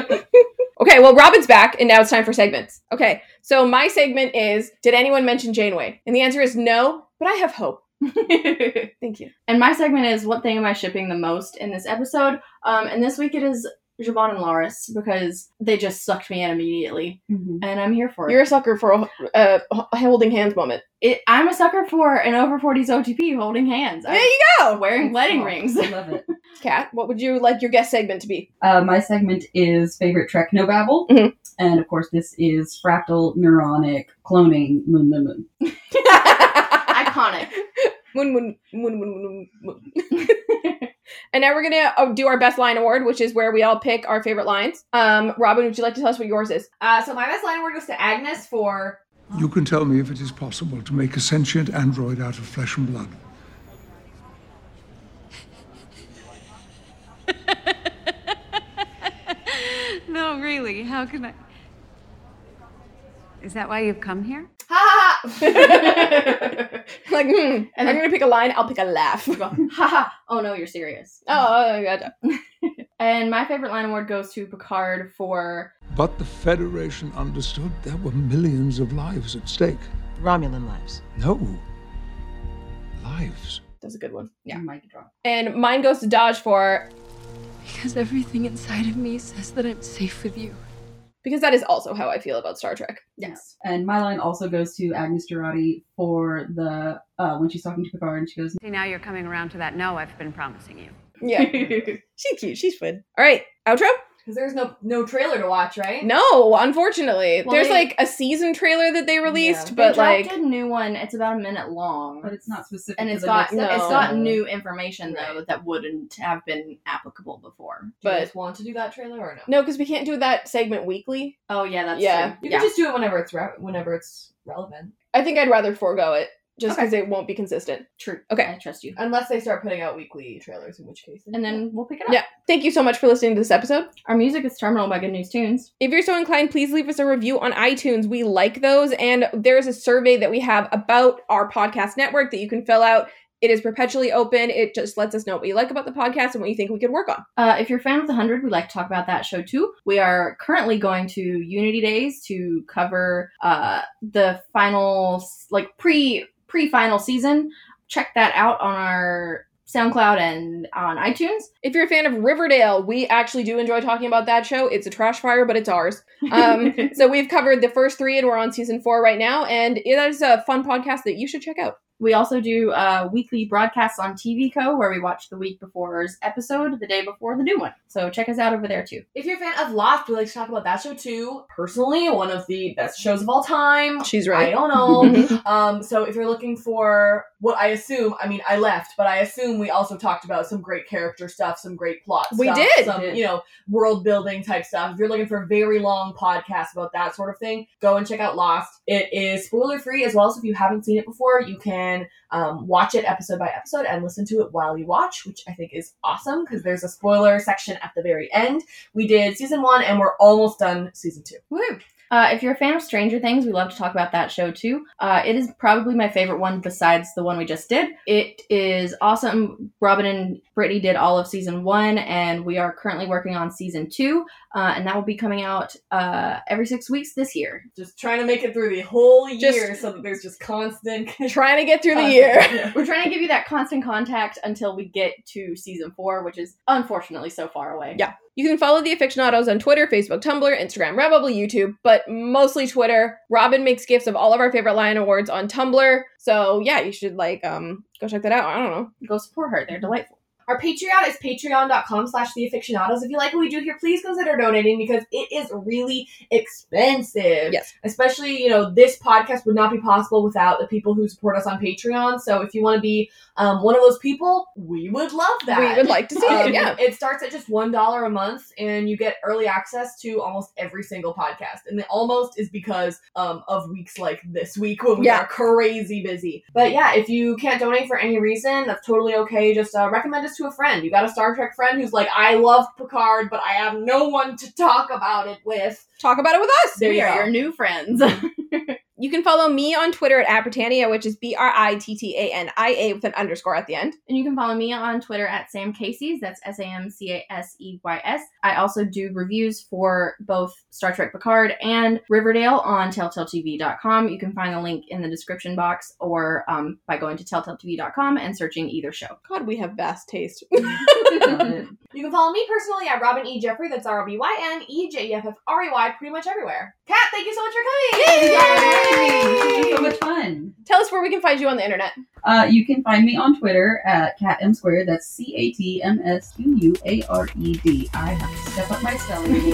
Speaker 5: Okay, well, Robin's back, and now it's time for segments. Okay, so my segment is Did anyone mention Janeway? And the answer is no, but I have hope. Thank you.
Speaker 3: and my segment is what thing am I shipping the most in this episode? Um and this week it is Javon and Loris because they just sucked me in immediately. And I'm here for
Speaker 5: You're a sucker for a uh, h- holding hands moment.
Speaker 3: it I'm a sucker for an over 40s OTP holding hands.
Speaker 5: There you go.
Speaker 3: wearing wedding
Speaker 4: Oh,
Speaker 3: rings.
Speaker 4: I love it.
Speaker 5: Kat, what would you like your guest segment to be?
Speaker 4: Uh, my segment is favorite Trek No Babble,
Speaker 5: Mhm.
Speaker 4: and of course this is fractal neuronic cloning moon moon moon.
Speaker 3: Iconic.
Speaker 5: Moon, moon, moon, moon, moon, moon. and now we're gonna uh, do our best line award, which is where we all pick our favorite lines. Um, Robin, would you like to tell us what yours is?
Speaker 2: Uh, so my best line award goes to Agnes for
Speaker 7: You can tell me if it is possible to make a sentient android out of flesh and blood.
Speaker 8: no, really, how can I? Is that why you've come here?
Speaker 2: ha ha ha.
Speaker 5: Like, hmm,
Speaker 3: And
Speaker 5: I'm gonna pick a line. I'll pick a laugh. oh,
Speaker 3: Haha. Oh no, you're serious. Uh-huh.
Speaker 5: I gotcha.
Speaker 3: And my favorite line award goes to Picard for
Speaker 7: But the Federation understood there were millions of lives at stake.
Speaker 9: Romulan lives.
Speaker 7: No. Lives.
Speaker 5: That's a good one.
Speaker 4: Yeah, mic drop.
Speaker 5: And mine goes to Dodge for
Speaker 8: Because everything inside of me says that I'm safe with you.
Speaker 5: because that is also how I feel about Star Trek.
Speaker 4: Yes. And my line also goes to Agnes Girardi for the uh, when she's talking to Picard and she goes,
Speaker 8: See, now you're coming around to that no I've been promising you.
Speaker 5: Yeah, she's cute. She's fun. All right, outro.
Speaker 2: Because there's no no trailer to watch, right?
Speaker 5: No, unfortunately,
Speaker 3: Well,
Speaker 5: there's
Speaker 3: they-
Speaker 5: like a season trailer that they released,
Speaker 3: They
Speaker 5: but
Speaker 3: dropped
Speaker 5: like
Speaker 3: a new one. It's about a minute long,
Speaker 4: but it's not specific.
Speaker 3: and
Speaker 4: to
Speaker 3: it's
Speaker 4: the
Speaker 3: got
Speaker 4: next
Speaker 3: it's
Speaker 5: No.
Speaker 3: got
Speaker 4: episode.
Speaker 3: new information though that wouldn't have been applicable before.
Speaker 2: Do you
Speaker 5: but-
Speaker 2: guys want to do that trailer or no?
Speaker 5: no, because we can't do that segment weekly.
Speaker 3: Oh yeah, that's
Speaker 5: Yeah.
Speaker 3: true.
Speaker 2: You
Speaker 3: yeah.
Speaker 2: can just do it whenever it's re- whenever it's relevant.
Speaker 5: I think I'd rather forego it just because it won't be consistent.
Speaker 3: True.
Speaker 5: Okay.
Speaker 3: I trust you.
Speaker 5: Unless they start putting out weekly trailers, in which case.
Speaker 3: And then we'll pick it up.
Speaker 5: Yeah. Thank you so much for listening to this episode.
Speaker 3: Our music is Terminal by Good News Tunes.
Speaker 5: If you're so inclined, please leave us a review on iTunes. We like those. And there is a survey that we have about our podcast network that you can fill out. It is perpetually open. It just lets us know what you like about the podcast and what you think we could work on.
Speaker 3: Uh, if you're a fan of The 100, we'd like to talk about that show too. We are currently going to Unity Days to cover uh, the final, like pre pre final season. Check that out on our SoundCloud and on iTunes.
Speaker 5: If you're a fan of Riverdale, we actually do enjoy talking about that show. It's a trash fire, but it's ours. Um, so we've covered the first three and we're on season four right now. And it is a fun podcast that you should check out.
Speaker 3: We also do uh, weekly broadcasts on TV Co, where we watch the week before's episode, the day before the new one. So check us out over there too.
Speaker 2: If you're a fan of Lost, we like to talk about that show too. Personally, one of the best shows of all time.
Speaker 5: She's
Speaker 2: I don't know. um, so if you're looking for what I assume, I mean, I left, but I assume we also talked about some great character stuff, some great plot
Speaker 5: We
Speaker 2: stuff,
Speaker 5: did.
Speaker 2: some
Speaker 4: Did.
Speaker 2: you know world building type stuff. If you're looking for a very long podcast about that sort of thing, go and check out Lost. It is spoiler free as well. So if you haven't seen it before, you can um, watch it episode by episode and listen to it while you watch, which I think is awesome because there's a spoiler section at the very end. We did season one, and we're almost done season two.
Speaker 3: Woo! Uh, if you're a fan of Stranger Things, we love to talk about that show too. Uh, it is probably my favorite one besides the one we just did. It is awesome. Robin and Brittany did all of season one, and we are currently working on season two, uh, and that will be coming out uh, every six weeks this year.
Speaker 2: just trying to make it through the whole
Speaker 5: Just-
Speaker 2: year so that there's just constant
Speaker 5: Trying to get through
Speaker 2: Uh,
Speaker 5: the year.
Speaker 3: We're trying to give you that constant contact until we get to season four, which is unfortunately so far away.
Speaker 5: Yeah. You can follow the Aficionados on Twitter, Facebook, Tumblr, Instagram, Redbubble, YouTube, but mostly Twitter. Robin makes gifts of all of our favorite lion awards on Tumblr. So yeah, you should like um go check that out. I don't know.
Speaker 3: Go support her; they're
Speaker 2: Mm-hmm.
Speaker 3: delightful.
Speaker 2: Our Patreon is patreon.com slash theaficionados. If you like what we do here, please consider donating because it is really expensive.
Speaker 5: Yes.
Speaker 2: Especially, you know, this podcast would not be possible without the people who support us on Patreon. So if you want to be um, one of those people, we would love that.
Speaker 5: We would like to see
Speaker 2: Um,
Speaker 5: it. Yeah.
Speaker 2: It starts at just one dollar a month, and you get early access to almost every single podcast. And the almost is because um, of weeks like this week when we
Speaker 5: Yeah.
Speaker 2: are crazy busy. But yeah, if you can't donate for any reason, that's totally okay. Just uh, recommend us to a friend. You got a Star Trek friend who's like, I love Picard, but I have no one to talk about it with.
Speaker 5: Talk about it with us.
Speaker 2: There
Speaker 3: we
Speaker 2: you
Speaker 3: are
Speaker 2: go.
Speaker 3: your new friends.
Speaker 5: You can follow me on Twitter at Britannia, which is B-R-I-T-T-A-N-I-A with an underscore at the end.
Speaker 3: And you can follow me on Twitter at Sam Casey's. That's S A M C A S E Y S. I also do reviews for both Star Trek Picard and Riverdale on TelltaleTV.com. You can find the link in the description box or um, by going to TelltaleTV.com and searching either show.
Speaker 5: God, we have vast taste.
Speaker 4: Love it.
Speaker 2: You can follow me personally at Robin E. Jeffrey. That's R O B Y N E J E F F R E Y, pretty much everywhere. Kat, thank you so much for coming.
Speaker 4: Yay! So much fun.
Speaker 5: Tell us where we can find you on the internet.
Speaker 4: Uh, you can find me on Twitter at catm squared. That's C A T M S Q U A R E D. I have to step up my spelling.
Speaker 5: it's
Speaker 3: the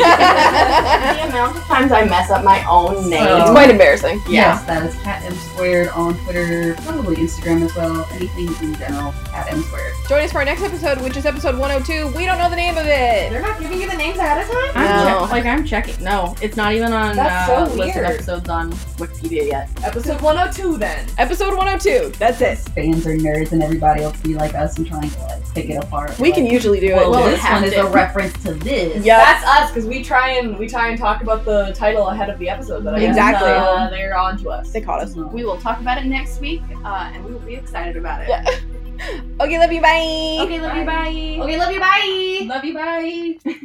Speaker 3: amount of times I mess up my own name.
Speaker 4: So-
Speaker 5: quite embarrassing.
Speaker 4: Yes, that is Cat M Squared on Twitter, probably Instagram as well. Anything in general, Cat M Squared.
Speaker 5: Join us for our next episode, which is episode 102. We don't know the name of it.
Speaker 2: They're not giving you the names ahead of time?
Speaker 3: I'm
Speaker 5: No.
Speaker 3: check- like I'm checking. No, it's not even on
Speaker 2: That's
Speaker 3: uh,
Speaker 2: so
Speaker 3: list of
Speaker 2: weird.
Speaker 3: episodes on Wikipedia yet.
Speaker 2: Episode 102 then.
Speaker 5: Episode 102. That's it.
Speaker 4: Fans are nerds, and everybody else be like us and trying to like pick it apart.
Speaker 5: We
Speaker 4: Like,
Speaker 5: can usually do
Speaker 4: Well,
Speaker 5: it.
Speaker 3: Well, it
Speaker 4: this one is
Speaker 3: happened.
Speaker 4: a reference to this.
Speaker 5: Yeah.
Speaker 2: That's us because we try and we try and talk about the title ahead of the episode. But I guess,
Speaker 5: Exactly.
Speaker 2: uh, they're on to us.
Speaker 5: They caught us.
Speaker 3: We will talk about it next week, uh, and we will be excited about it.
Speaker 5: Yeah. Okay, love you. Bye.
Speaker 3: Okay, love you. Bye.
Speaker 2: Okay, love you. Bye.
Speaker 4: Love you. Bye.